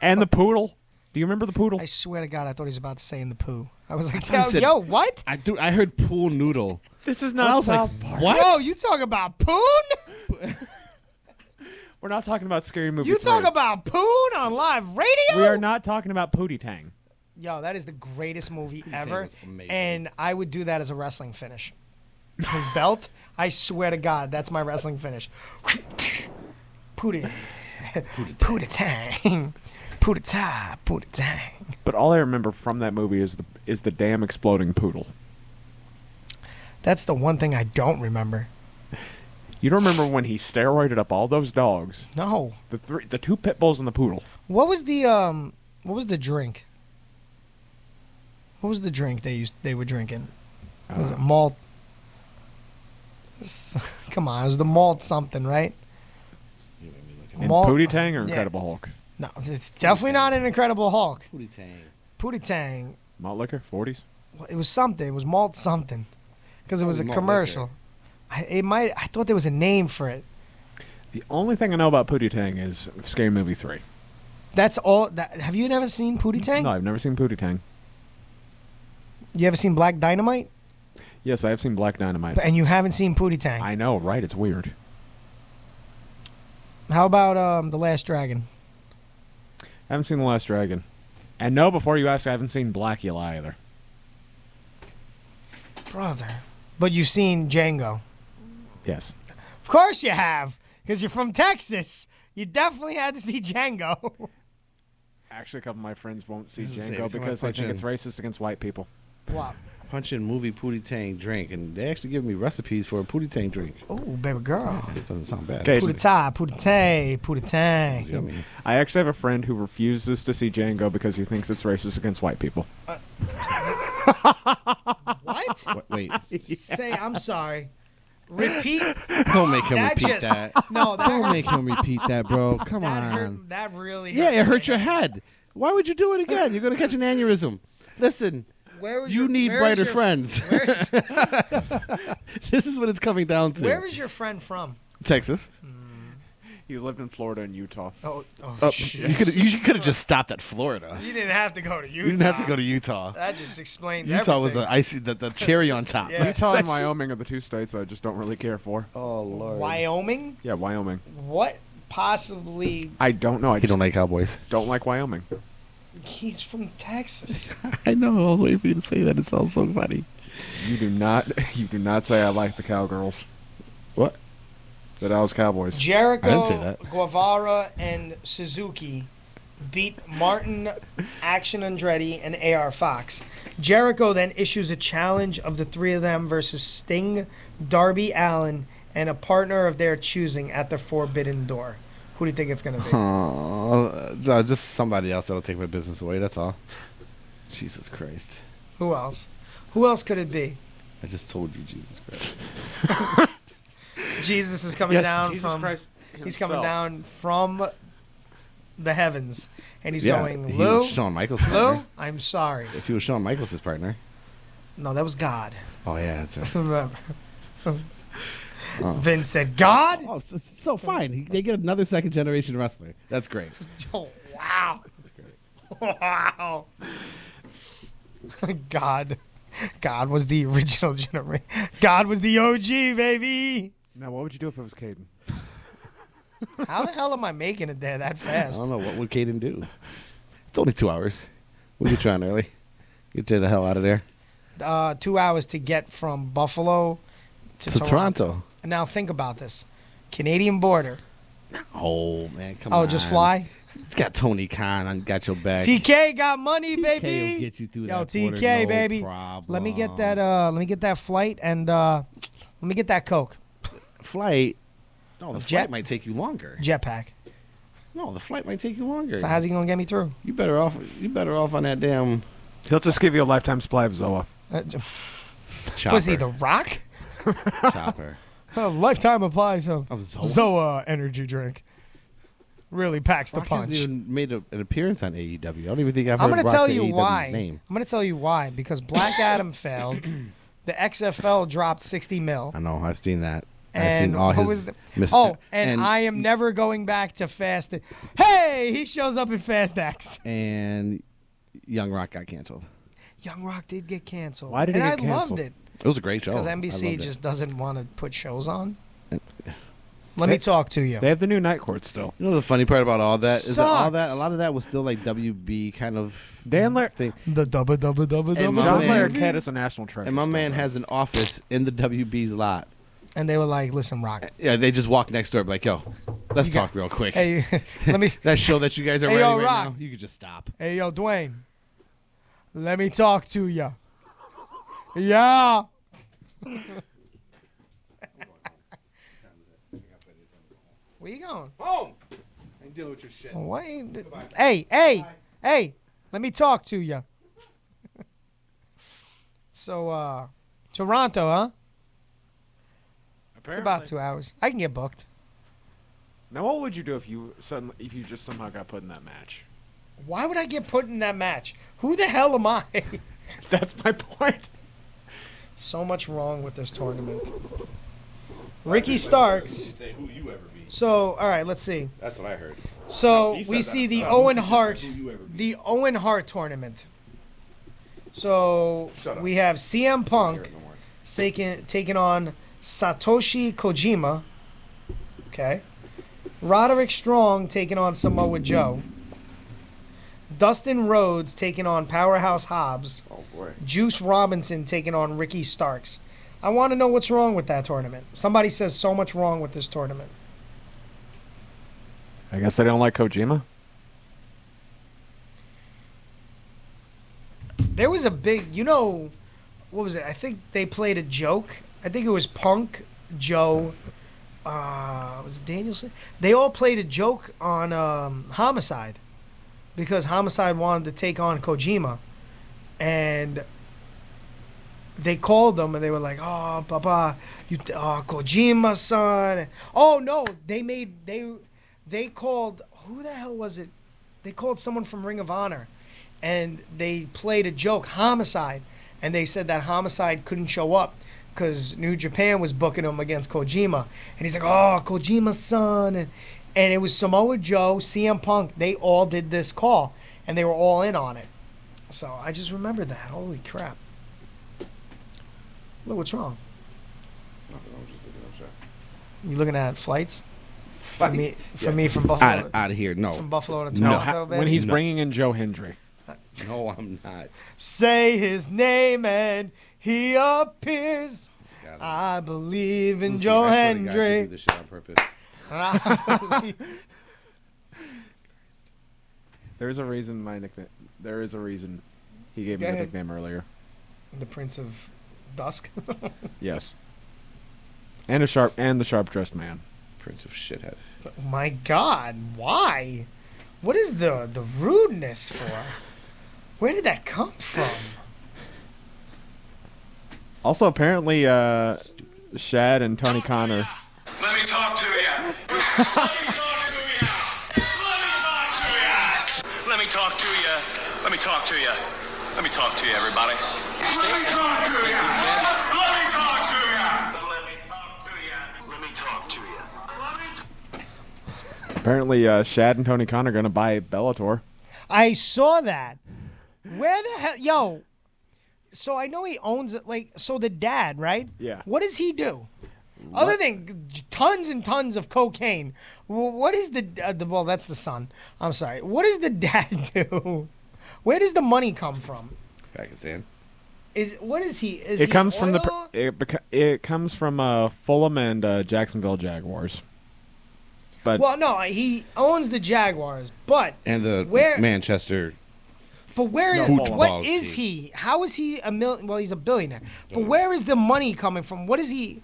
S5: And the poodle. Do you remember the poodle?
S2: I swear to God, I thought he was about to say in the poo. I was like,
S4: thought he
S2: yo,
S4: said-
S2: yo, what?
S4: I, dude, I heard pool noodle.
S5: This is
S4: I
S5: not
S4: was like,
S5: South Park.
S4: What?
S2: Yo, you talk about poon?
S5: We're not talking about scary movies.
S2: You talk about poon on live radio?
S5: We are not talking about Pootie Tang.
S2: Yo, that is the greatest movie
S5: Tang
S2: ever.
S5: was amazing.
S2: And I would do that as a wrestling finish. His belt, I swear to God, that's my wrestling finish. Pootie. Pootie tang. Pootie tie. Pootie tang.
S5: But all I remember from that movie is the is the damn exploding poodle.
S2: That's the one thing I don't remember.
S5: You don't remember when he steroided up all those dogs?
S2: No.
S5: The three, the two pit bulls and the poodle.
S2: What was the um? What was the drink? What was the drink they used? They were drinking. What
S5: Uh.
S2: was it malt? Come on, it was the malt something, right?
S5: And
S2: Malt-
S5: Pootie Tang or
S2: yeah.
S5: Incredible Hulk?
S2: No, it's definitely not an Incredible Hulk.
S4: Pootie Tang.
S2: Pootie Tang.
S5: Malt liquor, forties.
S2: Well, It was something. It was malt something, because it
S5: Oh,
S2: was a
S5: malt liquor.
S2: commercial. I, it might. I thought there was a name for it.
S5: The only thing I know about Pootie Tang is Scary Movie three.
S2: That's all. That have you never seen Pootie Tang?
S5: No, I've never seen Pootie Tang.
S2: You ever seen Black Dynamite?
S5: Yes, I have seen Black Dynamite.
S2: And you haven't seen Pootie Tang.
S5: I know, right? It's weird.
S2: How about um, the Last Dragon?
S5: I haven't seen The Last Dragon. And no, before you ask, I haven't seen Blackula either.
S2: Brother. But you've seen Django.
S5: Yes.
S2: Of course you have, because you're from Texas. You definitely had to see Django.
S5: Actually, a couple of my friends won't see
S4: This is it.
S5: Django
S4: If you wanna
S5: because they
S4: punch
S5: think
S4: in.
S5: it's racist against white people.
S2: Wow.
S4: Punch in movie Pootie Tang drink, and they actually give me recipes for a Pootie Tang drink.
S2: Oh, baby girl.
S4: It doesn't sound bad.
S5: Okay.
S2: Put a tie, put a tang, put a tang.
S5: I actually have a friend who refuses to see Django because he thinks it's racist against white people.
S2: What?
S4: Wait.
S2: Say, I'm sorry. Repeat.
S4: Don't make him
S2: That
S4: repeat
S2: just-
S4: that.
S2: No, that-
S4: don't make him repeat that, bro. Come on.
S2: that really.
S4: yeah,
S2: hurt.
S4: it hurt your head. Why would you do it again? You're gonna catch an aneurysm. Listen,
S2: Where was
S4: you
S2: your-
S4: need
S2: where
S4: brighter
S2: is your-
S4: friends.
S2: where is-
S4: this is what it's coming down to.
S2: Where is your friend from?
S4: Texas?
S5: He's lived in Florida and Utah.
S2: Oh, oh,
S4: Oh,
S2: shit.
S4: you could you could have just stopped at Florida.
S2: You didn't have to go to Utah.
S4: You didn't have to go to Utah.
S2: That just explains
S4: Utah
S2: everything.
S4: was the icy the, the cherry on top.
S5: Utah and Wyoming are the two states I just don't really care for.
S4: Oh lord.
S2: Wyoming?
S5: Yeah, Wyoming.
S2: What possibly?
S5: I don't know. I
S4: don't like cowboys.
S5: Don't like Wyoming.
S2: He's from Texas.
S4: I know. I was waiting for you to say that. It sounds so funny.
S5: You do not. You do not say I like the cowgirls.
S4: What?
S5: The Dallas Cowboys.
S2: Jericho, Guevara, and Suzuki beat Martin, Action Andretti, and AR Fox. Jericho then issues a challenge of the three of them versus Sting, Darby Allen, and a partner of their choosing at the Forbidden Door. Who do you think it's going to be?
S4: Oh, uh, just somebody else that'll take my business away. That's all. Jesus Christ!
S2: Who else? Who else could it be?
S4: I just told you, Jesus Christ.
S2: Jesus is coming
S4: Yes,
S2: down
S4: Jesus
S2: from.
S4: Christ
S2: He's coming
S4: himself.
S2: down from the heavens, and he's
S4: Yeah,
S2: going,
S4: he was
S2: Lou,
S4: Shawn Michaels'
S2: Lou,
S4: partner."
S2: I'm sorry.
S4: If he was Shawn Michaels' his partner.
S2: No, that was God.
S4: Oh yeah, that's right.
S2: Remember.
S4: Oh.
S2: Vince said, God?
S4: Oh, so, so fine. He, they get another second generation wrestler. That's great.
S2: Oh, wow. Wow. God. God was the original generation. God was the OG, baby.
S5: Now, what would you do if it was Caden?
S2: How the hell am I making it there that
S4: I
S2: fast?
S4: don't know what would Caden do. It's only two hours. We'll get you on early. Get you the hell out of there
S2: Uh, two hours to get from Buffalo to,
S4: to, Toronto.
S2: And Now think about this. Canadian border.
S4: Oh man, come on.
S2: Oh, just fly?
S4: It's got Tony Khan on got your back.
S2: TK got money, baby.
S4: will get you through
S2: Yo,
S4: that
S2: TK,
S4: border, no
S2: baby. Let me get that. Uh, let me get that flight and uh, let me get that coke.
S4: Flight.
S10: No, the
S2: Of
S10: flight
S2: jet-
S10: might take you longer.
S2: Jetpack.
S10: No, the flight might take you longer.
S2: So how's he gonna get me through?
S10: You better off. You better off on that damn.
S5: He'll just give you a lifetime supply of Zoa.
S2: Uh, Was he the Rock?
S4: Chopper.
S2: A lifetime applies of
S4: Zoa.
S2: Zoa energy drink. Really packs the
S4: Rock hasn't
S2: punch.
S4: even made a, an appearance on AEW. I don't even think I've
S2: I'm
S4: heard
S2: going to
S4: Rock's
S2: tell you
S4: AEW's
S2: why.
S4: name.
S2: I'm going to tell you why because Black Adam failed. The XFL dropped 60 mil.
S4: I know. I've seen that. I've
S2: And
S4: seen all
S2: who
S4: his.
S2: was the-
S4: mis-
S2: oh, and, I am never going back to Fast. Hey, he shows up in Fast X.
S4: and Young Rock got canceled.
S2: Young Rock did get canceled.
S4: Why did
S2: and
S4: it
S2: I
S4: get canceled?
S2: loved it
S4: It was a great show.
S2: because
S4: I
S2: NBC
S4: loved it.
S2: just doesn't want to put shows on. Let me talk to you.
S5: They have the new night court still.
S4: You know the funny part about all that is that all that
S2: Sucks.
S4: a lot of that was still like WB kind of
S5: Dan Lair.
S2: The double double double
S4: And my
S5: John
S4: man-
S5: Larroquette is a national treasure.
S4: And my
S5: still,
S4: man
S5: though.
S4: has an office in the WB's lot.
S2: And they were like, "Listen, Rock,
S4: Yeah, they just walk next door, and be like, yo, let's
S2: You got-
S4: talk real quick.
S2: Hey, let me.
S4: that show that you guys are
S2: Hey, yo,
S4: running
S2: Rock.
S4: right now. You could just stop.
S2: Hey, yo, Dwayne. Let me talk to ya. Yeah. Where you going? Oh,
S4: Home. And deal with your shit.
S2: What? Hey, hey, hey. Let me talk to ya. so, uh, Toronto, huh? It's about two hours. I can get booked.
S5: Now, what would you do if you suddenly, if you just somehow got put in that match?
S2: Why would I get put in that match? Who the hell am I?
S5: That's my point.
S2: So much wrong with this tournament. Ricky Starks.
S9: Say who you ever be.
S2: So, all right, let's see.
S9: That's what I heard.
S2: So
S9: No, he said
S2: we
S9: that.
S2: see the
S9: Oh,
S2: Owen
S9: who's the-
S2: Hart,
S9: who you ever beat?
S2: the Owen Hart tournament. So
S9: Shut up.
S2: we have CM Punk taking taking on Satoshi Kojima. Okay. Roderick Strong taking on Samoa Joe. Dustin Rhodes taking on Powerhouse Hobbs.
S10: Oh boy.
S2: Juice Robinson taking on Ricky Starks. I want to know what's wrong with that tournament. Somebody says so much wrong with this tournament.
S5: I guess they don't like Kojima.
S2: There was a big, you know, what was it? I think they played a joke. I think it was Punk, Joe, uh, was it Danielson? They all played a joke on um, Homicide because Homicide wanted to take on Kojima, and they called them and they were like, "Oh, Papa, you, oh, Kojima son." Oh no, they made they they called who the hell was it? They called someone from Ring of Honor, and they played a joke, Homicide, and they said that Homicide couldn't show up because New Japan was booking him against Kojima, and he's like, "Oh, Kojima's son," and and it was Samoa Joe, CM Punk. They all did this call, and they were all in on it. So I just remembered that. Holy crap! Look, what's wrong? You looking at flights? For me, for me from Buffalo.
S4: Out, out of here. No.
S2: From Buffalo to
S4: No.
S2: Toronto, baby.
S5: when he's bringing in Joe Hendry.
S4: No, I'm not.
S2: Say his name and he appears. I believe in Joe
S4: I swear to God, you do
S2: Hendry.
S4: this shit on purpose.
S2: I believe-
S5: There's a reason my nickname. There is a reason he gave
S2: Go
S5: me the
S2: ahead.
S5: nickname earlier.
S2: the Prince of Dusk. Oh
S5: Yes. And a sharp and the sharp dressed man. Prince of shithead.
S2: My God, why? What is the the rudeness for? Where did that come from?
S5: Also, apparently, uh, Shad and Tony Connor.
S16: Let me talk to ya. Let me talk to ya. Let me talk to ya. Let me talk to ya. Let me talk to ya. Let me talk to ya, everybody. Let me talk to ya. Let me talk to ya. Let me talk to ya. Let me talk
S5: Apparently, uh, Shad and Tony Connor are gonna buy Bellator.
S2: I saw that. Where the hell, yo? So I know he owns it. Like, so the dad, right?
S5: Yeah.
S2: What does he do? Other than g- tons and tons of cocaine, wh- what is the uh, the well? That's the son. I'm sorry. What does the dad do? Where does the money come from?
S4: Pakistan.
S2: Is what is he? Is
S5: it
S2: he
S5: comes from the
S2: oil?
S5: pr- it, beco- it comes from uh, Fulham and uh, Jacksonville Jaguars. But
S2: well, no, he owns the Jaguars, but
S4: And the
S2: Where-
S4: Manchester.
S2: But where
S4: No,
S2: is
S4: football
S2: what is
S4: team.
S2: he? How is he a mil? Well, he's a billionaire. But where is the money coming from? What is he?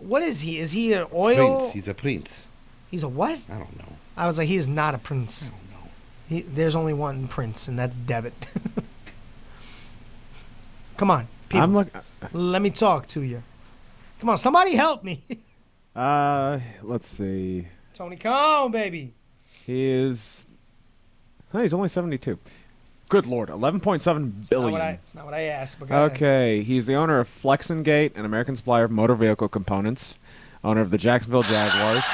S2: What is he? Is he an oil?
S15: Prince. He's a prince.
S2: He's a what?
S15: I don't know.
S2: I was like, he is not a prince. He, there's only one prince, and that's Devitt. Come on, people.
S5: I'm look-
S2: Let me talk to you. Come on, somebody help me.
S5: Uh, let's see.
S2: Tony Khan, baby.
S5: He is. Huh, he's only 72. Good lord, 11.7
S2: Not what
S5: billion.
S2: I, it's not what I asked. But go ahead.
S5: Okay, he's the owner of Flexengate, an American supplier of motor vehicle components, owner of the Jacksonville Jaguars.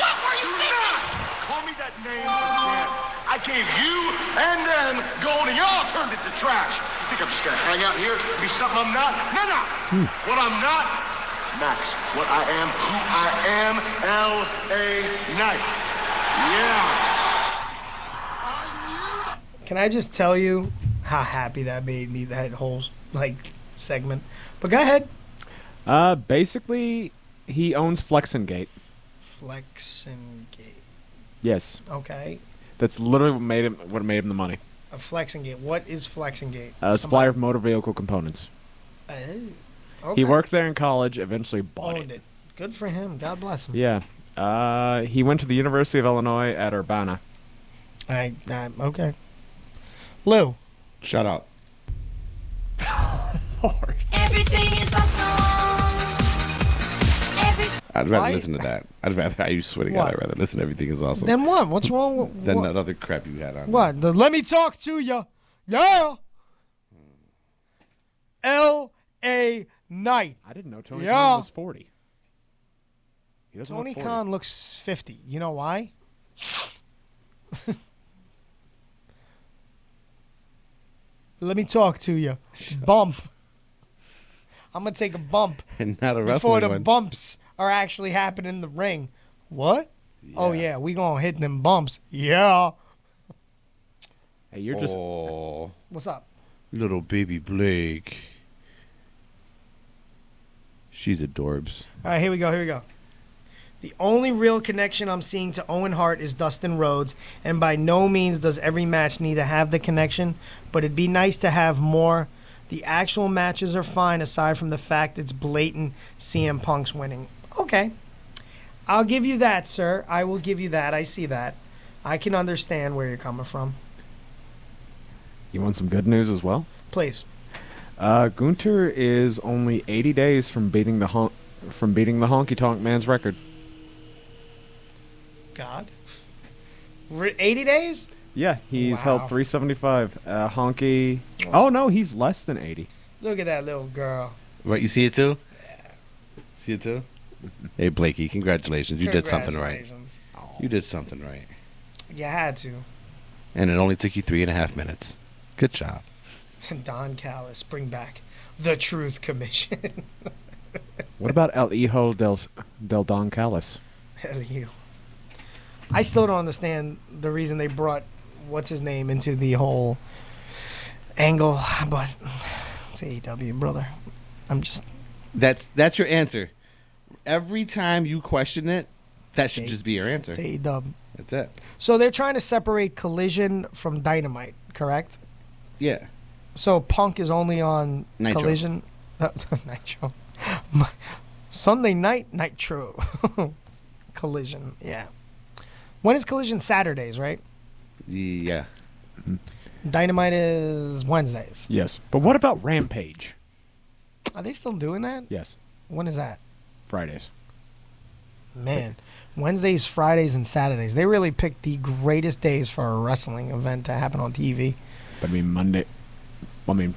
S11: Call me that name again. I gave you and then gold, and y'all turned it to trash. Think I'm just gonna hang out here, be something I'm not? No, no. What I'm not, Max. What I am, who I am, L.A. Knight. Yeah.
S2: Can I just tell you how happy that made me? That whole like segment. But go ahead.
S5: Uh, basically, he owns Flexengate.
S2: Flex and gate.
S5: Yes,
S2: Okay.
S5: that's literally what made him what made him the money.
S2: A flex and gate. What is flex and gate?
S5: A supplier of motor vehicle components.
S2: Oh, okay.
S5: He worked there in college. Eventually bought it.
S2: Owned it. Good for him. God bless him.
S5: Yeah. Uh, he went to the University of Illinois at Urbana.
S2: I, I okay. Lou.
S5: Shut up.
S11: Everything is awesome.
S4: I'd rather
S2: Why-
S4: listen to that. I'd rather. I swear to God,
S2: What?
S4: I'd rather listen. to Everything is awesome.
S2: Then what? What's wrong with
S4: than
S2: what?
S4: that other crap you had on.
S2: What? The, let me talk to you. Yeah. L A Knight.
S5: I didn't know Tony
S2: yeah.
S5: Khan was 40. He doesn't
S2: Tony
S5: look 40.
S2: Khan looks 50. You know why? Let me talk to you. Bump. I'm going to take a bump
S4: And not a
S2: before
S4: wrestling
S2: the
S4: one.
S2: bumps are actually happening in the ring. What? Oh, yeah. We going to hit them bumps. Yeah.
S5: Hey, you're just.
S4: Oh,
S2: What's up?
S4: little baby Blake. She's adorbs.
S2: All right, here we go. Here we go. The only real connection I'm seeing to Owen Hart is Dustin Rhodes, and by no means does every match need to have the connection, but it'd be nice to have more. The actual matches are fine, aside from the fact it's blatant CM Punk's winning. Okay. I'll give you that, sir. I will give you that. I see that. I can understand where you're coming from.
S5: You want some good news as well?
S2: Please.
S5: Uh, Gunter is only 80 days from beating the hon- from beating the honky tonk man's record.
S2: God. Re- 80 days?
S5: Yeah, he's
S2: Wow.
S5: held 375. Uh, honky. Oh no, he's less than 80.
S2: Look at that little girl.
S4: What you see it too? See it too? Hey Blakey, congratulations! You did something right.
S2: Congratulations.
S4: You did something right,
S2: You had to.
S4: and it only took you three and a half minutes. Good job.
S2: Don Callis, bring back the Truth Commission.
S5: What about El Hijo del S- del Don Callis?
S2: Hell you. I still don't understand the reason they brought what's his name into the whole angle, but it's AEW, brother. I'm just
S4: That's that's your answer. Every time you question it, that should just be your answer.
S2: it's AEW.
S4: That's it.
S2: So they're trying to separate Collision from Dynamite, correct?
S4: Yeah.
S2: So Punk is only on
S4: Nitro.
S2: Collision, No, Nitro, Sunday Night Nitro, Collision. Yeah. When is Collision Saturdays, right?
S4: Yeah.
S2: Dynamite is Wednesdays.
S5: Yes, but what about Rampage?
S2: Are they still doing that?
S5: Yes,
S2: When is that?
S5: Fridays.
S2: Man, Wednesdays, Fridays, and Saturdays. They really picked the greatest days for a wrestling event to happen on TV.
S5: But I mean Monday. I mean,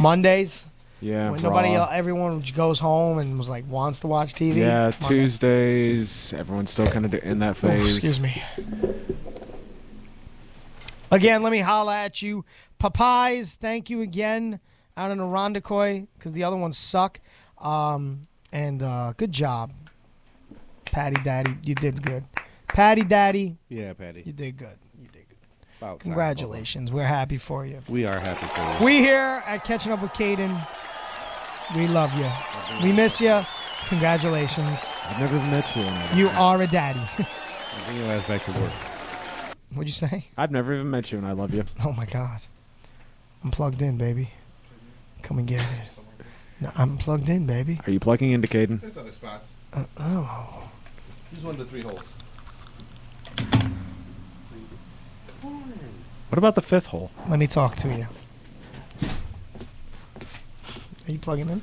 S2: Mondays,
S5: yeah.
S2: when nobody,
S5: Raw.
S2: el everyone goes home and was like wants to watch TV.
S5: Yeah,
S2: Monday.
S5: Tuesdays. Everyone's still kind of in that
S2: Oh,
S5: phase.
S2: excuse me. Again, let me holla at you. Popeyes, thank you again out in Irondequoit because the other ones suck. Um, and uh, good job, Patty Daddy. You did good. Patty Daddy,
S4: Yeah, Patty.
S2: you did good. You did
S4: good. About time,
S2: Congratulations. We're happy for you.
S4: Bubba. We are happy for you.
S2: We here at Catching Up with Caden, we love you. We miss you. Congratulations.
S5: I've never met you. and
S2: You
S5: I-
S2: are a daddy.
S4: I bring your ass back to work.
S2: What'd you say?
S5: I've never even met you, and I love you.
S2: Oh my God. I'm plugged in, baby. Come and get it. No, I'm plugged in, baby.
S5: Are you plugging into Caden?
S4: There's other spots.
S2: Uh, oh.
S4: Use one of the three holes.
S5: What about the fifth hole?
S2: Let me talk to you. Are you plugging in?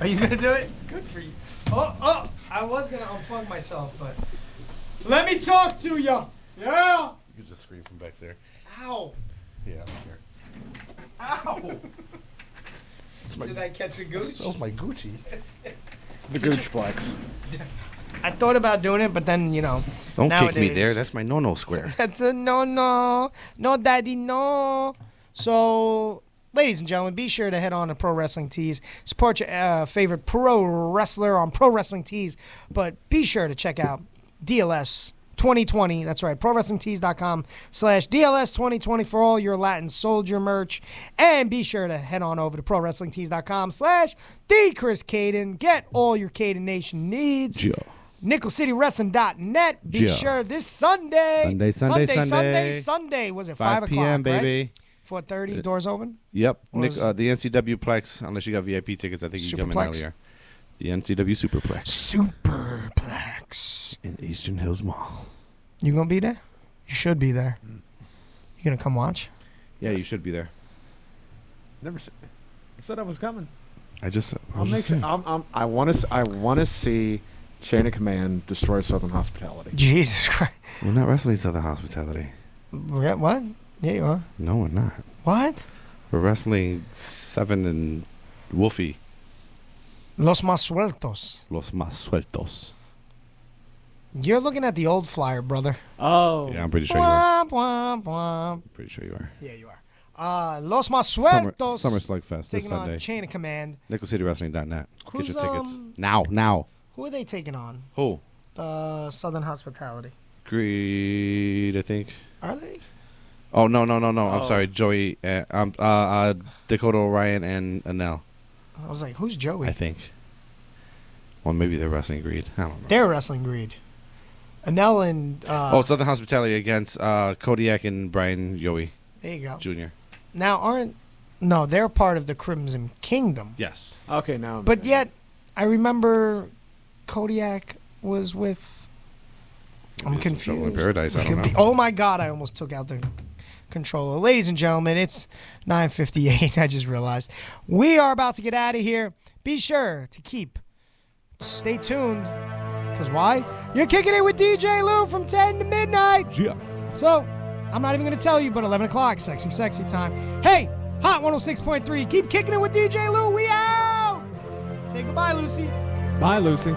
S25: Are you gonna do it? Good for you. Oh, oh! I was gonna unplug myself, but let me talk to you. Yeah.
S4: You could just scream from back there.
S26: Ah.
S25: Ow!
S4: Yeah, I
S25: Ow!
S4: my-
S25: Did I catch a
S4: don't care.
S25: goose?
S4: Smells my Gucci.
S5: The gooch flex.
S2: I thought about doing it, but then you know.
S26: Don't kick me
S2: nowadays-
S26: there. That's my no-no square.
S2: That's a no, no, no, daddy, no. So, ladies and gentlemen, be sure to head on to Pro Wrestling Tees. Support your uh, favorite pro wrestler on Pro Wrestling Tees, but be sure to check out DLS. 2020, that's right, prowrestlingtees.com slash DLS 2020 for all your Latin soldier merch. And be sure to head on over to prowrestlingtees.com slash the Chris Caden. Get all your Caden Nation needs. NickelCityWrestling.net. Be
S4: Yeah.
S2: sure this Sunday.
S4: Sunday, Sunday,
S2: Sunday, Sunday,
S4: Sunday.
S2: Sunday. Was it
S4: 5
S2: five,
S4: p.m.,
S2: o'clock? right?
S4: baby.
S2: Four thirty.
S4: Uh,
S2: Doors open.
S4: Yep.
S2: Or
S4: Nick,
S2: is-
S4: uh, the NCW Plex, unless you got VIP tickets, I think you can come in
S2: Superplex.
S4: earlier. The NCW Superplex.
S2: Superplex.
S26: In Eastern Hills Mall.
S2: You gonna be there? You should be there. You gonna come watch?
S4: Yeah, you should be there.
S5: Never said, I said I was coming.
S4: I just.
S5: I'll make sure. I'm, I'm, I want to. I want to see Chain of Command destroy Southern Hospitality.
S2: Jesus Christ.
S26: We're not wrestling Southern Hospitality.
S2: What? what? Yeah, you are.
S26: No, we're not.
S2: What?
S4: We're wrestling Seven and Wolfie
S2: Los más sueltos.
S4: Los Más Sueltos.
S2: You're looking at the old flyer, brother.
S5: Oh.
S4: Yeah, I'm pretty sure you are.
S2: Womp, womp, womp.
S4: Pretty sure you are.
S2: Yeah, you are. Uh, Los más
S4: Summer,
S2: sueltos.
S4: Summer Slugfest this
S2: taking
S4: Sunday.
S2: on Chain of Command.
S4: NickelCityWrestling.net. Get
S2: Who's,
S4: your tickets.
S2: um,
S4: now, now.
S2: Who are they taking on?
S4: Who?
S2: Uh, Southern Hospitality.
S4: Greed, I think.
S2: Are they?
S4: Oh, no, no, no, no. I'm
S2: Oh.
S4: sorry. Joey, uh, um, uh, uh, Dakota Orion and Anel,
S2: I was like, who's Joey?
S4: I think. Well, maybe they're wrestling Greed. I don't know.
S2: They're wrestling greed. Anel and uh,
S4: oh, Southern Hospitality against uh, Kodiak and Brian Yowie.
S2: There you go.
S4: Jr.
S2: now aren't no? They're part of the Crimson Kingdom.
S4: Yes.
S5: Oh, Okay, now. I'm
S2: But yet, I remember Kodiak was with. I'm
S4: Maybe it's some trouble in
S2: confused.
S4: paradise, I don't
S2: Could be-
S4: know.
S2: oh my God! I almost took out the controller. Ladies and gentlemen, it's 9:58. I just realized we are about to get out of here. Be sure to keep stay tuned, cause why? You're kicking it with DJ Lou from 10 to midnight.
S4: Yeah.
S2: So I'm not even gonna tell you, but 11 o'clock, sexy, sexy time. Hey, Hot 106.3. Keep kicking it with DJ Lou. We out. Say goodbye, Lucy.
S5: Bye, Lucy.